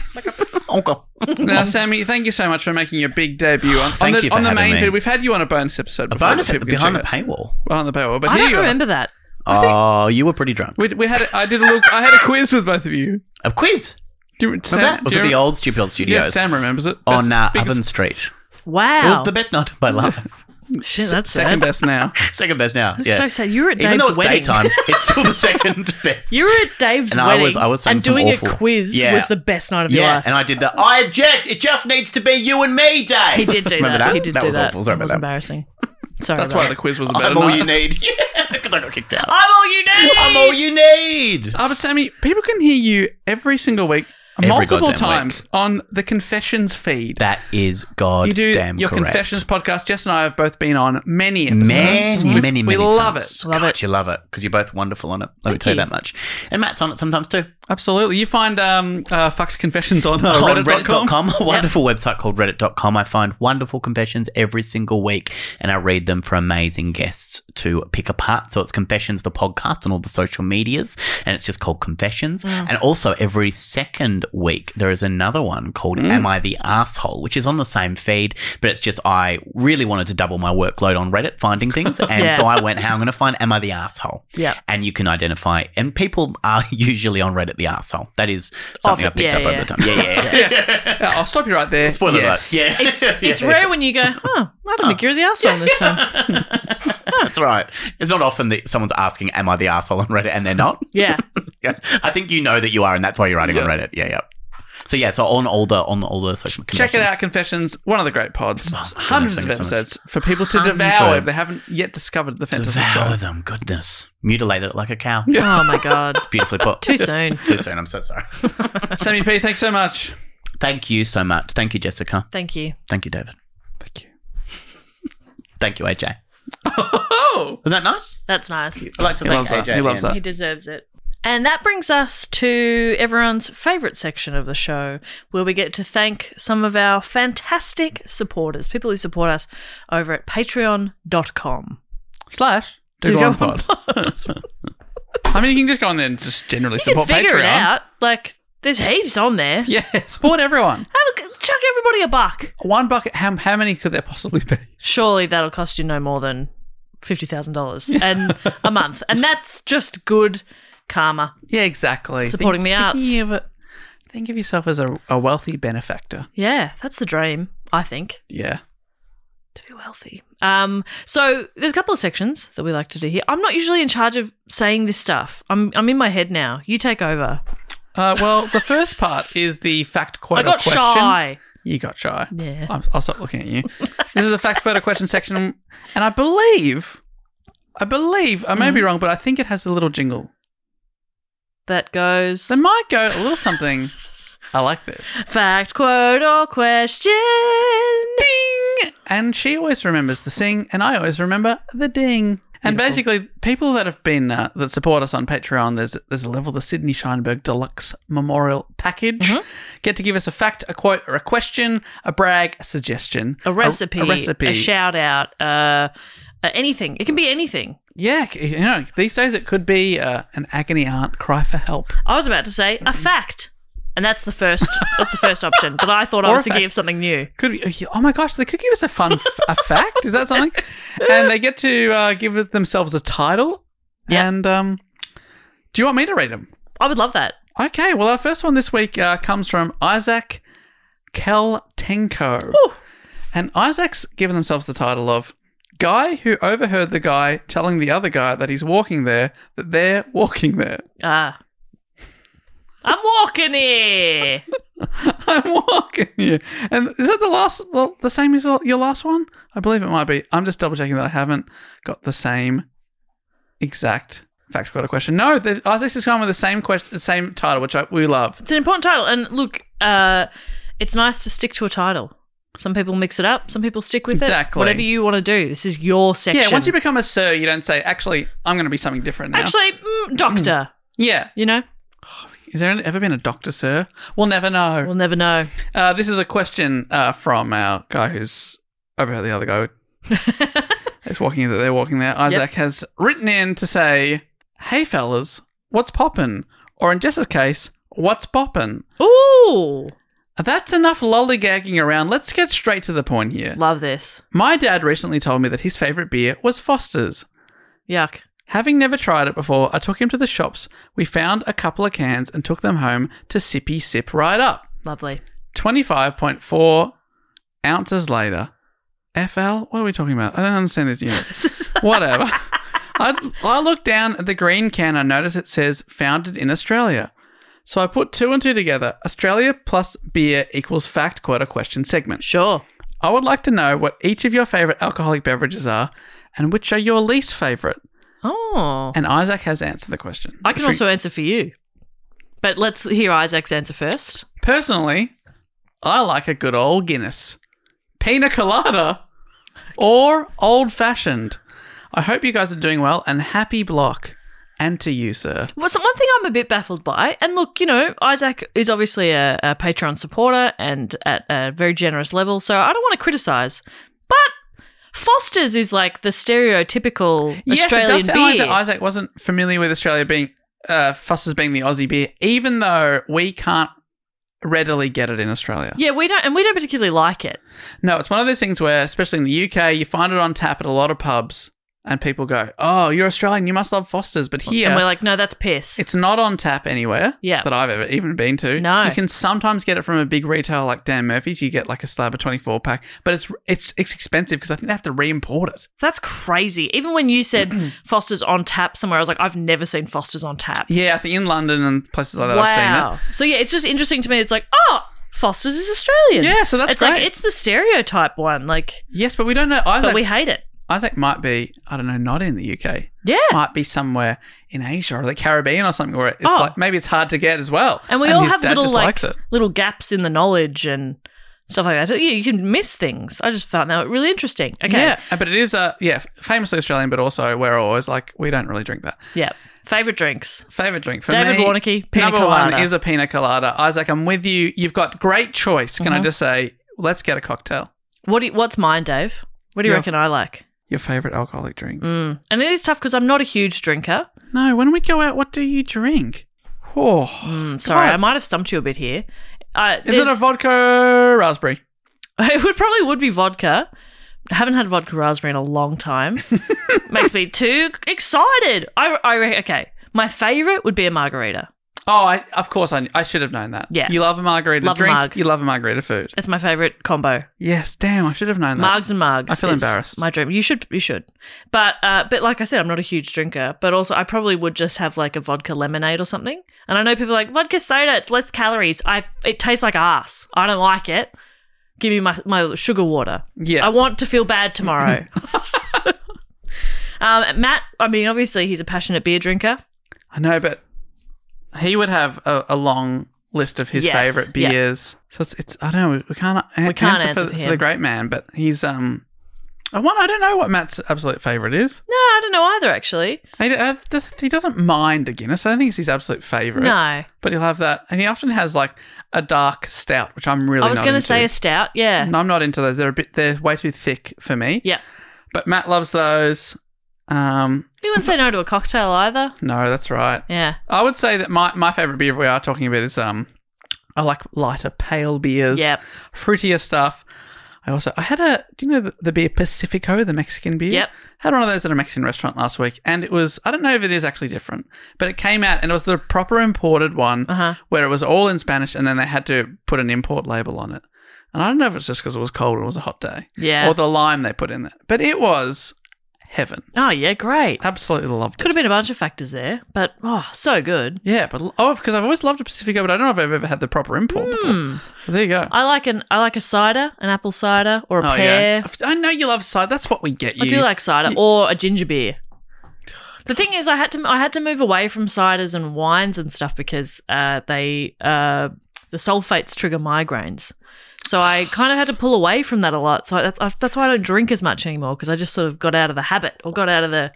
Oh, Okay.
Now, Sammy, thank you so much for making your big debut on,
Thank
on the,
you for
on the
having
main
me.
feed. We've had you on a bonus episode before.
Bonus
that
at the
people can
behind the
check out.
paywall.
Behind the paywall. But
I
here
don't
you
remember that.
Oh, you were pretty drunk.
are. We, we had a, I did a little. I had a quiz with both of you.
A quiz.
Do you, Sam,
Remember that?
do
Was
you
it the
remember-
old Stupid Old
Yeah,
Studios
Sam remembers it.
on uh,
Best- biggest-
Oven Street? It
Wow.
was the best night of my life.
Shit, that's sad.
second best now.
second best now.
That's
yeah.
so sad. You were at
Even
Dave's
though it's
wedding.
daytime, it's still the second best.
You were at Dave's
And I
wedding,
was- I was saying
and
some
doing
awful-
a quiz
Yeah.
was the best night of your
yeah,
life.
and I did the I object. It just needs to be you and me day.
he did do
Remember
that.
that.
He did
that
do
was
that.
awful. Sorry
That
about
was
that.
embarrassing. Sorry. about
That's why
that.
the quiz was a better
I'm all
night.
you need. Yeah, because I got kicked out.
I'm all you need.
I'm all you need.
Oh, but Sammy, people can hear you every single week,
Every
multiple
goddamn
times on the Confessions feed.
That is God
you do
damn
your
correct.
Confessions podcast. Jess and I have both been on many episodes.
Many,
We've-
many, many.
We love
times.
it.
Love
God,
it.
You love it because you're both wonderful on it. Let me
Thank
tell you
you.
that much. And Matt's on it sometimes too.
Absolutely. You find um, uh, fucked confessions on uh,
on
reddit.com.
reddit.com, a wonderful website called reddit.com. I find wonderful confessions every single week and I read them for amazing guests to pick apart. So it's Confessions, the podcast on all the social medias, and it's just called Confessions.
Mm.
And also every second week, there is another one called
Mm.
Am I the Asshole, which is on the same feed, but it's just I really wanted to double my workload on Reddit finding things. And
Yeah.
so I went, how I'm going to find Am I the Asshole?
Yeah.
And you can identify, and people are usually on Reddit the Asshole. That is something I
Often-
picked
yeah,
up over
yeah.
time. Yeah, yeah, yeah.
Yeah, I'll stop you right there.
Spoiler
Yes.
alert. Yeah.
It's, it's rare when you go, huh, I don't think you're the asshole this time.
That's right. It's not often that someone's asking, Am I the asshole on Reddit? And they're not.
Yeah.
yeah. I think you know that you are, and that's why you're writing on
Yeah.
Reddit. Yeah, yeah. So yeah, so on all the on all the social
Check it out,
connections.
Confessions. One of the great pods.
goodness,
Hundreds
thank
of
you so much.
episodes for people to
Hundreds.
devour if they haven't yet discovered the fantasy
Devour
show.
them, goodness. Mutilate it like a cow.
Oh my god.
Beautifully put.
Too soon.
Too soon. I'm so sorry.
Sammy P, thanks so much.
Thank you so much. Thank you, Jessica.
Thank you.
Thank you, David.
Thank you.
Thank you, AJ. oh, was that nice?
That's nice.
I like to
He loves
thank AJ.
that. He loves that.
He deserves it. And that brings us to everyone's favourite section of the show, where we get to thank some of our fantastic supporters, people who support us over at patreon.com.
Slash. Do
Do
go on
go on
pod. I mean, you can just go on there and just generally
You can
support
figure
Patreon.
it out. Like, there's heaps on there. Have
Yeah, support everyone.
a g chuck everybody a buck.
One bucket. How, how many could there possibly be?
Surely that'll cost you no more than $50,000 and a month. And that's just good karma.
Yeah, exactly.
Supporting the arts.
Think of, it- think of yourself as a, a wealthy benefactor.
Yeah, that's the dream, I think.
Yeah.
to be wealthy. Um, so there's a couple of sections that we like to do here. I'm not usually in charge of saying this stuff. I'm I'm in my head now. You take over.
Uh, well, the first part is the fact quote
I
or
got
question.
shy.
You got shy.
Yeah.
I'm, I'll stop looking at you. this is the fact quote or question section, and I believe, I believe, I may
Mm-hmm.
be wrong, but I think it has a little jingle.
That goes
They might go a little something. I like this.
fact, quote, or question.
Ding! And she always remembers the sing, and I always remember the ding. And basically, people that have been uh, that support us on Patreon, there's there's a level the Sydney Scheinberg Deluxe Memorial Package.
Mm-hmm.
Get to give us a fact, a quote, or a question, a brag, a suggestion,
A recipe,
a, recipe,
a shout out, uh, uh, anything. It can be anything.
Yeah, c- you know, these days it could be uh, an agony aunt cry for help.
I was about to say a
Mm-hmm.
fact, and that's the first. that's the first option. But I thought I
Or
was
a
to
fact.
give something new.
Could be, oh my gosh, they could give us a fun f- a fact. Is that something? And they get to uh, give it themselves a title.
Yeah.
And um, do you want me to read them?
I would love that.
Okay. Well, our first one this week uh, comes from Isaac Keltenko, and Isaac's given themselves the title of guy who overheard the guy telling the other guy that he's walking there that they're walking there.
Ah. I'm walking here.
I'm walking here. And is that the last, the, the same as your last one? I believe it might be. I'm just double checking that I haven't got the same exact fact. Got a question? No, the, Isaac's just going with the same question, the same title, which I, we love.
It's an important title. And look, uh, it's nice to stick to a title. Some people mix it up, some people stick with
Exactly.
it. Whatever you want to do. This is your section.
Yeah, once you become a sir, you don't say, actually, I'm going to be something different now.
Actually,
Hmm.
mm, doctor,
yeah.
you know?
Is there ever been a doctor, sir? We'll never know.
We'll never know.
Uh, this is a question uh, from our guy who's over the other guy. It's walking that they're walking there. Isaac has written in to say, "Hey fellas, what's poppin?" Or in Jess's case, "What's poppin?"
Ooh.
That's enough lollygagging around. Let's get straight to the point here.
Love this.
My dad recently told me that his favorite beer was Foster's.
Yuck.
Having never tried it before, I took him to the shops. We found a couple of cans and took them home to sippy sip right up.
Lovely.
25.4 ounces later. FL? What are we talking about? I don't understand these units. Whatever. I, I look down at the green can. I notice it says founded in Australia. So I put two and two together. Australia plus beer equals fact quota question segment.
Sure.
I would like to know what each of your favorite alcoholic beverages are and which are your least favorite.
Oh.
And Isaac has answered the question.
I can
Which we-
also answer for you. But let's hear Isaac's answer first.
Personally, I like a good old Guinness, pina colada, or old fashioned. I hope you guys are doing well and happy block. And to you, sir.
Well, so one thing I'm a bit baffled by, and look, you know, Isaac is obviously a, a Patreon supporter and at a very generous level, so I don't want to criticize. But Foster's is like the stereotypical Australian
yes, it does sound
beer.
like that Isaac wasn't familiar with Australia being uh, Foster's being the Aussie beer, even though we can't readily get it in Australia.
yeah, we don't, and we don't particularly like it.
No, it's one of those things where, especially in the UK, you find it on tap at a lot of pubs, and people go, "Oh, you're Australian, you must love Foster's," but here
And we're like, no, that's piss.
It's not on tap anywhere
Yeah.
that I've ever even been to.
No.
You can sometimes get it from a big retailer like Dan Murphy's. You get like a slab of 24 pack, but it's it's, it's expensive because I think they have to re import it.
that's crazy. Even when you said Foster's on tap somewhere, I was like, I've never seen Foster's on tap.
Yeah, I think in London and places like that, I've
wow.
seen it.
So yeah, it's just interesting to me. It's like, oh, Foster's is Australian.
Yeah, so that's
it's like
great.
it's the stereotype one. Like,
Yes, but we don't know. Isaac,
but we hate it.
Isaac might be, I don't know, not in the UK.
Yeah.
Might be somewhere in Asia or the Caribbean or something where it's
Oh.
like maybe it's hard to get as well.
and we all
his
have
dad
little
just
like
likes it.
little gaps in the knowledge and stuff like that. So, yeah, you can miss things. I just found that really interesting. Okay.
Yeah, but it is uh, yeah, famously Australian, but also we're always like we don't really drink that.
Yep. Favorite drinks.
Favorite drink for
David
me,
Warnocky, pina
number
colada.
one is a pina colada. Isaac, I'm with you. You've got great choice. Can
Mm-hmm.
I just say, let's get a cocktail.
What do you, what's mine, Dave? What do you
Yeah.
reckon I like?
Your favorite alcoholic drink?
And it is tough because I'm not a huge drinker.
No. When we go out, what do you drink? Oh,
I'm Mm, sorry,
God.
I might have stumped you a bit here. Uh,
is it a
there's-
vodka raspberry?
It would probably would be vodka. I haven't had vodka raspberry in a long time. Makes me too excited. I, I re- okay. My favorite would be a margarita.
Oh, I, of course, I, I should have known that.
Yeah.
you love a margarita
Love a
drink.
marg.
You love a margarita food.
That's my favorite combo.
Yes, damn, I should have known that.
Margs and margs.
I feel
is
embarrassed.
My dream. You should. You should. But uh, but like I said, I'm not a huge drinker. But also, I probably would just have like a vodka lemonade or something. And I know people are like vodka soda. It's less calories. I it tastes like ass. I don't like it. Give me my my sugar water.
Yeah.
I want to feel bad tomorrow. um, Matt. I mean, obviously, he's a passionate beer drinker.
I know, but he would have a, a long list of his
Yes,
favorite
yeah.
beers. So it's, it's I don't know. We can't, we
can't answer
answer, for,
for
for
him.
the great man, but he's um. I want. I don't know what Matt's absolute favorite is.
No, I don't know either. Actually,
He, uh, does, he doesn't mind a Guinness. I don't think it's his absolute favorite.
no.
but he'll have that, and he often has like a dark stout, which I'm really.
I was
not
going to
into.
say a stout. Yeah.
No, I'm not into those. They're a bit. They're way too thick for me.
Yeah.
But Matt loves those. Um.
You wouldn't say no to a cocktail either.
No, that's right.
Yeah.
I would say that my, my favorite beer if we are talking about is um I like lighter pale beers,
Yep.
fruitier stuff. I also I had a do you know the, the beer Pacifico, the Mexican beer?
Yep.
Had one of those at a Mexican restaurant last week, and it was I don't know if it is actually different, but it came out and it was the
Uh-huh.
proper imported one where it was all in Spanish, and then they had to put an import label on it. And I don't know if it's just because it was cold and it was a hot day.
Yeah.
Or the lime they put in there. But it was heaven.
Oh, yeah, great.
Absolutely loved it.
Could have been a bunch of factors there, but oh, so good.
Yeah, but oh, because I've always loved a Pacifico, but I don't know if I've ever had the proper import before. So there you go.
Hmm. I like an I like a cider, an apple cider, or a
oh,
pear.
yeah. I know you love cider. That's what we get you.
I do like cider or a ginger beer. The thing is, I had to I had to move away from ciders and wines and stuff because uh, they uh, the sulfates trigger migraines. So I kind of had to pull away from that a lot. So that's I, that's why I don't drink as much anymore because I just sort of got out of the habit or got out of the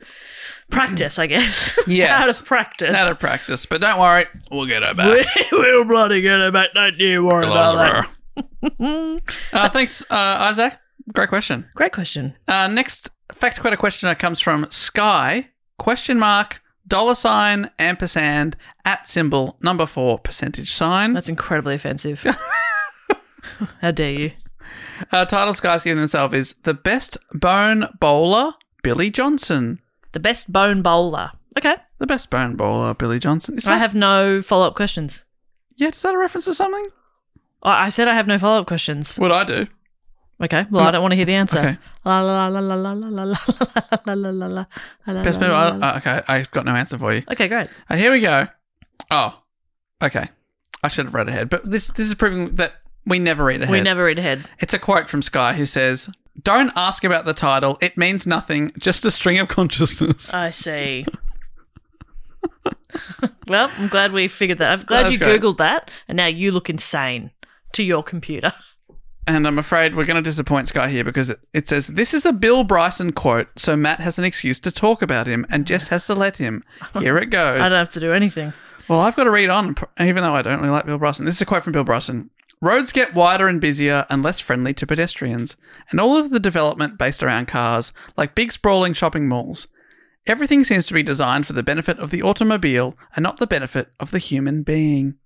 practice, I guess.
Yes.
out of practice.
out of practice. But don't worry, we'll get her back.
we'll bloody get it back. Don't you worry about that.
uh, thanks, uh, Isaac. Great question.
Great question.
Uh, next fact quote questioner comes from Sky question mark dollar sign ampersand at symbol number four percentage sign.
That's incredibly offensive. How dare you?
Uh, title Sky's given themselves is the best bone bowler Billy Johnson.
The best bone bowler. Okay.
The best bone bowler Billy Johnson. Is that,
I have no follow up questions.
yeah, is that a reference to something?
I I said I have no follow up questions.
What I do.
Okay. Well, I don't want to hear the answer.
Okay.
La la la la la la la la la la la la la la
Best
la
bone
la
bowler.
la.
Uh, okay, I've got no answer for you.
Okay, great.
Uh, here we go. Oh, okay. I should have read ahead, but this this is proving that we never read ahead.
We never read ahead.
It's a quote from Sky who says, "Don't ask about the title. It means nothing. Just a string of consciousness."
I see. well, I'm glad we figured that. I'm glad
That's
you
great.
Googled that, and now you look insane to your computer.
And I'm afraid we're going to disappoint Sky here because it, it says, This is a Bill Bryson quote, so Matt has an excuse to talk about him and Jess has to let him. Here it goes.
I don't have to do anything.
Well, I've got to read on, even though I don't really like Bill Bryson. This is a quote from Bill Bryson Roads get wider and busier and less friendly to pedestrians, and all of the development based around cars, like big sprawling shopping malls. Everything seems to be designed for the benefit of the automobile and not the benefit of the human being.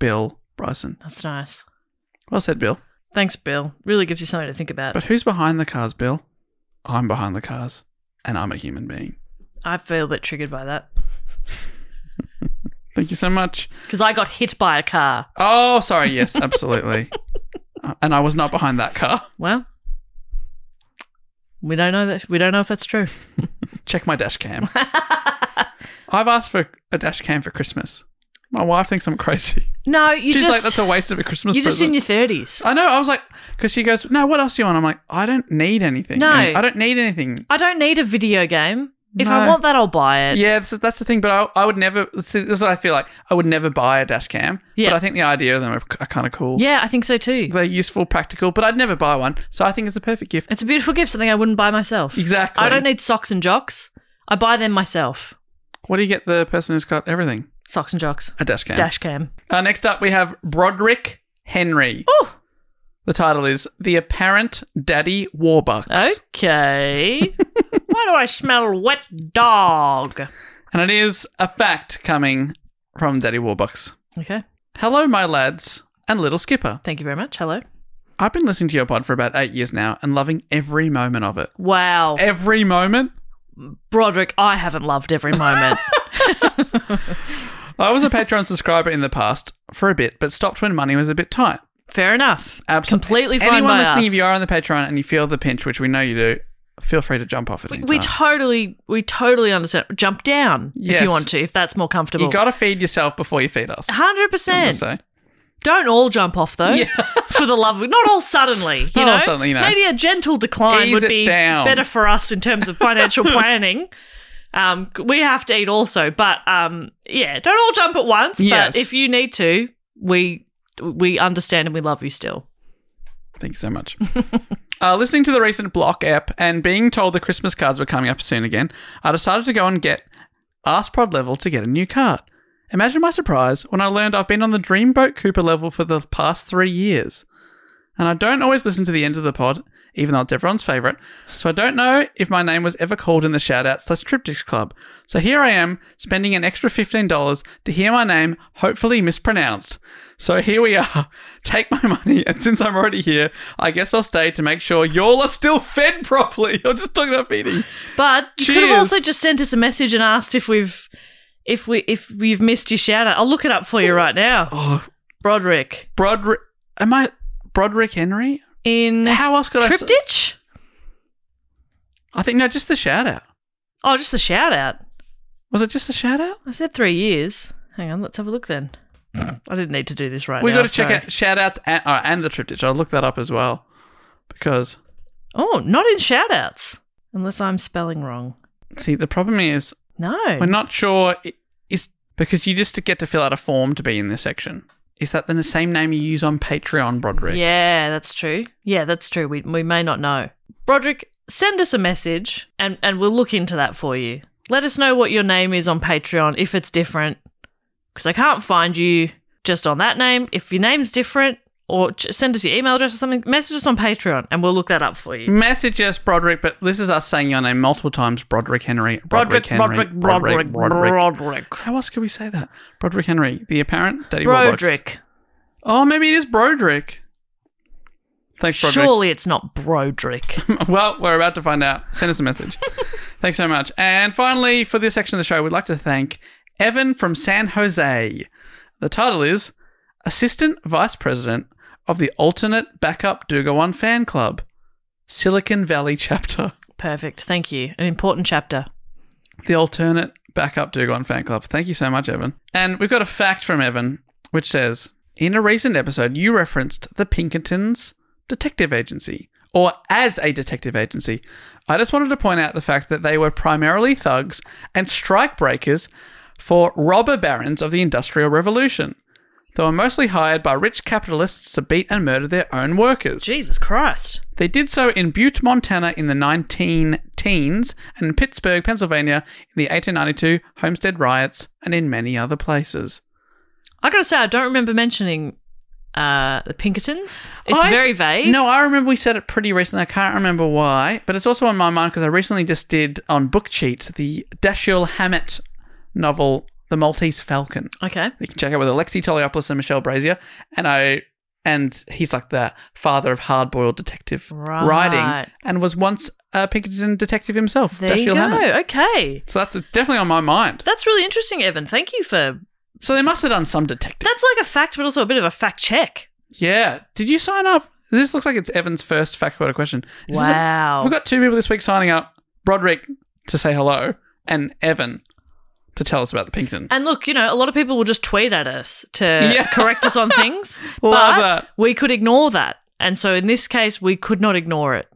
Bill Bryson.
That's nice.
Well said, Bill.
Thanks, Bill. Really gives you something to think about.
But who's behind the cars, Bill? I'm behind the cars, and I'm a human being.
I feel a bit triggered by that
Thank you so much.
because I got hit by a car.
Oh, sorry. Yes, absolutely. Uh, and I was not behind that car.
Well, we don't know that. We don't know if that's true.
Check my dash cam. I've asked for a dash cam for Christmas. My wife thinks I'm crazy.
No, you
She's
just
like, that's a waste of a Christmas
you're just in
present.
your thirties.
I know. I was like, because she goes, no, what else do you want? I'm like, I don't need anything.
No.
Any- I don't need anything.
I don't need a video game. If I
No.
want that, I'll buy it.
Yeah, that's, that's the thing. But I, I would never, this is this is what I feel like. I would never buy a dash cam.
Yeah.
But I think the idea of them are, are kind of cool.
Yeah, I think so too.
They're useful, practical, but I'd never buy one. So I think it's a perfect gift.
It's a beautiful gift. Something I wouldn't buy myself.
Exactly.
I don't need socks and jocks. I buy them myself.
What do you get the person who's got everything?
Socks and jocks.
A dash cam.
Dash cam.
Uh, next up, we have Broderick Henry.
Ooh.
The title is The Apparent Daddy Warbucks.
Oh. Okay. Why do I smell wet dog?
And it is a fact coming from Daddy Warbucks.
Okay.
Hello, my lads and little skipper.
Thank you very much. Hello.
I've been listening to your pod for about eight years now and loving every moment of it.
Wow.
Every moment?
Broderick, I haven't loved every moment.
I was a Patreon subscriber in the past for a bit, but stopped when money was a bit tight.
Fair enough.
Absolutely.
Completely fine
Anyone
by
listening,
us.
if you are on the Patreon and you feel the pinch, which we know you do, feel free to jump off at any
we
time.
totally, we totally understand. Jump down if
Yes.
you want to, if that's more comfortable.
you got to feed yourself before you feed us.
Hundred
I'm gonna
percent.
say.
Don't all jump off though. for the love of not all suddenly. You
Not
know?
all suddenly, you know.
Maybe a gentle decline
Ease
would
it
be
down.
better for us in terms of financial planning. Um, we have to eat also, but um, yeah, don't all jump at once.
Yes.
But if you need to, we we understand and we love you still.
Thank you so much. uh, listening to the recent Block app and being told the Christmas cards were coming up soon again, I decided to go and get Ask Prod level to get a new card. Imagine my surprise when I learned I've been on the Dreamboat Cooper level for the past three years. And I don't always listen to the end of the pod, even though it's everyone's favourite, so I don't know if my name was ever called in the shoutouts slash triptychs club. So here I am, spending an extra $15 to hear my name hopefully mispronounced. So here we are. Take my money, and since I'm already here, I guess I'll stay to make sure y'all are still fed properly. I'm just talking about feeding.
But you could have
Cheers.
also just sent us a message and asked if we've if we if
Oh.
we've missed your shout out. I'll look it up for you right now. Broderick.
Broderick. Am I Broderick Henry.
in
How else could I s-
Triptych?
I think no, just the shout out.
Oh, just a shout out.
Was it just a shout out?
I said three years. Hang on, let's have a look then. I didn't need to do this right
We
now.
got to check
sorry.
out shout outs and, uh, and the triptych. I'll look that up as well because
Oh, not in shout outs. Unless I'm spelling wrong.
see the problem is
No.
we're not sure i- is because you just get to fill out a form to be in this section. Is that then the same name you use on Patreon, Broderick?
Yeah, that's true. Yeah, that's true. We, we may not know. Broderick, send us a message and, and we'll look into that for you. Let us know what your name is on Patreon if it's different, because I can't find you just on that name. If your name's different, or j- send us your email address or something, message us on Patreon and we'll look that up for
Mm,
you.
Message us, Broderick, but this is us saying your name multiple times, Broderick Henry.
Broderick,
Broderick, Henry,
Broderick, Broderick, Broderick.
How else could we say that? Broderick Henry, the apparent daddy Warbucks.
Broderick.
Oh, maybe it is Broderick. Thanks, Broderick.
Surely it's not Broderick.
Well, we're about to find out. Send us a message. Thanks so much. And finally, for this section of the show, we'd like to thank Evan from San Jose. The title is Assistant Vice President of the Alternate Backup Dugawan Fan Club, Silicon Valley Chapter.
Perfect. Thank you. An important chapter.
The Alternate Backup Dugon Fan Club. Thank you so much, Evan. And we've got a fact from Evan, which says In a recent episode, you referenced the Pinkertons Detective Agency, or as a detective agency. I just wanted to point out the fact that they were primarily thugs and strike breakers for robber barons of the Industrial Revolution. They were mostly hired by rich capitalists to beat and murder their own workers.
Jesus Christ.
They did so in Butte, Montana in the 19 teens and in Pittsburgh, Pennsylvania in the 1892 Homestead riots and in many other places.
I gotta say, I don't remember mentioning uh, the Pinkertons. It's
I-
very vague.
No, I remember we said it pretty recently. I can't remember why, but it's also on my mind because I recently just did on Book Cheat the Dashiell Hammett novel, The Maltese Falcon.
Okay.
You can check out with Alexi Toliopoulos and Michelle Brazier. And I and he's like the father of hard boiled detective
Right.
writing and was once a Pinkerton detective himself.
There you
Dashiell
go.
Hammett.
Okay.
So that's it's definitely on my mind.
That's really interesting, Evan. Thank you for.
So they must have done some detective.
That's like a fact, but also a bit of a fact check.
yeah. Did you sign up? This looks like it's Evan's first fact quote question. This is a-
Wow.
we've got two people this week signing up Broderick to say hello and Evan to tell us about the Pinkerton.
And look, you know, a lot of people will just tweet at us to
Yeah.
correct us on things,
Love
but
that.
we could ignore that. And so in this case, we could not ignore it.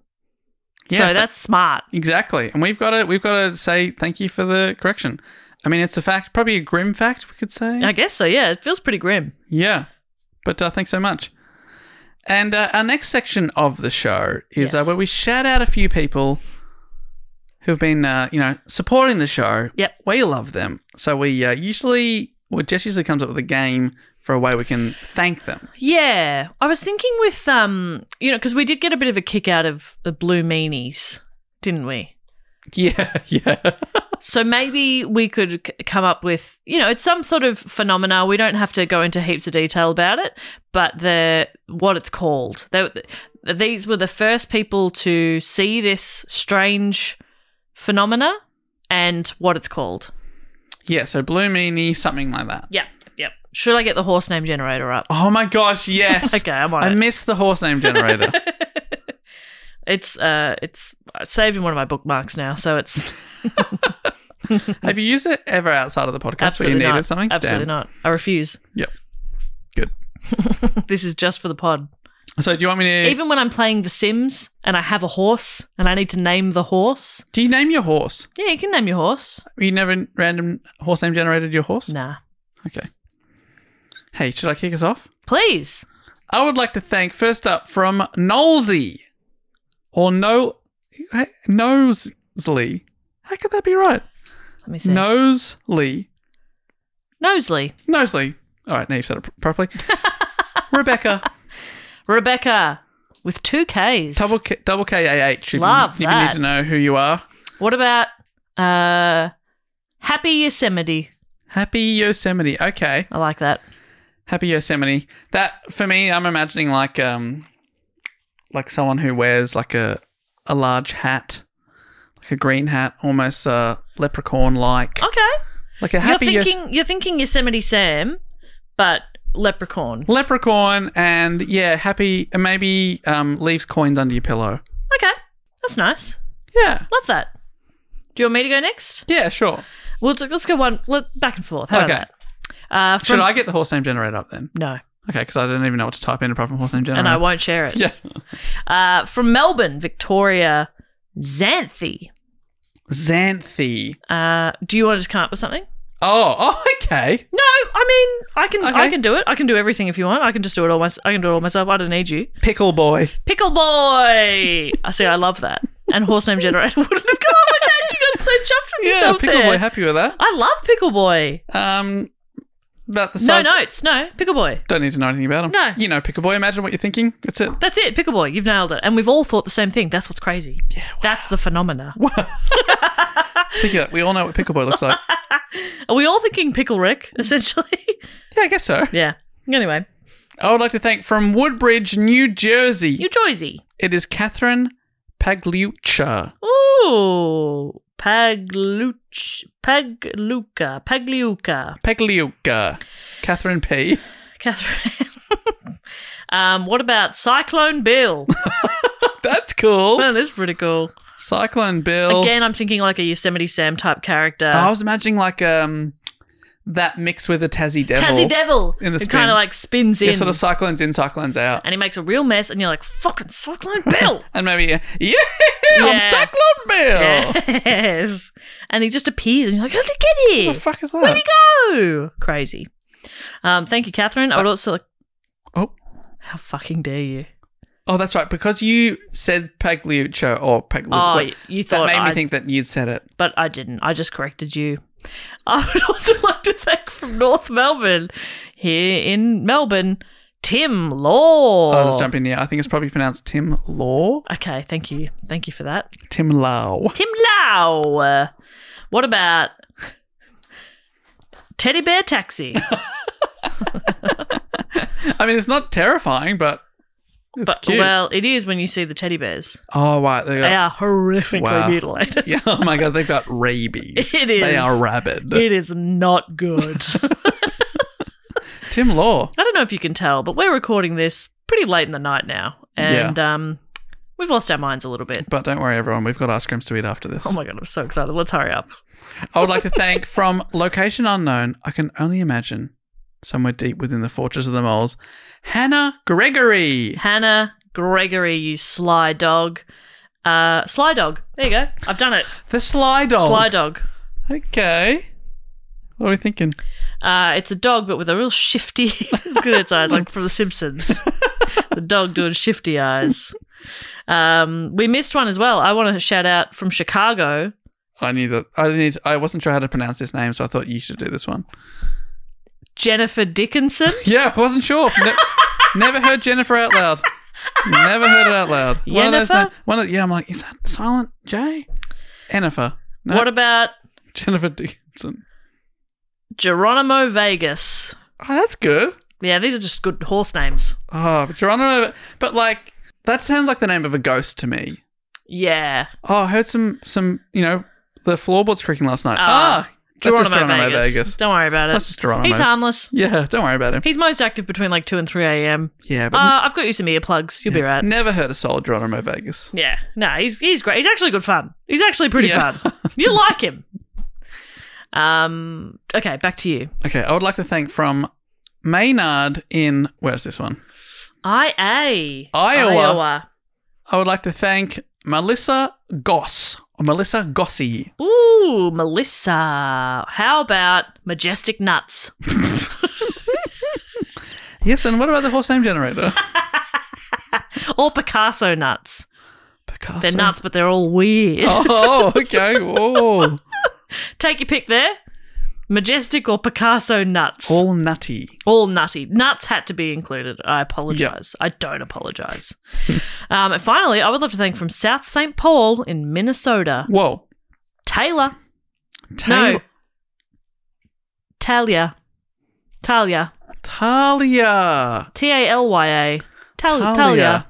Yeah,
so
but-
that's smart.
Exactly. And we've got to we've got to say thank you for the correction. I mean, it's a fact, probably a grim fact, we could say.
I guess so. Yeah, it feels pretty grim.
Yeah. But uh, thanks so much. And uh, our next section of the show is uh,
Yes.
where we shout out a few people who've been, uh, you know, supporting the show.
Yep.
We love them. So we uh, usually, well, Jess usually comes up with a game for a way we can thank them.
Yeah, I was thinking with um, you know, because we did get a bit of a kick out of the blue meanies, didn't we?
Yeah, yeah.
So maybe we could c- come up with, you know, it's some sort of phenomena. We don't have to go into heaps of detail about it, but the what it's called. They, these were the first people to see this strange phenomena and what it's called.
Yeah, so Blue Meanie, something like that.
Yep, yep. Should I get the horse name generator up?
Oh my gosh, yes.
Okay, I'm on
I
it.
missed the horse name generator.
It's uh, it's saved in one of my bookmarks now, so it's
Have you used it ever outside of the podcast
Absolutely
where you needed
not.
something?
Absolutely
Damn.
not. I refuse.
Yep. Good.
This is just for the pod.
So do you want me to
Even when I'm playing The Sims and I have a horse and I need to name the horse.
Do you name your horse?
Yeah, you can name your horse.
You never random horse name generated your horse?
Nah.
Okay. Hey, should I kick us off?
Please.
I would like to thank first up from Knowlesy. Or no Nosley. How could that be right?
Let me see.
Nosley.
Nosley.
Nosley. All right, now you've said it pr- properly. Rebecca.
Rebecca with two Ks.
Double K, double K A H. If you-
Love
if you need
that.
to know who you are.
What about uh Happy Yosemite?
Happy Yosemite. Okay.
I like that.
Happy Yosemite. That for me, I'm imagining like um, like someone who wears like a a large hat, like a green hat, almost uh, leprechaun like,
Okay.
like a
Oh, You're
happy. Yos-
thinking you're thinking Yosemite Sam, but leprechaun.
Leprechaun and yeah, happy and maybe um, leaves coins under your pillow.
Okay, that's nice.
Yeah.
Love that. Do you want me to go next?
Yeah, sure.
We'll t- let's go one let, back and forth. How
Okay.
about that? Uh, from-
Should I get the horse name generator up then?
No,
Okay, because I don't even know what to type in apart from horse name generator.
and I won't share it.
Yeah.
Uh, from Melbourne, Victoria, Xanthi.
Xanthi.
Uh, do you want to just come up with something?
Oh, oh, okay.
No, I mean I can I
Okay.
can do it. I can do everything if you want. I can just do it all myself. I can do it all myself. I don't need you.
Pickle boy.
Pickle boy. I see. I love that. And horse name generator wouldn't have come up with that. You got so chuffed with
Yeah,
yourself
pickle
there.
boy. Happy with that.
I love pickle boy.
Um, about the
No
size.
notes. No pickle boy.
Don't need to know anything about him.
No.
You know, pickle boy. Imagine what you're thinking. That's it.
That's it, pickle boy. You've nailed it. And we've all thought the same thing. That's what's crazy. Yeah, That's the phenomena.
Think of it. We all know what pickle boy looks like.
Are we all thinking pickle Rick
Mm.
essentially?
yeah, I guess so.
yeah. Anyway,
I would like to thank from Woodbridge, New Jersey.
you joysy.
It is Catherine Pagliuccia.
Ooh, Pagluch, Pagluca, Pagliuca,
Pagliucca. Catherine P.
Catherine. um, what about Cyclone Bill?
That's cool.
oh, that's pretty cool.
Cyclone Bill.
Again, uh, I'm thinking like a Yosemite Sam type character.
I was imagining like um that mix with a Tassie Devil.
Tassie Devil.
In the
who
spin.
kind of like spins
Yeah,
in,
sort of cyclones in, cyclones out.
and he makes a real mess, and you're like, "Fucking Cyclone Bill."
And maybe, yeah, yeah, I'm
Yeah.
Cyclone Bill.
Yes. And he just appears and you're like, how did he get here?
What the fuck is that?
Where'd he go? Crazy. Um, thank you, Catherine. I would also like,
Oh.
how fucking dare you?
Oh, that's right. Because you said Pagliuccio or Pagliuccio.
Oh, y- you
that
thought
made me
I-
think that you'd said it.
But I didn't. I just corrected you. I would also like to thank from North Melbourne, here in Melbourne, Tim Law.
I'll just Oh, jump in here. I think it's probably pronounced Tim Law.
Okay, thank you. Thank you for that.
Tim Lau.
Tim Lau. Uh, What about Teddy Bear Taxi?
I mean, it's not terrifying, but it's
but
cute.
well, it is when you see the teddy bears.
oh, right. They got,
They are horrifically
Wow.
mutilated.
yeah, oh my God, they've got rabies.
It
They
is.
are rabid.
It is not good. I
Tim Law.
don't know if you can tell, but we're recording this pretty late in the night now, and um, we've lost our minds a little bit.
But don't worry, everyone. We've got ice creams to eat after this.
Oh my god, I'm so excited. Let's hurry up.
I would like to thank from location unknown. I can only imagine somewhere deep within the fortress of the moles. Hannah Gregory.
Hannah Gregory, you sly dog. Uh, sly dog. There you go. I've done it.
The Sly Dog.
Sly dog.
Okay. What are we thinking?
Uh, it's a dog, but with a real shifty look at its eyes, like from The Simpsons. the dog doing shifty eyes. Um, we missed one as well. I want to shout out from Chicago,
I knew that. I didn't. Need, I wasn't sure how to pronounce this name, so I thought you should do this one.
Jennifer Dickinson.
Yeah, I wasn't sure. Ne- never heard Jennifer out loud. Never heard it out loud. One of those.
Yennefer?
na- One of, yeah, I'm like, is that silent J? Jennifer. No,
What about
Jennifer Dickinson.
Geronimo Vegas?
Oh, that's good.
Yeah, these are just good horse names.
Oh, but Geronimo. But like, that sounds like the name of a ghost to me.
Yeah.
Oh, I heard some some you know the floorboards creaking last night.
Ah,
ah, that's just Geronimo Vegas.
Don't worry about it.
That's just Geronimo.
He's harmless.
Yeah, don't worry about him.
He's most active between like 2 and 3 a.m.
Yeah, but
Uh, I've got you some earplugs. You'll be right.
never heard a solid Geronimo Vegas.
Yeah, no, he's he's great. He's actually good fun. He's actually pretty
Yeah.
fun. You like him. Um. Okay, back to you.
Okay, I would like to thank from Maynard in where's this one?
I A
Iowa. I would like to thank Melissa Goss. Melissa Gossy.
Ooh, Melissa. How about majestic nuts?
Yes, and what about the horse name generator?
Or Picasso nuts.
Picasso.
They're nuts, but they're all weird.
Oh, okay. Whoa.
Take your pick there. Majestic or Picasso nuts.
All nutty.
All nutty. Nuts had to be included. I apologize. I don't apologize. um, and finally, I would love to thank from South St. Paul in Minnesota,
Whoa.
Taylor.
Tail-
No. Talia. Talia.
Talia.
T A L Y A. Tal- Talia.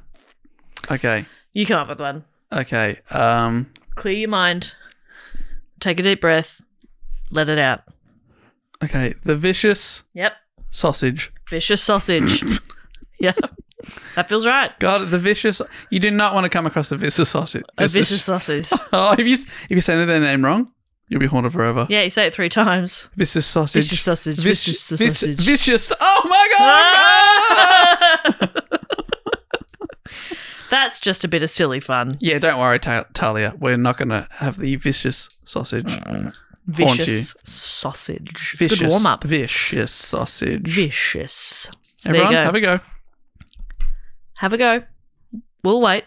Okay.
You come up with one.
Okay. Um.
Clear your mind. Take a deep breath. Let it out.
Okay. The vicious
Yep.
sausage.
Vicious sausage. yeah. That feels right.
God, the vicious. You do not want to come across the vicious sausage.
A vicious sausage.
Oh, if you if you say their name wrong, you'll be haunted forever.
Yeah, you say it three times.
Vicious sausage.
Vicious sausage,
Vic-
vicious
vic-
sausage. Ah!
Vicious. Oh my god. no!
That's just a bit of silly fun.
yeah, don't worry, Ta- Talia. We're not gonna have the vicious sausage. Haunt you.
Vicious sausage.
Vicious.
Good warm up.
Vicious sausage.
Vicious. So there
Everyone,
you go.
have a go.
have a go. We'll wait.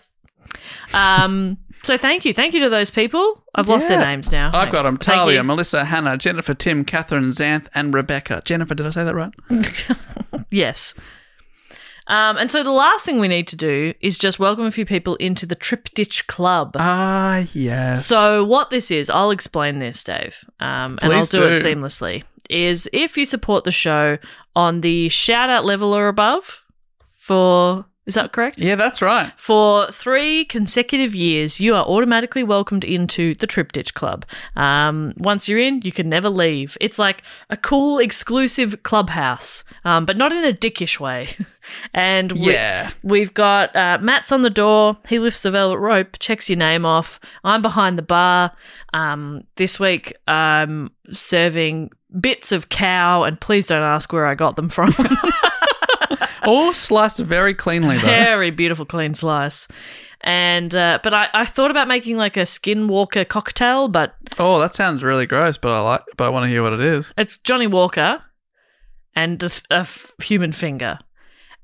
Um, so thank you, thank you to those people. I've lost their
Yeah.
names now.
I've got them.
Thank
Talia,
you.
Melissa, Hannah, Jennifer, Tim, Catherine, Xanth, and Rebecca. Jennifer, did I say that right?
Yes. Um, and so the last thing we need to do is just welcome a few people into the Triptych Club.
Ah, yes.
So, what this is, I'll explain this, Dave, um, and I'll
Please
do, it
do.
seamlessly. Is if you support the show on the shout out level or above for, is that correct?
Yeah, that's right.
For three consecutive years, you are automatically welcomed into the Triptych Club. Um, once you're in, you can never leave. It's like a cool, exclusive clubhouse, um, but not in a dickish way. and we-
Yeah.
We've got uh, Matt's on the door. He lifts the velvet rope, checks your name off. I'm behind the bar. Um, this week, I'm serving bits of cow, and please don't ask where I got them from.
All sliced very cleanly, though.
Very beautiful, clean slice. And uh, but I, I thought about making like a skinwalker cocktail, but
Oh, that sounds really gross, but I like. But I want to hear what it is.
it's Johnny Walker and a, f- a f- human finger.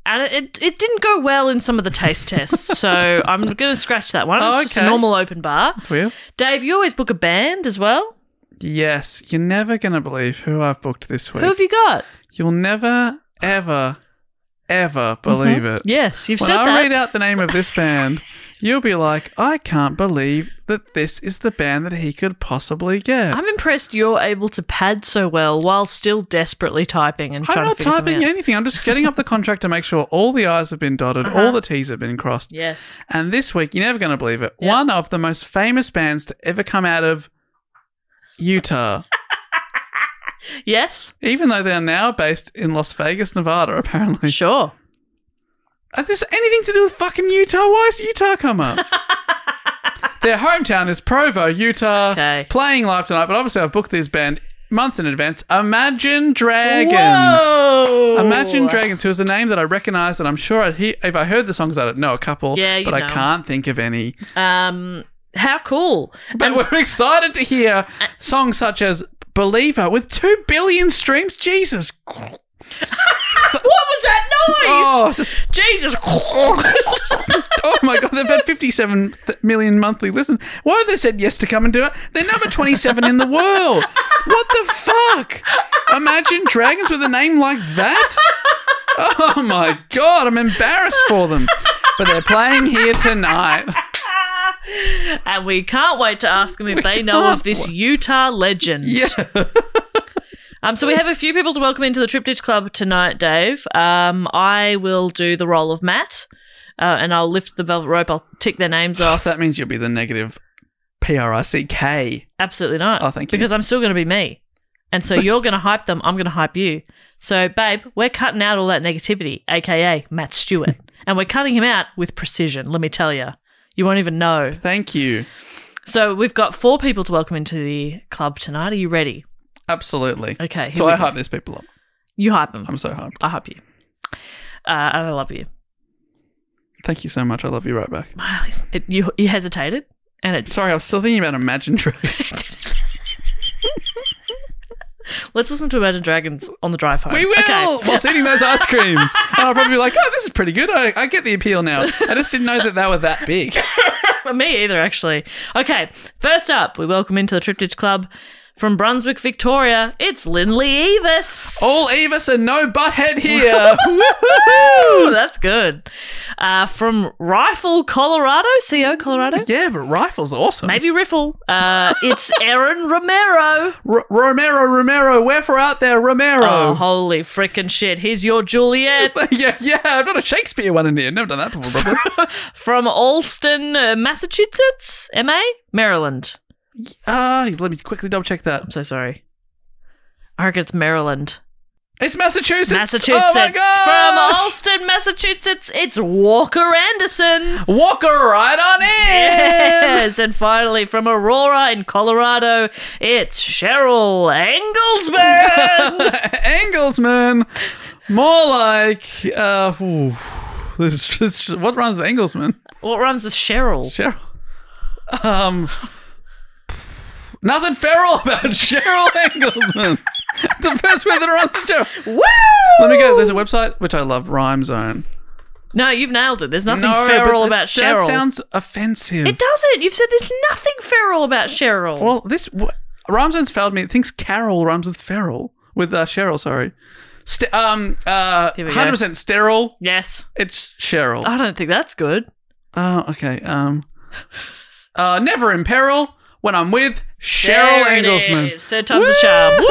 And it, it, it didn't go well in some of the taste tests, so I'm going to scratch that one. It's
Oh,
just a
okay.
normal open bar.
It's weird.
Dave, you always book a band as well.
Yes, you're never gonna believe who I've booked this week.
Who have you got?
You'll never, ever, ever believe it.
Yes, Mm-hmm. you've
When
said
I
that.
read out the name of this band, you'll be like, I can't believe that this is the band that he could possibly get.
I'm impressed you're able to pad so well while still desperately typing and
I'm
trying
not
to figure something
typing
out.
anything. I'm just getting up the contract to make sure all the I's have been dotted,
Uh-huh.
all the T's have been crossed.
Yes.
And this week, you're never going to believe it, one of the most famous bands to ever come out of Utah.
Yes.
Even though they are now based in Las Vegas, Nevada, apparently.
Sure.
Is this anything to do with fucking Utah? Why has Utah come up? Their hometown is Provo, Utah.
Okay.
Playing live tonight, but obviously I've booked this band months in advance. Imagine Dragons.
Whoa!
Imagine Dragons, who is a name that I recognise, and I'm sure I'd hear, if I heard the songs, I'd know a couple.
Yeah, you
but
know.
I can't think of any.
Um, how cool!
But we're excited to hear songs such as "Believer" with two billion streams. Jesus, Christ.
What was that
oh,
noise?
it's just-
Jesus!
oh my God, they've had 57 th- million monthly listens. Why have they said yes to come and do it? They're number 27 in the world. What the fuck? Imagine dragons with a name like that. Oh my God, I'm embarrassed for them. But they're playing here tonight.
and we can't wait to ask them if they know of
can't
this Utah legend.
Yeah.
Um, so we have a few people to welcome into the Triptych Club tonight, Dave. Um, I will do the role of Matt, uh, and I'll lift the velvet rope. I'll tick their names
Oh,
off.
that means you'll be the negative P R I C K.
Absolutely not.
Oh, thank you.
Because I'm still going to be me, and so you're going to hype them. I'm going to hype you. So, babe, we're cutting out all that negativity, aka Matt Stewart, and we're cutting him out with precision. Let me tell you, you won't even know.
Thank you.
So we've got four people to welcome into the club tonight. Are you ready?
Absolutely.
Okay, here
So
we
I
go.
hype these people up.
You hype them.
I'm so hyped.
I hype you. Uh, and I love you.
Thank you so much. I love you right back.
It, you. You hesitated, and it
Sorry, I was still thinking about Imagine Dragons.
Let's listen to Imagine Dragons on the drive home.
We will
Okay.
whilst eating those ice creams, and I'll probably be like, "Oh, this is pretty good. I, I get the appeal now. I just didn't know that they were that big."
Me either, actually. Okay. First up, we welcome into the Triptych Club from Brunswick, Victoria. It's Lindley Evis.
All Evis and no butthead here.
Ooh,
Woohoo!
that's good. Uh, from Rifle, Colorado. CO Colorado.
Yeah, but rifles are awesome.
Maybe Riffle. Uh, it's Aaron Romero.
R- Romero, Romero, wherefore out there, Romero?
Oh, holy frickin' shit. Here's your Juliet.
yeah, yeah. I've got a Shakespeare one in here. Never done that before. Probably.
From Alston, uh, Massachusetts. MA? Maryland.
Ah, let me quickly double check that.
I'm so sorry. I reckon it's Maryland.
It's Massachusetts.
Massachusetts.
Oh my
From
gosh!
Alston, Massachusetts, it's Walker Anderson.
Walker right on in.
Yes, and finally from Aurora in Colorado, it's Cheryl Engelsman.
Engelsman. More like uh ooh, this, this, what runs with Engelsman?
what rhymes with Cheryl?
Cheryl. Um Nothing feral about Cheryl Engelsman. the first word that runs with Cheryl.
Woo!
Let me go. There's a website which I love, Rhyme Zone.
No, you've nailed it. There's nothing
No,
feral
but
about
it's- That
Cheryl.
sounds offensive.
it doesn't. You've said there's nothing feral about Cheryl.
Well, this wh- Rhyme Zone's failed me. It thinks Carol rhymes with feral with uh, Cheryl. Sorry. Ste um. Uh.
Here we go.
Hundred percent sterile.
yes.
It's Cheryl.
I don't think that's good.
Oh, okay. Um, uh, never in peril when I'm with Cheryl
There it
Engelsman.
is. Third time's a charm.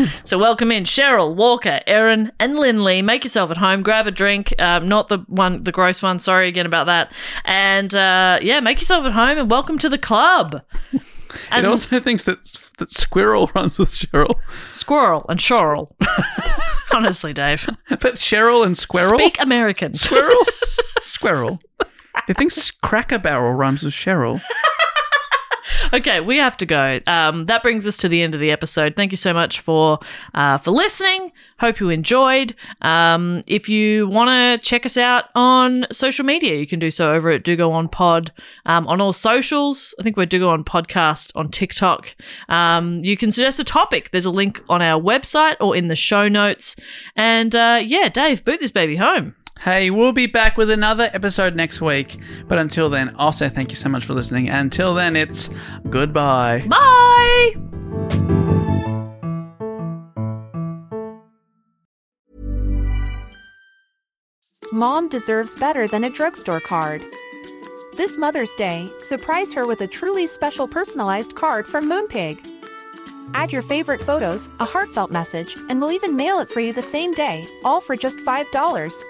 Woo! So welcome in Cheryl, Walker, Erin, and Linley. Make yourself at home. Grab a drink. Um, not the one, the gross one. Sorry again about that. And uh, yeah, make yourself at home and welcome to the club.
It
And
also thinks that that squirrel runs with Cheryl,
squirrel and Cheryl. Honestly, Dave.
but Cheryl and squirrel,
Speak American.
squirrel, squirrel. It thinks Cracker Barrel rhymes with Cheryl.
Okay, we have to go. Um, that brings us to the end of the episode. Thank you so much for uh, for listening. Hope you enjoyed. Um, if you want to check us out on social media, you can do so over at Do Go On Pod um, on all socials. I think we're Do Go On Podcast on TikTok. Um, you can suggest a topic. There's a link on our website or in the show notes. And uh, yeah, Dave, boot this baby home.
Hey, we'll be back with another episode next week. But until then, I'll say thank you so much for listening. Until then, it's goodbye.
Bye.
Mom deserves better than a drugstore card. This Mother's Day, surprise her with a truly special personalized card from Moonpig. Add your favorite photos, a heartfelt message, and we'll even mail it for you the same day, all for just $5.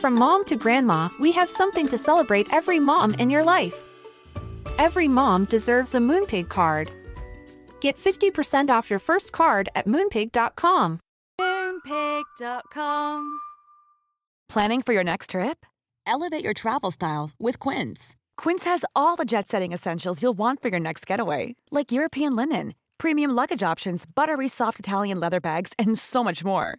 From mom to grandma, we have something to celebrate every mom in your life. Every mom deserves a Moonpig card. Get 50% off your first card at moonpig.com.
Moonpig.com.
Planning for your next trip?
Elevate your travel style with Quince.
Quince has all the jet setting essentials you'll want for your next getaway, like European linen, premium luggage options, buttery soft Italian leather bags, and so much more.